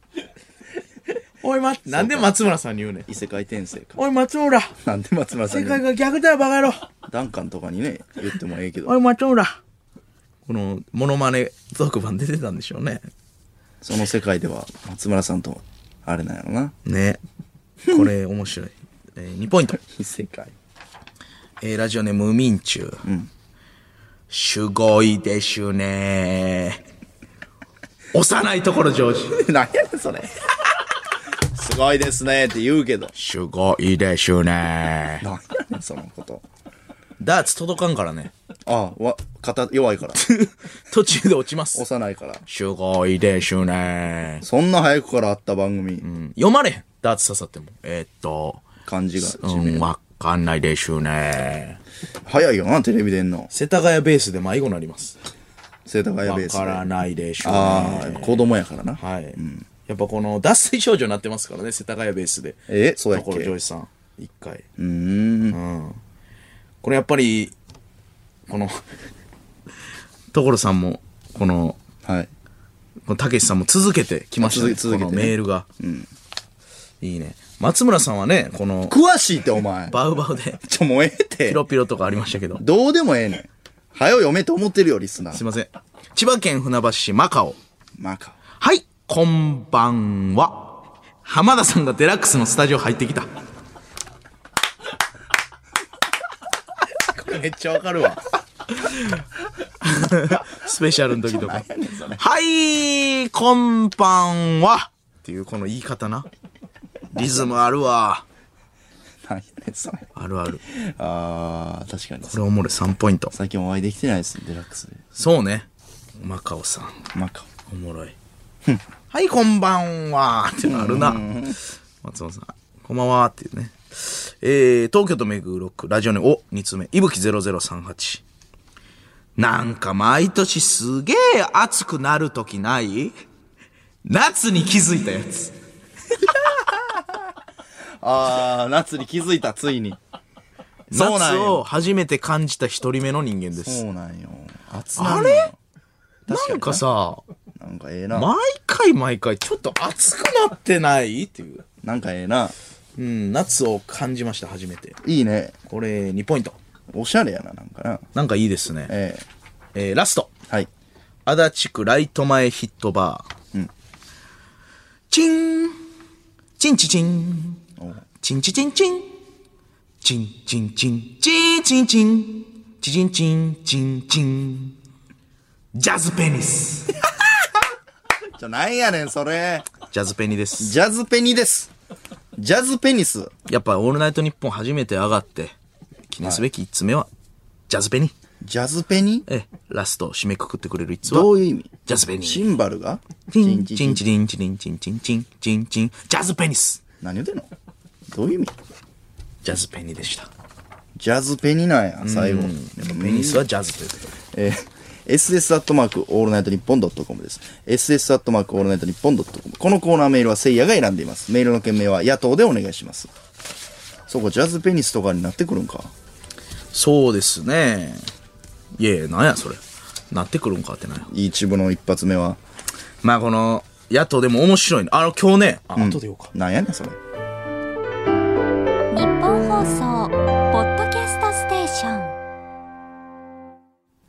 S2: おい、ま、なんで松村さんに言うねん。
S1: 異世界転生か。
S2: おい、松村
S1: なんで松村さん
S2: 世
S1: に
S2: 界が逆だよ、バカ野郎
S1: ダンカンとかにね、言ってもええけ
S2: お
S1: ど、
S2: い、松村この、モノマネ特番出てたんでしょうね。
S1: その世界では松村さんと、あれなんやろな。
S2: ね。これ、面白い。えー、2ポイント。
S1: 異世 界。
S2: えーラジオネーム、ミンチュー。すごいですね。幼いところ、ジョージ。
S1: 何やねんそれ。 すごいですねって言うけど。
S2: すごいですね。
S1: 何やねんそのこと。
S2: ダーツ届かんからね。
S1: ああ、わ、肩弱い から。
S2: 途中で落ちます。
S1: 幼いから。
S2: すごいですね。
S1: そんな早くからあった番組、
S2: うん読まれへん。ダーツ刺さっても。えーっと、
S1: 感じが、
S2: うん、わかんないですね。
S1: 早いよな、テレビ出んの。
S2: 世田谷ベースで迷子になります。
S1: 世田谷
S2: わ
S1: ベースで。
S2: から
S1: あ
S2: ないです
S1: あ
S2: ね。
S1: ー、子供やからな。
S2: はい。やっぱこの脱水症状になってますからね、世田谷ベースで。
S1: えそうやっけ
S2: ところジョージさん、一回。
S1: うーん。
S2: これやっぱり、この、 所さんも、この、
S1: はい。
S2: このたけしさんも続けてきましたね。
S1: 続け続けてね
S2: このメールが。いいね。松村さんはね、この、
S1: 詳しいってお 前。
S2: バウバウで、
S1: ちょ、もうええって
S2: ピ。ロピロとかありましたけど。
S1: どうでもええねん。早よ読めと思ってるよ、リスナ
S2: す
S1: ー
S2: い。ません。千葉県船橋市マカオ。
S1: まあか。
S2: はい、こんばんは。浜田さんがデラックスのスタジオ入ってきた。
S1: めっちゃわかる わ。
S2: スペシャルの時と か。はい、こんばんは。っていうこの言い方な。リズムあるわ。
S1: 何やねん、それ。
S2: あるある。
S1: あー、確かに。
S2: これおもろい3ポイント。
S1: 最近お会いできてないです、デラックスで。
S2: そうね。マカオさん。
S1: まあか。
S2: おもろい。はい、こんばんは。ってのあるな。松本さん。こんばんは。っていうね。えー、東京都目黒区、ラジオネーム、お、2つ目、いぶき0038。なんか毎年すげえ暑くなるときない夏に気づいたやつ。
S1: あー、夏に気づいた、ついに。そうなん
S2: 夏を
S1: よ。
S2: 初めて感じた一人目の人間です。
S1: そうなんよ。暑
S2: あ
S1: なんよ
S2: れなんかさ、
S1: なんかええな。
S2: 毎回毎回ちょっと暑くなってないっていう。
S1: なんかええな。
S2: うん、夏を感じました、初めて。
S1: いいね。
S2: これ、2ポイント。
S1: おしゃれやな、なんかな。
S2: なんかいいですね。
S1: え
S2: えー、ラスト。
S1: えはい。
S2: 足立区ライト前ヒットバー。チンチンチチンチンチチンチンチンチンチンチンチンチンチチンチンチンチンジャズペニス
S1: じゃ、なんやねん、それ。
S2: ジャズペニです。
S1: ジャズペニです。ジャズペニス。
S2: やっぱオールナイトニッポン初めて上がって、記念すべき一つ目は、ジャズペニ。
S1: ジャズペニ
S2: ええ、ラスト締めくくってくれる一つは、
S1: どういう意味
S2: ジャズペニ。
S1: シンバルが
S2: チンチンチリンチリンチンチンチンチンチンジャズペニス
S1: 何言うてんのどういう意味
S2: ジャズペニでした
S1: ジャズペニなんや、最後。やっぱ
S2: ペニスはジャズということで
S1: えー ss アットマークオールナイトニッポンドットコムです。ss アットマークオールナイトニッポンドットコム。このコーナーメールはせいやが選んでいます。メールの件名は野党でお願いします。そうか、ジャズペニスとかになってくるんか。
S2: そうですねいやいやなんやそれなってくるんかってなんや
S1: 一部の一発目は。
S2: まあこの野党でも面白いのあの今日ねあ後でようか
S1: なんやねん、それ。
S3: 日本放送ポッドキャストステーション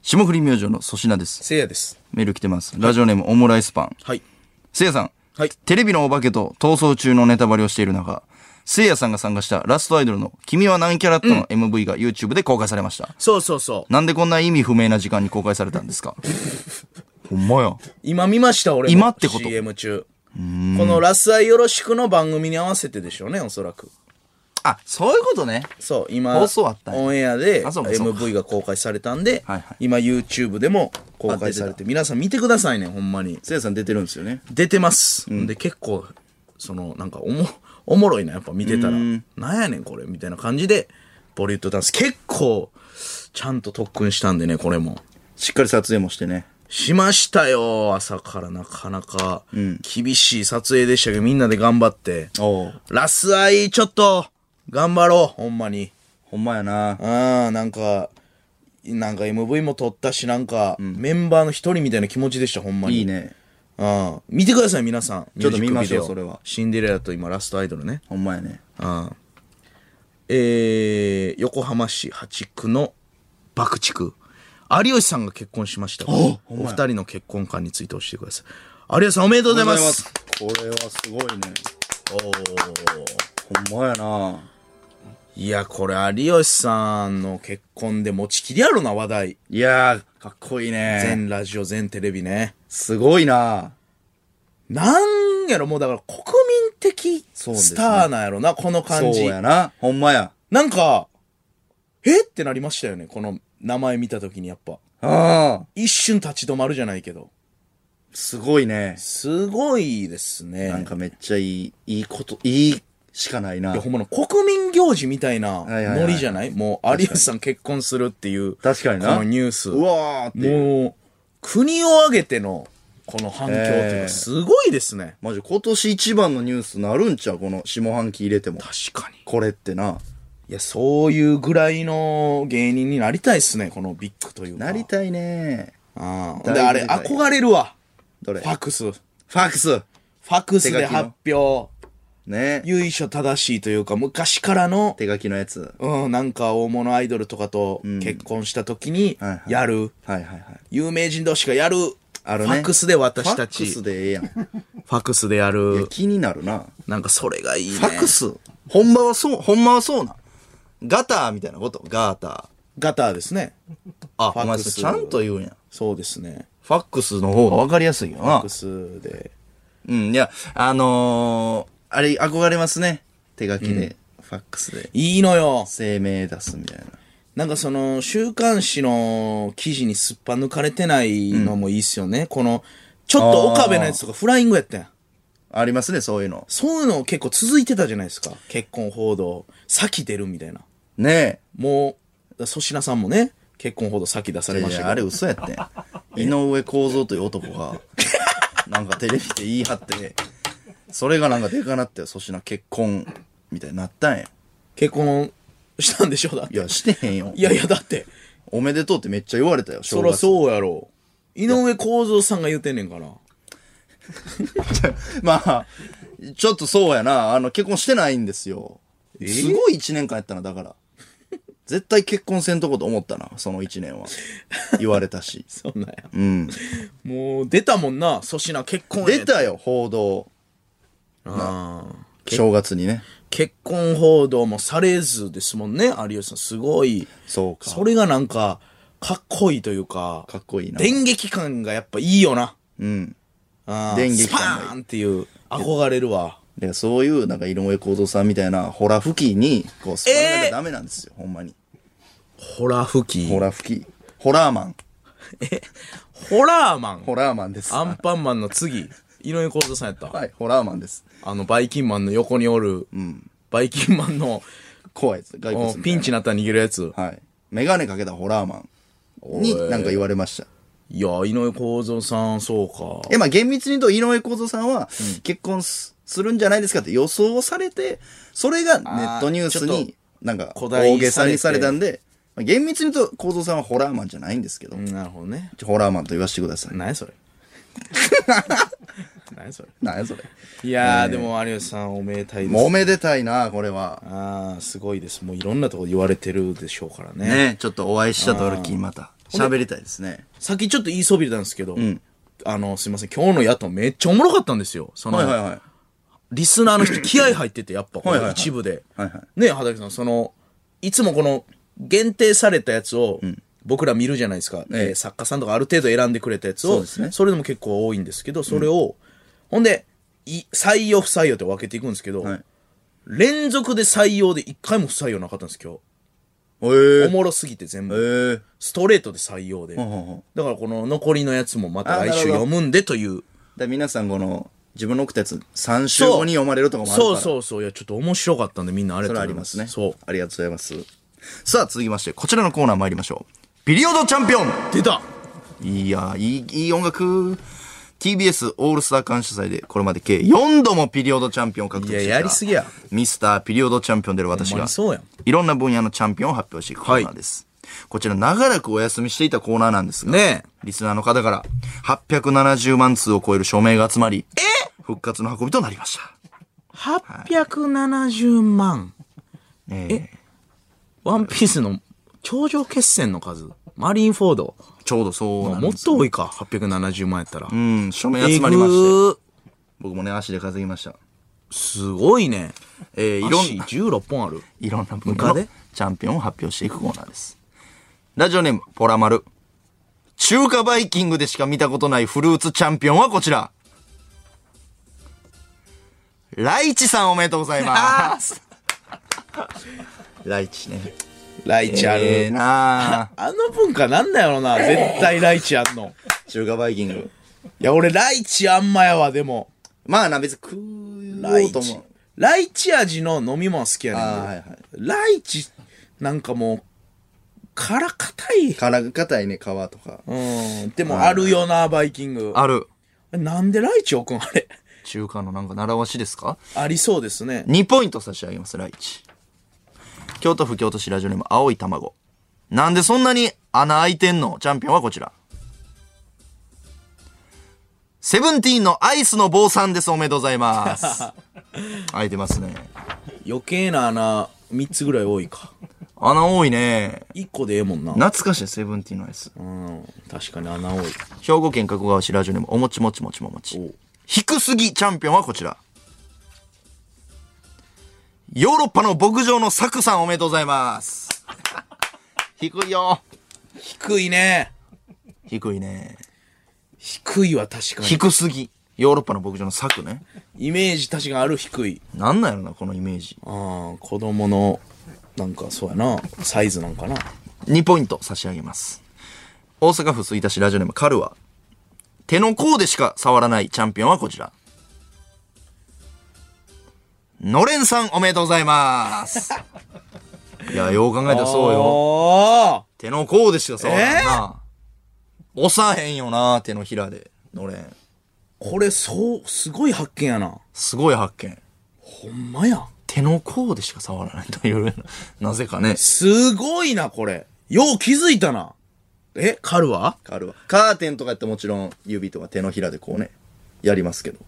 S1: 霜降り明星の粗品です。
S2: せいやです
S1: メール来てます。ラジオネームオムライスパン。
S2: はい
S1: せいやさん。
S2: はい
S1: テレビのお化けと逃走中のネタバレをしている中、せいやさんが参加したラストアイドルの君は何キャラットの MV が YouTube で公開されました。
S2: そうそうそう
S1: なんでこんな意味不明な時間に公開されたんですか ほんまや。
S2: 今見ました俺も
S1: 今ってこと
S2: CM 中この「ラスアイよろしく」の番組に合わせてでしょうねおそらく
S4: あ、そういうことね。
S2: そう、今、
S4: 放送あったんや
S2: オンエアで
S4: あそうかそうか
S2: MV が公開されたんで、
S4: はいはい
S2: 今 YouTube でも公
S4: あ出
S2: 開
S4: てた
S2: されて、皆さん見てくださいね、ほんまに。
S1: せいやさん出てるんですよね。
S2: 出てます。で、結構、その、なんかおも、 おもろいな、やっぱ見てたら、なんやねんこれ、みたいな感じで、ボリュッドダンス、結構、ちゃんと特訓したんでね、これも。
S1: しっかり撮影もしてね。
S2: しましたよ、朝からなかなか、厳しい撮影でしたけど、みんなで頑張って。
S1: おう
S2: ラスアイ、ちょっと、頑張ろう、ほんまに。
S1: ほんまやな。
S2: あーなんか、なんか MV も撮ったし、なんか、メンバーの一人みたいな気持ちでした、ほんまに。
S1: いい。ね。
S2: うん。見てください、皆さん。
S1: ちょっと
S2: ミュージックビデオ
S1: 見ましょうそれは
S2: シンデレラと今、ラストアイドルね。
S1: ほんまやね。
S2: うん。えー、横浜市八区の爆竹。有吉さんが結婚しました。お二人の結婚観について教えてください。有吉さんおめでとうございます。
S1: おめでとうございます。これはすごいね。ほんまやな。
S2: いや、これ有吉さんの結婚で持ちきりやろな、話題。
S1: いやー、かっこいいね。
S2: 全ラジオ、全テレビね。
S1: すごいな。
S2: なんやろ、もうだから国民的
S1: そうです
S2: ス
S1: ね
S2: ターなんやろな、この
S1: そ
S2: 感
S1: う
S2: じ。
S1: やな。ほんまや。
S2: なんか、えってなりましたよね、この名前見た時にやっぱ。
S1: ああ、
S2: 一瞬立ち止まるじゃないけど。
S1: すごいね。
S2: すごいですね。
S1: なんかめっちゃいい、いいこと、いいしかないない
S2: や、。ほんまの国民行事みたいない
S1: はいはい
S2: ノリじゃない,、もう、有吉さん結婚するっていう。
S1: 確かにな
S2: このニュース。
S1: うわーっていう。
S2: もう、国を挙げての、この反響という
S1: えー
S2: か、すごいですね。
S1: マジ今年一番のニュースなるんちゃうこの下半期入れても。
S2: 確かに。
S1: これってな。
S2: いや、そういうぐらいの芸人になりたいっすね、このビッグというか。
S1: なりたいね
S2: あ
S1: 大
S2: で、あれ、
S1: 事だよ
S2: 憧れるわ。
S1: どれ
S2: ファックス。フ
S1: ファックス
S2: ァックスで発表。
S1: ね
S2: 由緒正しいというか、昔からの、
S1: 手書きのやつ。
S2: うん、なんか大物アイドルとかと結婚した時に
S1: はいは、い
S2: やる。
S1: はいはいはい。
S2: 有名人同士がやる。
S1: あるね。
S2: ファックスで私た
S1: ファ
S2: ち。
S1: ックス
S2: フ
S1: でええやん。い
S2: ァックスでや
S1: や
S2: る。
S1: 気になるな。
S2: なんかそれがいい ね。
S1: ファックスほんまはそう、ほんまはそうな。ガターみたいなことガータ
S2: ガターですね。
S1: ー。あ、
S2: ファ
S1: お
S2: ッ
S1: 前
S2: クス
S1: それちゃんと言うんや。
S2: そうですね。
S1: ファックスの方がわかりやすいよ
S2: ファッ
S1: な
S2: ク。スで。
S1: うん、いや、あのー、あれ憧れますね。手書きで、ファックスで。
S2: いいのよ。
S1: 声明出すみたいな。
S2: なんかその、週刊誌の記事にすっぱ抜かれてないのもいいっすよね。この、ちょっと岡部のやつとかフライングやったやん。
S1: ありますね、そういうの。
S2: そういうの結構続いてたじゃないですか。結婚報道。先出るみたいな。
S1: ね
S2: もう、粗品さんもね、結婚報道先出さ
S1: え。
S2: れま
S1: い
S2: し
S1: やあ
S2: たけ
S1: れ
S2: ど。
S1: 嘘や ってん。井上公造という男が、なんかテレビで言い張ってね、それがなんかでかなってよ、粗品結婚、みたいになったんや。
S2: 結婚したんでしょだっ
S1: い
S2: て。
S1: や、してへんよ。
S2: いやいや、だって。
S1: おめでとうってめっちゃ言われたよ、
S2: そらそうやろ。井上公造さんが言うてんねんから。
S1: う。まあ、ちょっとそうやな。あの、結婚してないんですよ。すごい一年間やったな、だから。絶対結婚せんとこと思ったな、その一年は。言われたし。
S2: そんなんや。
S1: うん。
S2: もう出たもんな、粗品結婚
S1: 出たよ、報道。
S2: あー
S1: 正月にね。
S2: 結婚報道もされずですもんね、有吉さん。すごい。
S1: そうか。
S2: それがなんか、かっこいいというか、
S1: かっこいいな。
S2: 電撃感がやっぱいいよな。
S1: うん。
S2: あー
S1: 電撃
S2: スパ
S1: 感がいい
S2: ーンっていう、憧れるわ。
S1: でそういう、なんか、井上公造さんみたいな、ホラ吹きに、こう、座らなき
S2: え
S1: ゃ
S2: ー
S1: ダメなんですよ、ほんまに。
S2: ホラ吹き。
S1: ホラ吹き。ホラーマン。
S2: ホラーマン。
S1: ホラーマンです。
S2: ア
S1: は
S2: ンパンマンの次、井上公造さんやった。
S1: い、ホラーマンです。
S2: あの、バイキンマンの横におる、バイキンマンの、
S1: 怖いです、外
S2: お
S1: 骨。
S2: ピンチになったら逃げるやつ。
S1: はい。メガネかけたホラーマンになんか言われました。
S2: いや、井上公造さん、そうか。
S1: え、まあ厳密に言うと、井上公造さんは結婚す,、るんじゃないですかって予想をされて、それがネットニュース
S2: あーちょっ
S1: になんか
S2: 誇大され
S1: 大
S2: て
S1: げさにされたんで、まあ厳密に言うと、公造さんはホラーマンじゃないんですけど、
S2: うんなるほどね。
S1: ちょホラーマンと言わせてください。
S2: 何やそれ。 何やそれ。
S1: なんやそれ。
S2: いやー、でも有吉さんおめでたいです。
S1: もうおめでたいな、これは。
S2: ああ、すごいです。もういろんなとこ言われてるでしょうからね。
S1: ねちょっとお会いした時にまた喋りたいですね。
S2: さっきちょっと言いそびれたんですけど、あの、すいません、今日の野党めっちゃおもろかったんですよ。その、
S1: はいはいはい。
S2: リスナーの人気合入ってて、やっぱこ
S1: はいはい
S2: の
S1: はい
S2: 一部で。
S1: はいは
S2: ね、畑さん、その、いつもこの、限定されたやつを、僕ら見るじゃないですか、
S1: ええ
S2: えー作家さんとかある程度選んでくれたやつ
S1: そう
S2: を、
S1: ですね
S2: れでも結構多いんですけど、それを、ほんで、い採用不採用って分けていくんですけど、
S1: はい
S2: 連続で採用で一回も不採用なかったんです、今日。
S1: えー
S2: おもろすぎて全
S1: え
S2: 部。
S1: ー
S2: ストレートで採用で。
S1: ほんほんほん
S2: だからこの残りのやつもまた
S1: あ
S2: 来
S1: なるほ
S2: 週
S1: ど
S2: 読むんでという。
S1: で皆さんこの自分の送ったやつ3週後に読まれるとかもあるか
S2: そ
S1: ら
S2: うそうそう。いや、ちょっと面白かったんでみんなあれ
S1: それはありますね
S2: そう。
S1: ありがとうございますさあ続きましてこちらのコーナー参りましょうビリオドチャンピオン
S2: 出た
S1: いやーいいいい音楽 TBS オールスター感謝祭でこれまで計4度もピリオドチャンピオンを獲得してき
S2: い
S1: た
S2: ややりすぎや
S1: ミスターピリオドチャンピオンである私
S2: ほんま
S1: が
S2: にそうやん
S1: いろんな分野のチャンピオンを発表していくコーナーです、こちら長らくお休みしていたコーナーなんですが、
S2: ねえ。
S1: リスナーの方から870万通を超える署名が集まり復活の運びとなりました
S2: 870万。
S1: ええ
S2: ワンピースの頂上決戦の数。マリーンフォード。
S1: ちょうどそうなん
S2: もっ
S1: です
S2: と多いか。870万やったら。
S1: う
S2: う。
S1: んん、署名集まりまして。僕もね、足で稼ぎました。
S2: すごいね。
S1: えー、いろ
S2: 足
S1: ん、
S2: 16本ある。
S1: いろんな文
S2: ムカ
S1: 化
S2: デ
S1: でチャンピオンを発表していくコーナーです。ラジオネーム、ポラマル。中華バイキングでしか見たことないフルーツチャンピオンはこちら。ライチさんおめでとうございます。ライチね。
S2: ライチある。
S1: ええな
S2: あの文化なんだよな。絶対ライチあんの。
S1: ぁ。中華バイキング。
S2: いや、俺ライチあんまやわ、でも。
S1: まあな、別に食
S2: ラ
S1: お
S2: イ
S1: うと
S2: チ
S1: も。。
S2: ライチ味の飲み物好きやねんけど
S1: あーはいはい
S2: ライチ、なんかもう、殻硬い。
S1: 辛硬いね、皮とか。
S2: うん。でもあるよな、バイキング。
S1: ある。
S2: なんでライチ置くんあれ。
S1: 中華のなんか習わしですか
S2: ありそうですね。
S1: 2ポイント差し上げます、ライチ。京都府京都市ラジオネーム、青い卵。なんでそんなに穴開いてんのチャンピオンはこちら。セブンティーンのアイスの坊さんです。おめでとうございます。開いてますね。
S2: 余計な穴、3つぐらい多いか。
S1: 穴多いね。
S2: 1個でええもんな。
S1: 懐かしい、セブンティーンのアイス。
S2: うん。確かに穴多い。
S1: 兵庫県加古川市ラジオネーム、おもちもちもちももち。低すぎチャンピオンはこちら。ヨーロッパの牧場のサクさんおめでとうございます。低いよ。
S2: 低いね。
S1: 低いね。
S2: 低いは確かに。
S1: 低すぎ。ヨーロッパの牧場のサクね。
S2: イメージ確かにある低い。
S1: なんなんやろな、このイメージ。
S2: ああ、子供の、なんかそうやな、サイズなんかな。
S1: 2ポイント差し上げます。大阪府吹田市ラジオネームカルは、手の甲でしか触らないチャンピオンはこちら。のれんさんおめでとうございます。いや、よう考えたらそうよ。
S2: よ。
S1: 手の甲でしか触らないな。押さへんよな、手のひらで。のれん。
S2: これ、そう、すごい発見やな。
S1: すごい発見。
S2: ほんまや。
S1: 手の甲でしか触らないという、なぜかね。
S2: すごいな、これ。よう気づいたな。え、カルは
S1: カルは。カーテンとかやってもちろん指とか手のひらでこうね、やりますけど。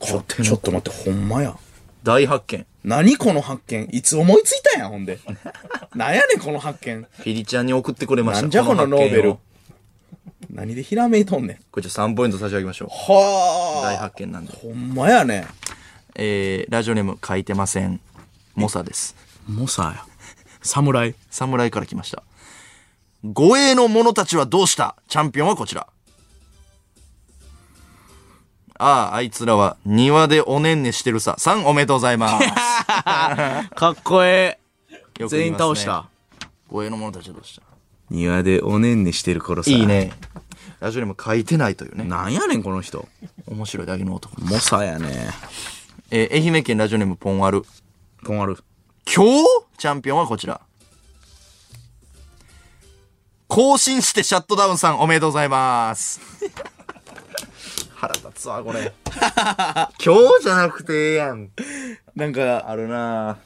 S2: ちょちょっと待って、ほんまや。
S1: 大発見。
S2: 何この発見いつ思いついたんや、ほん で。なんやねん、この発見。
S1: ピリちゃんに送ってくれまし
S2: な
S1: た。
S2: んじゃこのノーベ
S1: 発見
S2: ル
S1: を。
S2: 何でひらめいとんねん。
S1: これじゃ3ポイント差し上げましょう。大
S2: はあ。
S1: 発見なんで。
S2: ほんまやね。
S1: えー、ラジオネーム書いてません。モサです。
S2: もさや。侍。
S1: 侍から来ました。護衛の者たちはどうしたチャンピオンはこちら。ああ、あいつらは庭でおねんねしてるさ。3おめでとうございます。
S2: かっこええ
S1: よく
S2: 全
S1: 言い
S2: 員
S1: ますね
S2: 倒した。。
S1: 護衛の者たちはどうした
S2: 庭でおねんねしてる頃さ。
S1: いい。ね。ラジオネーム書いてないというね。
S2: なんやねん、この人。
S1: 面白いだけの男。
S2: モサやね。
S1: えー、愛媛県ラジオネームポンアル。
S2: ポンある。
S1: 今日チャンピオンはこちら。更新してシャットダウンさんおめでとうございます。腹立つわ、これ。 今日じゃなくてええやん。
S2: なんか、
S1: あるなぁ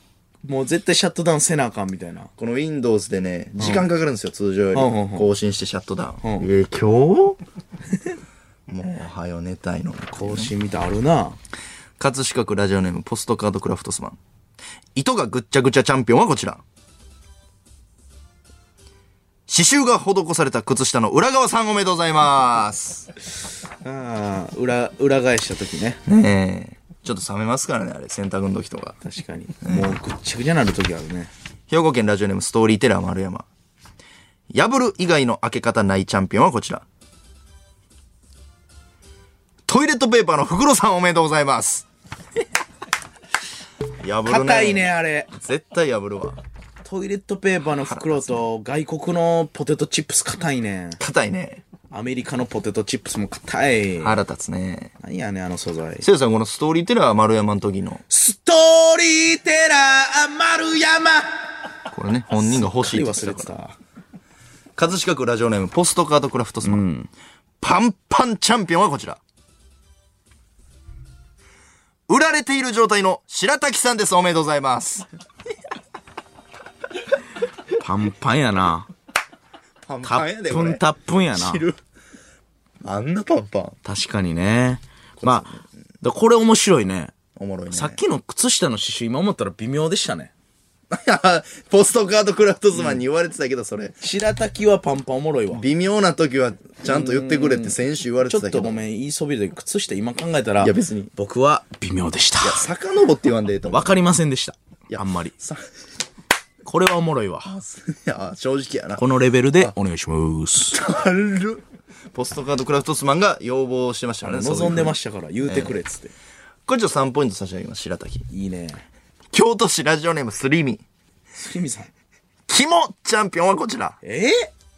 S2: もう絶対シャットダウンせなあかんみたいな。
S1: この Windows でね、時間かかるんですよ、通常より。
S2: うんうんうん
S1: 更新してシャットダウン。
S2: うん
S1: え ー、今日もう、おはよう寝たいのに。
S2: 更新みたいあるな。
S1: 葛飾区ラジオネームポストカードクラフトスマン糸がぐっちゃぐちゃチャンピオンはこちら刺繍が施された靴下の裏側さんおめでとうございます
S2: ああ、裏、裏返した時ね。
S1: ねえちょっと冷めますからねあれ洗濯の時とか
S2: 確かに。もうぐっちゃぐちゃなる時あるね。
S1: 兵庫県ラジオネームストーリーテラー丸山破る以外の開け方ないチャンピオンはこちら トイレットペーパーの袋さんおめでとうございます破るね。
S2: 硬いね、。あれ。
S1: 絶対破るわ。
S2: トイレットペーパーの袋と外国のポテトチップス硬いね。
S1: 硬いね。
S2: アメリカのポテトチップスも硬い。
S1: 腹立つね。
S2: 何やねん、あの素材。
S1: せいさん、このストーリーっていうのは丸山の時の、
S2: ストーリーテラー丸山
S1: これね、本人が欲しいって言って
S2: 忘
S1: た
S2: れ
S1: か
S2: て
S1: ら。
S2: た。
S1: 葛飾区ラジオネーム、ポストカードクラフトスマン。パンパンチャンピオンはこちら。売られている状態の白滝さんです。おめでとうございます。
S2: パンパンやな。
S1: パン
S2: たっぷんたっぷんやな。
S1: あんなパンパン。
S2: 確かにね。まあ、だこれ面白いね。
S1: おもろいね。
S2: さっきの靴下の刺繍今思ったら微妙でしたね。
S1: ポストカードクラフトスマンに言われてたけど、それ。
S2: 白滝はパンパンおもろい わ。
S1: 微妙な時はちゃんと言ってくれって先週言われ
S2: ち
S1: て
S2: ょった
S1: け
S2: と
S1: ど
S2: ご。めん、言いそびれて靴下今考えたら、
S1: いや別に
S2: 僕は微妙でした。
S1: 遡って言わんでええと思う
S2: わ。かりませんでした。
S1: や
S2: あんまり。
S1: さ
S2: これはおもろいわ。
S1: いや、正直やな。
S2: このレベルでお願いします。
S1: ポストカードクラフトスマンが要望してましたからね。
S2: 望んで
S1: ま
S2: ましたから、言うてくれっつって。
S1: これちょっと3ポイント差し上げます、白滝。
S2: いいね。
S1: 京都市ラジオネームスリーミー。
S2: スリミさん。
S1: キモチャンピオンはこちら。
S2: え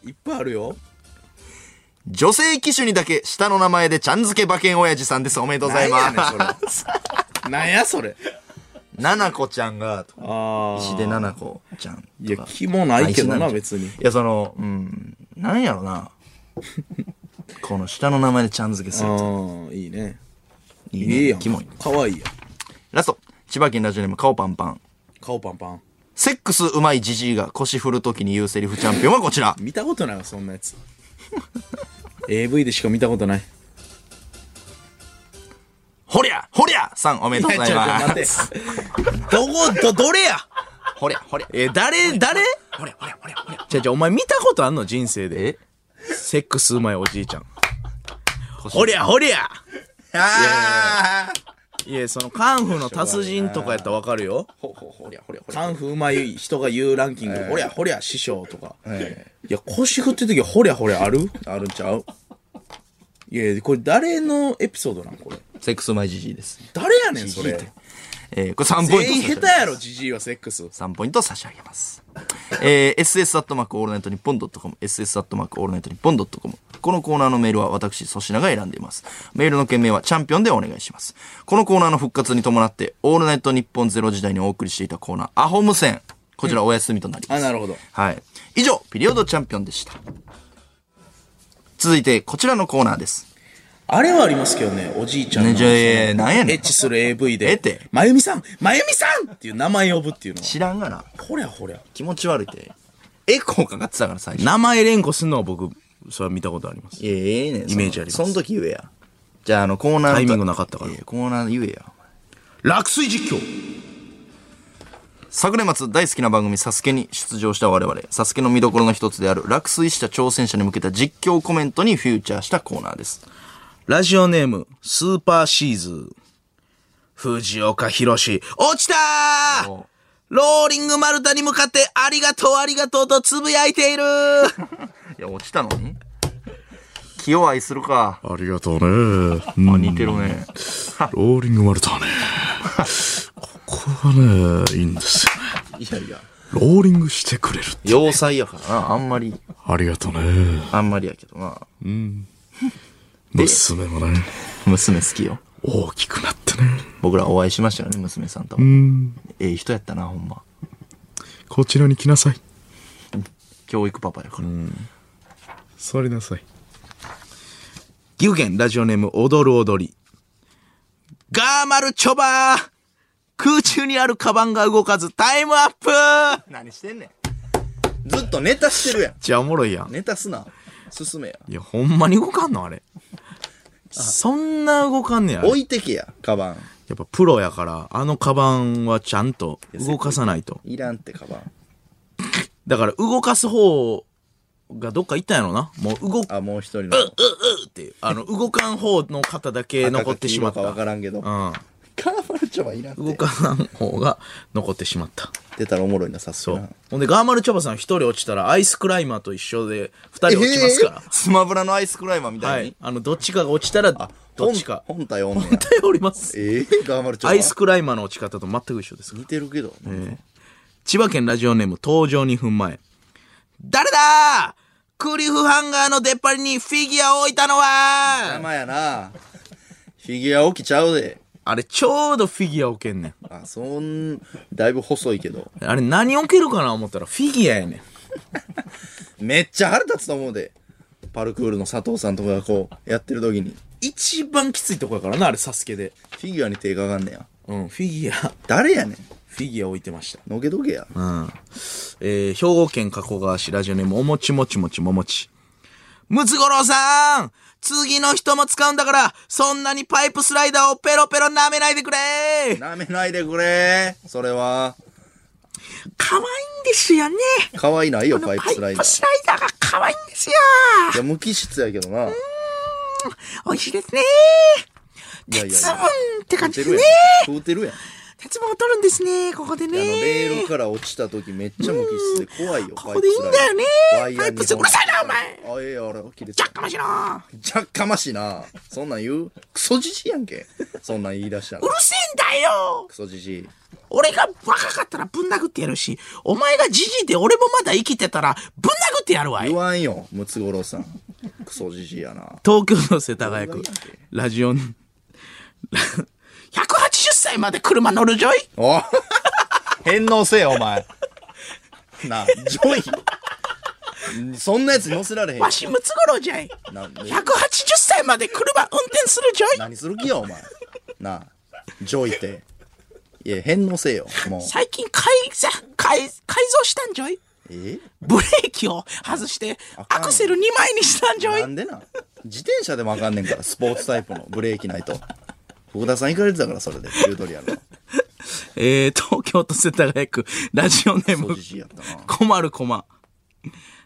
S2: ーいっぱいあるよ。
S1: 女性機種にだけ下の名前でちゃんづけ馬券親父さんです。おめでとうございます。
S2: なんやねんそれ。なんやそれ。
S1: ななこちゃんが、とか
S2: ああ。
S1: 石出ななこちゃんとか。
S2: いや、気もないけどな、別に
S1: い。や、その、うん、なんやろな。この下の名前でちゃんづけする。
S2: うん、いいね。
S1: いい
S2: いいや
S1: ね。
S2: ん。
S1: キモい。
S2: かわいいやん。
S1: ラスト。千葉県ラジオネーム顔パンパン。
S2: 顔パンパン。
S1: セックスうまいじじいが腰振るときに言うセリフチャンピオンはこちら。
S2: 見たことないわ、そんなやつ。AV でしか見たことない。
S1: ほりゃほりゃさんおめでとうございます。
S2: す。どこ、ど、どれや
S1: ほりゃほりゃ。
S2: え、誰、誰
S1: ほりゃほりゃほりゃほりゃ。
S2: じゃじゃお前見たことあんの人生で。セックスうまいおじいちゃん。ほりゃほりゃ
S1: あー
S2: いや、そのカンフーの達人とかやったらわかるよ。
S1: ほほほりゃほりゃほりゃ。
S2: カンフーうまい人が言うランキング、ほりゃほりゃ師匠とか。
S1: え
S2: いや、腰振ってる時ほりゃほりゃある
S1: あるんちゃう
S2: いや、これ誰のエピソードなんこれ。
S1: セックスうまいじじいです。
S2: 誰やねん、それ。
S1: えー、これ3ポイント。
S2: 全員下手やろ、ジジイはセックス。
S1: 3ポイント差し上げます。えー、ss アットマークオールナイトニッポンドットコム、ss アットマークオールナイトニッポンドットコム。このコーナーのメールは私、粗品が選んでいます。メールの件名はチャンピオンでお願いします。このコーナーの復活に伴って、オールナイトニッポンゼロ時代にお送りしていたコーナー、アホ無線。こちらお休みとなります。
S2: あ、なるほど。
S1: はい。以上、ピリオドチャンピオンでした。続いて、こちらのコーナーです。
S2: あれはありますけどね、おじいちゃんの
S1: ねじゃあえーなんやねん
S2: エッチする AV で。
S1: ええって
S2: まゆみさんまゆみさんっていう名前呼ぶっていうのは。
S1: 知らんがな。
S2: ほりゃほりゃ。
S1: 気持ち悪いって。エコーかかってたから最初。
S2: 名前連呼するのは僕、それは見たことあります。
S1: いや、ええねん。
S2: イメージあります
S1: そのその時言えや。じゃあ、あの、コーナーの
S2: タイミングなかったから
S1: いやコーナー言えや。
S2: 落水実況
S1: 昨年末大好きな番組サスケに出場した我々、サスケの見どころの一つである落水した挑戦者に向けた実況コメントにフューチャーしたコーナーです。
S2: ラジオネーム、スーパーシーズ藤岡弘落ちたー
S1: お
S2: ローリング丸太に向かってありがとうありがとうとつぶやいている
S1: いや、落ちたのに気を愛するか。
S2: ありがとうねー。
S1: あ、似てるね。
S2: ローリング丸太ね。ここがね、いいんですよね。
S1: いやいや。
S2: ローリングしてくれる。
S1: 要塞やからな。あんまり、
S2: ありがとうね。
S1: あんまりやけどな。
S2: 娘もね、
S1: 娘好きよ。
S2: 大きくなってね。
S1: 僕らお会いしましたよね、娘さんと。
S2: うん、
S1: ええ人やったな、ほんま。
S2: こちらに来なさい。
S1: 教育パパやから。
S2: 座りなさい。岐阜県ラジオネーム、踊る踊り。ガーマルチョバー空中にあるカバンが動かずタイムアップ
S1: 何してんねん。ずっとネタしてるやん。
S2: じゃあおもろいやん。
S1: ネタすな。進めや。
S2: いや、ほんまに動かんのあれ。そんな動かんねや。や
S1: 置いてけや、カバン。
S2: っぱプロやから、あのカバンはちゃんと動かさないと。
S1: いらんって、カバン。
S2: だから動かす方がどっか行ったんやろな。もう動く
S1: あ、もう一人の。
S2: っていう、あの、動かん方の方だけ残ってしまっ
S1: 赤か黄色か
S2: た。
S1: わからんけど。
S2: うん。
S1: カバンマルチョバいらん
S2: 動
S1: て。
S2: かん方が残ってしまった。
S1: 出たらおもろいな、さす
S2: そ
S1: が
S2: う。。ほんで、ガーマルチョバさん一人落ちたら、アイスクライマーと一緒で、二人落ちますから
S1: えー。スマブラのアイスクライマーみた
S2: はいい
S1: に。。
S2: あの、どっちかが落ちたら、どっちか。
S1: 本本体おんねや
S2: 本体おります。
S1: えー、ガーマルチョバ。
S2: アイスクライマーの落ち方と全く一緒です。
S1: 似てるけど。
S2: 千葉県ラジオネーム登場2分前。誰だクリフハンガーの出っ張りにフィギュアを置いたのは
S1: 生やな。フィギュア起きちゃうで。
S2: あれ、ちょうどフィギュア置けんねん。
S1: あ、そん、だいぶ細いけど。
S2: あれ、何置けるかな思ったら、フィギュアやねん。
S1: めっちゃ腹立つと思うで。パルクールの佐藤さんとかがこう、やってる時に。
S2: 一番きついとこやからな、あれ、サスケで。
S1: フィギュアに手がかかんねや。
S2: うん、フィギュア、
S1: 誰やねん。
S2: フィギュア置いてました。
S1: のげどげや。
S2: うん。えー、兵庫県加古川市ラジオネーム、おもちもちもちももち。ムツゴロウさん次の人も使うんだから、そんなにパイプスライダーをペロペロ舐めないでくれ
S1: なめないでくれそれは。
S2: 可愛いんですよね
S1: 可愛いないよ、パイプスライダー。
S2: ライダーが可愛いんですよ
S1: いや、無機質やけどな。い
S2: 美味しいですね
S1: やいやいや。
S2: って
S1: 食うてるやん。食うてるやん。
S2: 鉄分を取るんですね、ここで
S1: あの、レールから落ちた時めっちゃ無機質で怖いよ、パイプスライダー。ワイヤーに本あ、ええや、俺、切れちゃう。
S2: かましなうる
S1: じゃっかましいな。そんなん言うクソじじいやんけ。そんなん言い出したら。
S2: せえんだよ
S1: クソじじい。
S2: 俺が若かったらぶん殴ってやるし、お前がじじいで俺もまだ生きてたらぶん殴ってやるわい
S1: 言。わんよ、ムツゴロウさん。クソじじいやな。
S2: 東京の世田谷区、ラジオン、ラ180歳まで車乗るじょい
S1: お 返納せえよ、お前。なあ、ジョイ。そんなやつ乗せられへんよ
S2: わ。しムツゴロウじゃい。
S1: なんで
S2: 180歳まで車運転するじょい
S1: 何する気よ、お前。なあ、ジョイって。いや、返納せえよ、もう。
S2: 最近改ざ改改造したんじょい
S1: え
S2: ブレーキを外して
S1: あかん
S2: アクセル2枚にしたんじょい
S1: なんでなん自転車でもあかんねんから、スポーツタイプのブレーキないと。福田さん行かれてたから、それで、ユードリアの。
S2: えー、東京都世田谷区、ラジオネー
S1: そう
S2: ム
S1: じ、じいやったな。
S2: 困る困。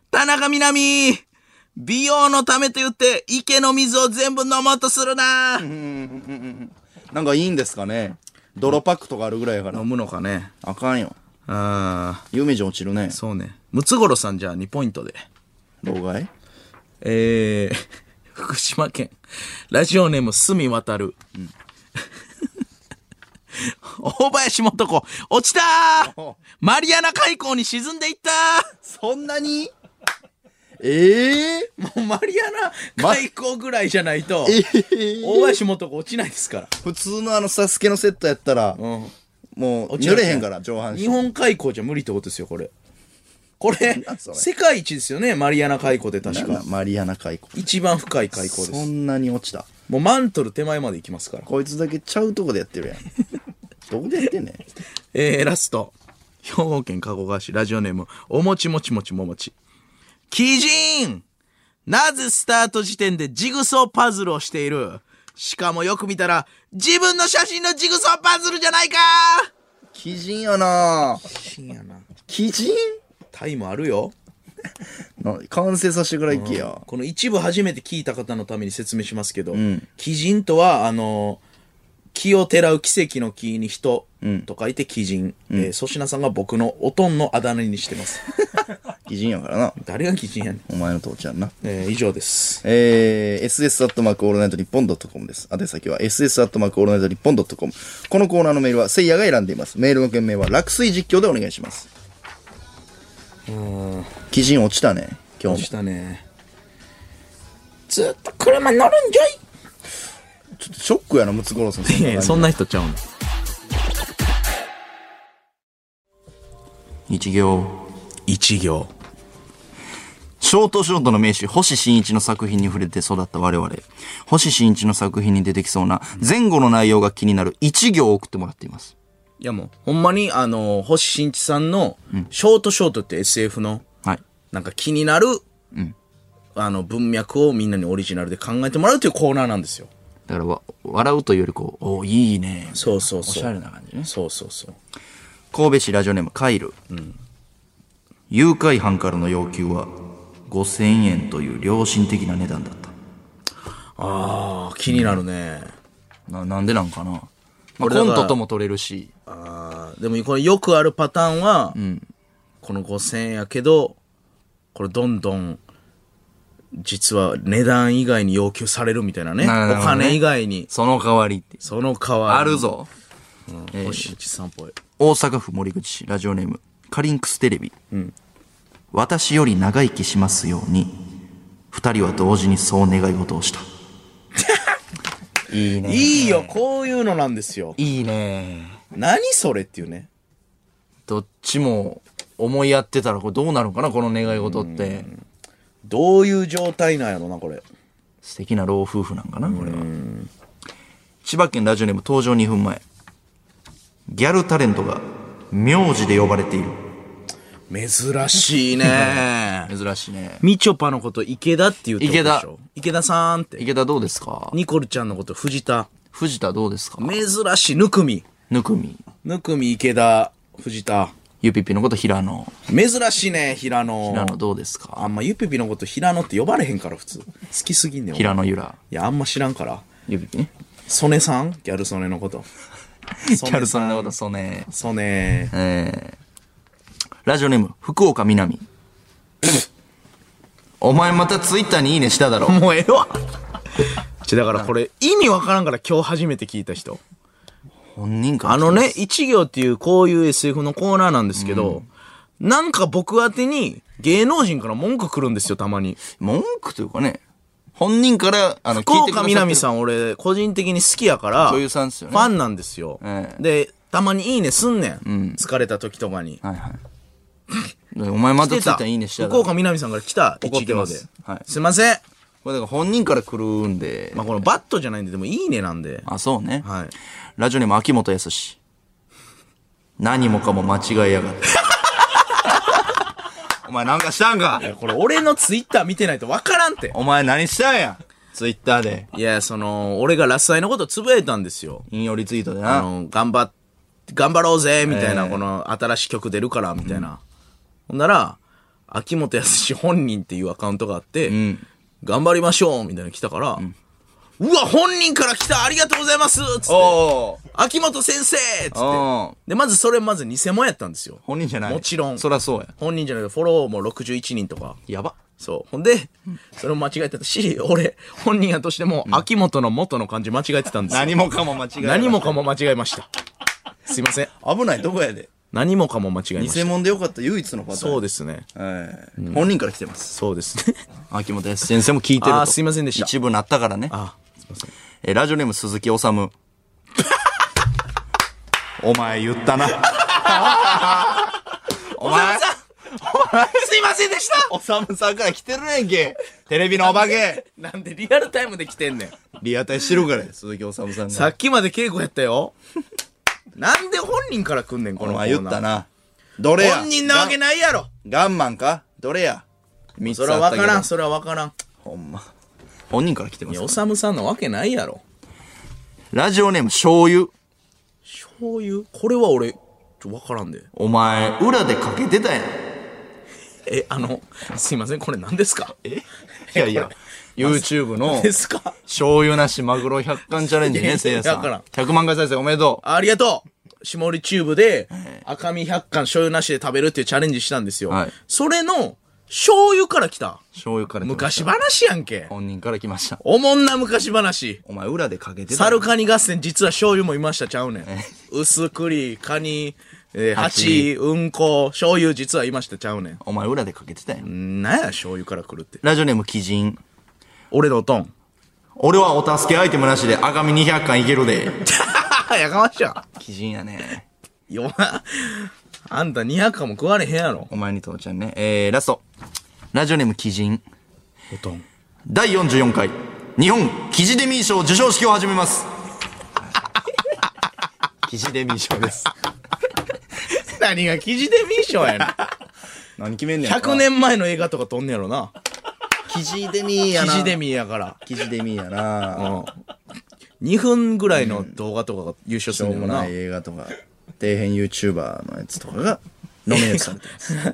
S2: 田中みなみ美容のためと言って、池の水を全部飲もうとするな飲
S1: なんかいいんですかね泥パックとかあるぐらいやから。
S2: むのかね。
S1: あかんよ。
S2: あ
S1: 有名人落ちるね
S2: ー、。そうね。ムツゴロウさんじゃあ2ポイントで。
S1: 老害
S2: えー、 福島県、ラジオネーム、すみわたる。 大林素子、落ちたー
S1: お
S2: マリアナ海溝に沈んでいった
S1: そんなにええ
S2: ーもうマリアナ海溝ぐらいじゃないと、
S1: ええ
S2: 大林素子落ちないですから。
S1: 普通のあのサスケのセットやったら、
S2: うん。
S1: もう
S2: 落ち
S1: 濡
S2: ない
S1: れへんから、上半
S2: 日
S1: 身。
S2: 本海溝じゃ無理ってことですよ、これ。これ
S1: なん、それ
S2: 世界一ですよね、マリアナ海溝で確
S1: なんだ
S2: か。
S1: マリアナ海溝。
S2: 一番深い海溝で
S1: そ
S2: す。
S1: んなに落ちた。
S2: もうマントル手前まで行きますから。
S1: こいつだけちゃうとこでやってるやん。 どこでやってんねん。
S2: えー、ラスト。兵庫県加古川市ラジオネーム、おもちもちもちももち。キジンなぜスタート時点でジグソーパズルをしているしかもよく見たら、自分の写真のジグソーパズルじゃないか
S1: 鬼人やな
S2: 深やな。
S1: 鬼人
S2: タイムあるよ。
S1: な完成させてから行けや。
S2: この一部初めて聞いた方のために説明しますけど、
S1: ん
S2: 鬼人とは、あの、木をてらう奇跡の木に人と書いて鬼人。えー粗品さんが僕のおとんのあだ名にしてます。
S1: 鬼人やからな。
S2: 誰が鬼人やねん。
S1: お前の父ちゃんな。
S2: えー以上です。
S1: えー、ss アットマークオールナイトニッポンドットコムです。宛先は ss アットマークオールナイトニッポンドットコム。このコーナーのメールはせいやが選んでいます。メールの件名は落水実況でお願いします。鬼人落ちたね。今
S2: し
S1: 日も。
S2: たねずっと車乗るんじゃ
S1: ちょっとショックやな、ムツゴロウさん。そんな 感じ
S2: んな人ちゃうの
S1: 一行。
S2: 一行
S1: ショートショートの名手、星新一の作品に触れて育った我々。星新一の作品に出てきそうな前後の内容が気になる一行を送ってもらっています。
S2: いやもうほんまにあの星新一さんの「ショートショート」って SF の
S1: はい。
S2: なんか気になる、あの文脈をみんなにオリジナルで考えてもらうというコーナーなんですよ
S1: だからわ、笑うというよりこう、おーいいね。
S2: そうそうそう
S1: おしゃれな感じね
S2: そうそうそう
S1: 神戸市ラジオネームカイル、誘拐犯からの要求は5000円という良心的な値段だった
S2: ああ気になるね、
S1: ななんでなんかな
S2: こ
S1: コ
S2: れだから
S1: ントとも取れるし。
S2: あーでもこれよくあるパターンは、この5000円やけど、これどんどん、実は値段以外に要求されるみたいなね。
S1: なるほどね
S2: お金以外に。
S1: その代わりって。
S2: その代わり。
S1: ある。ぞ。えー
S2: 星一さんっぽい。
S1: 大阪府森口市ラジオネームカリンクステレビ、私より長生きしますように二人は同時にそう願い事をしたいいね
S2: いいよ、こういうのなんですよ。
S1: いいね
S2: 何それっていうね。
S1: どっちも思いやってたらこれどうなるのかなこの願い事って
S2: どういう状態なんやろな、これ。
S1: 素敵な老夫婦なんかなこれは千葉県ラジオネーム登場2分前ギャルタレントが名字で呼ばれている
S2: 珍しい ね
S1: 珍しいね
S2: みちょぱのこと池田って言ってるでしょ。池田さんって。
S1: 池田どうですか
S2: ニコルちゃんのこと藤田。
S1: 藤田どうですか
S2: 珍しい。ぬくみ。
S1: ぬくみ
S2: ぬくみ池田、藤田。
S1: ゆぴぴのこと平野。
S2: 珍しいね、平野。
S1: 平野どうですか
S2: あんまゆぴぴのこと平野って呼ばれへんから、普通。好きすぎんねん。
S1: 平野ゆら。
S2: いや、あんま知らんから。
S1: ゆぴぴね。
S2: 曽根さんギャル曽根のこと。ギ
S1: ギャルソンのこと、そうね。
S2: 曽 根。
S1: えー、ラジオネーム、福岡みな み。お前またツイッターにいいねしただろ。
S2: もうええわ。ちょだからこれ意味わからんから今日初めて聞いた人。
S1: 本人か。
S2: あのね、一行っていうこういう SF のコーナーなんですけど、なんか僕宛てに芸能人から文句来るんですよ、たまに。
S1: 文句というかね、本人から、あの、
S2: 福岡みなみ
S1: ん。
S2: さん俺、個人的に好きやから、
S1: 女優さんですよね
S2: ファンなんですよ。
S1: ええ
S2: で、たまにいいねすんねん。疲れた時とかに。
S1: はいはい。でお前またツイ
S2: 来て
S1: ッ
S2: た。
S1: ターいいねしただ
S2: 福
S1: ろ。
S2: 岡みなみさんから来た、
S1: 怒
S2: 一
S1: って
S2: 行
S1: ま
S2: で。
S1: すはい
S2: すいません。
S1: これだから本人から来るんで。
S2: まあ、このバットじゃないんで、でもいいねなんで。
S1: あ、そうね。
S2: はい。
S1: ラジオネーム秋元康。何もかも間違えやが って。お前なんかしたんか
S2: これ俺のツイッター見てないとわからんて。
S1: お前何したんやツイッターで。
S2: いや、その、俺がラスサイのことつぶやいたんですよ。
S1: 引用リツイートでな。
S2: あの、頑張っ、頑張ろうぜ、みたいな、
S1: ええ
S2: この、新しい曲出るから、みたいな。ほんなら、秋元康本人っていうアカウントがあって、
S1: ん
S2: 頑張りましょう、みたいなの来たから、うわ、本人から来たありがとうございますつって、
S1: お
S2: 秋元先生つって
S1: おお、
S2: で、まずそれ、まず偽物やったんですよ。
S1: 本人じゃない。
S2: もちろん
S1: そりゃそうや。
S2: 本人じゃなくて、フォローも61人とか。
S1: やば。
S2: そう。ほんで、それも間違えてたし、俺、本人やとしても、秋元の元の漢字間違えてたんですよ。
S1: 何もかも間違えやがって
S2: 何も。かも間違えました。すいません。
S5: 危ないとこやで。
S2: 何もかも間違えまし
S5: 偽
S2: た。
S5: 物でよかった唯一のパターン。
S2: そうですね。
S5: はい本人から来てます。
S2: そうですね。
S1: 秋元康先生も聞いてると。
S2: あーすいませんでした
S1: 一部なったからね。
S2: あ、すいません。
S1: えーラジオネーム鈴木 おさむ。お前言った な。お前、
S2: すいませんでした
S1: おさむさんから来てるやんけ。 テレビのお化け。
S2: なんでリアルタイムで来てんねん。
S1: リアタイしてるから、鈴木おさむさんが。
S2: さっきまで稽古やったよ。なんで本人から来んねん、こ
S1: お
S2: のコ
S1: 前
S2: ー
S1: 言っ
S2: ナ
S1: た
S2: ー。
S1: な。どれや
S2: 本人なわけないやろ。
S1: ガンマンかどれや三
S2: そ
S1: つ
S2: れは
S1: あった
S2: わ
S1: け
S2: か
S1: ど
S2: らん、それはわからん。
S1: ほんま。本人から来てます
S2: いや、
S1: か
S2: お
S1: ら。
S2: さむさんのわけないやろ。
S1: ラジオネーム醤油。
S2: 醤油これは俺、ちょ、わからんで。
S1: お前、裏でかけてたやん。い
S2: え、あの、すいません、これ何ですかえ
S1: や いや、YouTube の
S2: ですか
S1: 醤油なしマグロ100貫チャレンジ
S2: いやい
S1: ね、
S2: や
S1: せいやさん。
S2: わからん
S1: 100万回再生おめでとう。
S2: ありがとう下りチューブで、赤身100貫醤油なしで食べるっていうチャレンジしたんですよ。
S1: はい
S2: それの、醤油から来た。
S1: 醤油から来ました
S2: 昔話やんけ。
S1: 本人から来ました。
S2: おもんな昔話。
S1: お前裏でかけてた
S2: サ
S1: やん
S2: ルカニ合戦、実は醤油もいましたちゃうねん。薄栗、カニ、えー、
S1: 蜂
S2: 蜂、うんこ、醤油実はいましたちゃうね
S1: お前裏でかけてたやん。
S2: ん。なんや、醤油から来るって。
S1: ラジオネーム鬼人。
S2: 俺のトン。
S1: 俺はお助けアイテムなしで赤身200貫いけるで。
S2: やかましいわ。
S1: 鬼人やね。
S2: よ、あんた200貫も食われへんやろ。
S1: お前にともちゃんね。えー、ラスト。ラジオネーム鬼人。
S2: おとん。
S1: 第44回日本記事デミー賞授賞式を始め ます記事デミー賞です
S2: 何が記事でミー賞やねん。
S1: 何決めんね
S2: 100年前の映画とか撮んねやろな。
S1: 記事デミーや
S2: 記
S1: な
S2: 事デミーやから。
S1: 記事デミーやな
S2: うん。2分ぐらいの動画とかが優勝す
S5: しょ
S2: る
S5: うんも
S2: だよ
S5: な
S2: な。
S5: い映画とか、底辺 YouTuber のやつとかが
S2: ノミネートされてます。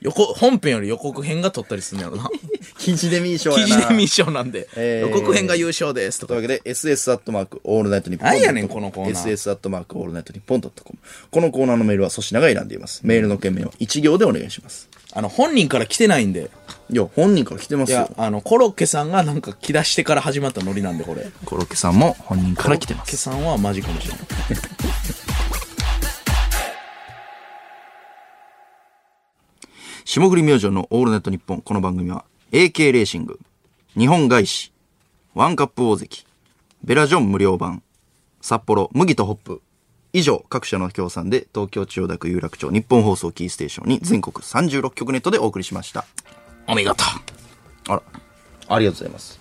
S2: 横、本編より予告編が取ったりするんやろな。
S6: 記事デミー賞
S2: 記
S6: やな。
S2: 事でミッションなんで、
S6: えー
S2: 予告編が優勝ですと
S6: とい
S2: か
S6: う。わけで、ss アットマークオールナイトニッポン。
S2: 何やねんこのコーナー
S6: ss アットマークオールナイトニッポン .com。このコーナーのメールは粗品が選んでいます。メールの件名は一行でお願いします。
S2: あの、本人から来てないんで。
S6: いや、本人から来てま
S2: い
S6: す
S2: や
S6: よ、。
S2: あの、コロッケさんがなんか来だしてから始まったノリなんで、これ。
S1: コロッケさんも本人から来て
S2: コ
S1: ま
S2: ロッケ
S1: す。
S2: さんはマジかもしれない。
S1: 霜降り明星のオールナイトニッポン。この番組は、AK レーシング、日本外資、ワンカップ大関、ベラジョン無料版、札幌麦とホップ。以上、各社の協賛で、東京千代田区有楽町日本放送キーステーションに全国36局ネットでお送りしました。
S2: お見事。
S1: あら。
S6: ありがとうございます。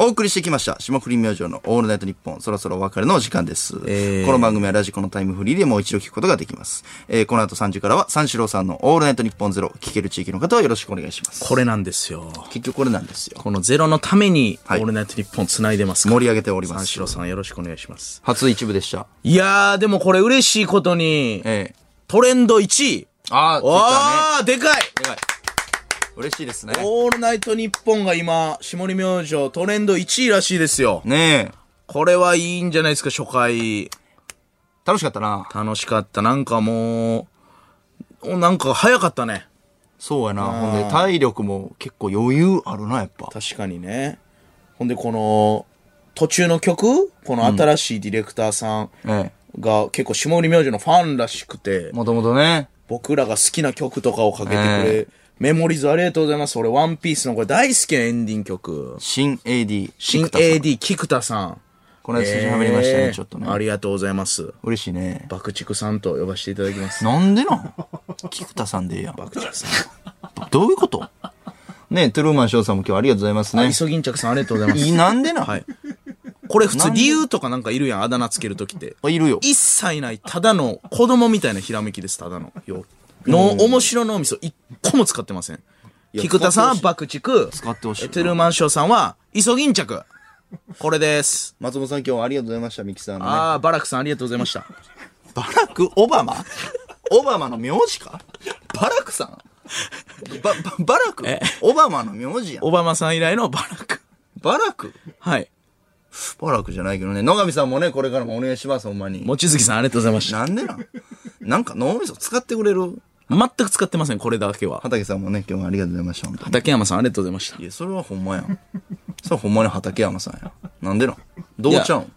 S1: お送りしてきました霜降り明星のオールナイトニッポンそろそろお別れのお時間です、
S2: えー
S1: この番組はラジコのタイムフリーでもう一度聞くことができます、えーこの後3時からは三四郎さんのオールナイトニッポンゼロ聞ける地域の方はよろしくお願いします
S2: これなんですよ。
S1: 結局これなんですよ
S2: このゼロのために、オ
S1: い
S2: ールナイト日本繋いでますから。
S1: 盛り上げておりま
S2: 三四
S1: す
S2: 郎さんよろしくお願いします。
S1: 初一部でした
S2: いやー、でもこれ嬉しいことに、
S1: ええ
S2: トレンド1位。
S1: ああ
S2: あー、でかい
S1: ツイッターねでかい嬉しいですね
S2: オールナイト日本が今、下り明星トレンド1位らしいですよ。
S1: ねえ
S2: これはいいんじゃないですか、初回。
S1: 楽しかったな
S2: 楽しかった。なんかもう、おなんか早かったね。
S1: そうやなほんで体力も結構余裕あるなやっぱ
S2: 確かにね。ほんで、この、途中の曲この新しいディレクターさん
S1: え
S2: が結構下り明星のファンらしく
S1: え、
S2: て
S1: もともとね
S2: 僕らが好きな曲とかをかけてくれ、メモリーズありがとうございます。俺、ワンピースのこれ大好きなエンディング曲。
S1: 新 AD
S2: 新
S1: 菊田さん
S2: AD、菊田さん。
S1: この間数字はめりましたね、
S2: えー
S1: ちょっとね
S2: ありがとうございます。
S1: 嬉しいね
S2: 爆竹さんと呼ばせていただき ます。
S1: なんでなん菊田さんでええやん。
S2: 爆竹さ
S1: どういうことねえトゥルーマン翔さんも今日はありがとうございます
S2: ん。
S1: ね
S2: イ。ソギンチャクさんありがとうござい
S1: い
S2: ま
S1: い
S2: す。
S1: なんでなん、
S2: はい。これ普通
S1: なんで
S2: 理由とかなんかいるやん、あだ名つけると きって。
S1: あいるよ。
S2: 一切ない、ただの子供みたいなひらめきです、ただの。よの、面白脳みそ一個も使ってません。菊田さんは爆竹。
S1: 使ってほしいな
S2: トゥルーマンショーさんは、イソギンチャク。これです。
S6: 松本さん今日はありがとうございました、ミキさんのね。
S2: あー、バラクさんありがとうございました。
S1: バラク・オバマオバマの名字かバラクさんば、ば、バラクオバマの名字やん。
S2: オバマさん以来のバラク。
S1: バラク
S2: はい。
S1: バラクじゃないけどね。野上さんもね、これからもお願いします、ほんまに。
S2: 望月さんありがとうございました。
S1: なんでなんなんか脳みそ使ってくれる
S2: 全く使ってません、これだけは。
S1: 畑さんもね、今日はありがとうございました、本当に
S2: 畠山さんありがとうございました
S1: い。や、それはほんまやん。それはほんまに畠山さんやん。なんでなんどうちゃうん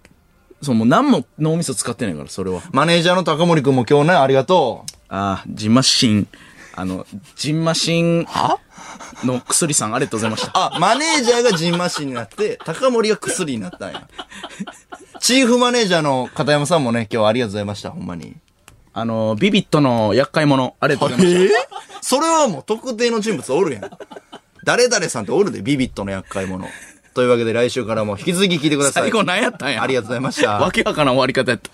S2: そう、もう何も脳みそ使ってないから、それは。
S1: マネージャーの高森くんも今日ね、ありがとう。
S2: ああ、ジンマシン。あの、ジンマシンの薬さんありがとうございました。
S1: あ、マネージャーがジンマシンになって、高森が薬になったんや。チーフマネージャーの片山さんもね、今日はありがとうございました、ほんまに。
S2: あの、ビビットの厄介者、ありがとうございまし
S1: それはもう特定の人物おるやん。誰々さんっておるで、ビビットの厄介者。というわけで来週からも引き続き聞いてくだ
S2: た。
S1: さい。
S2: 最後何やったんや。
S1: ありがとうございました。
S2: わけわからん終わり方やった。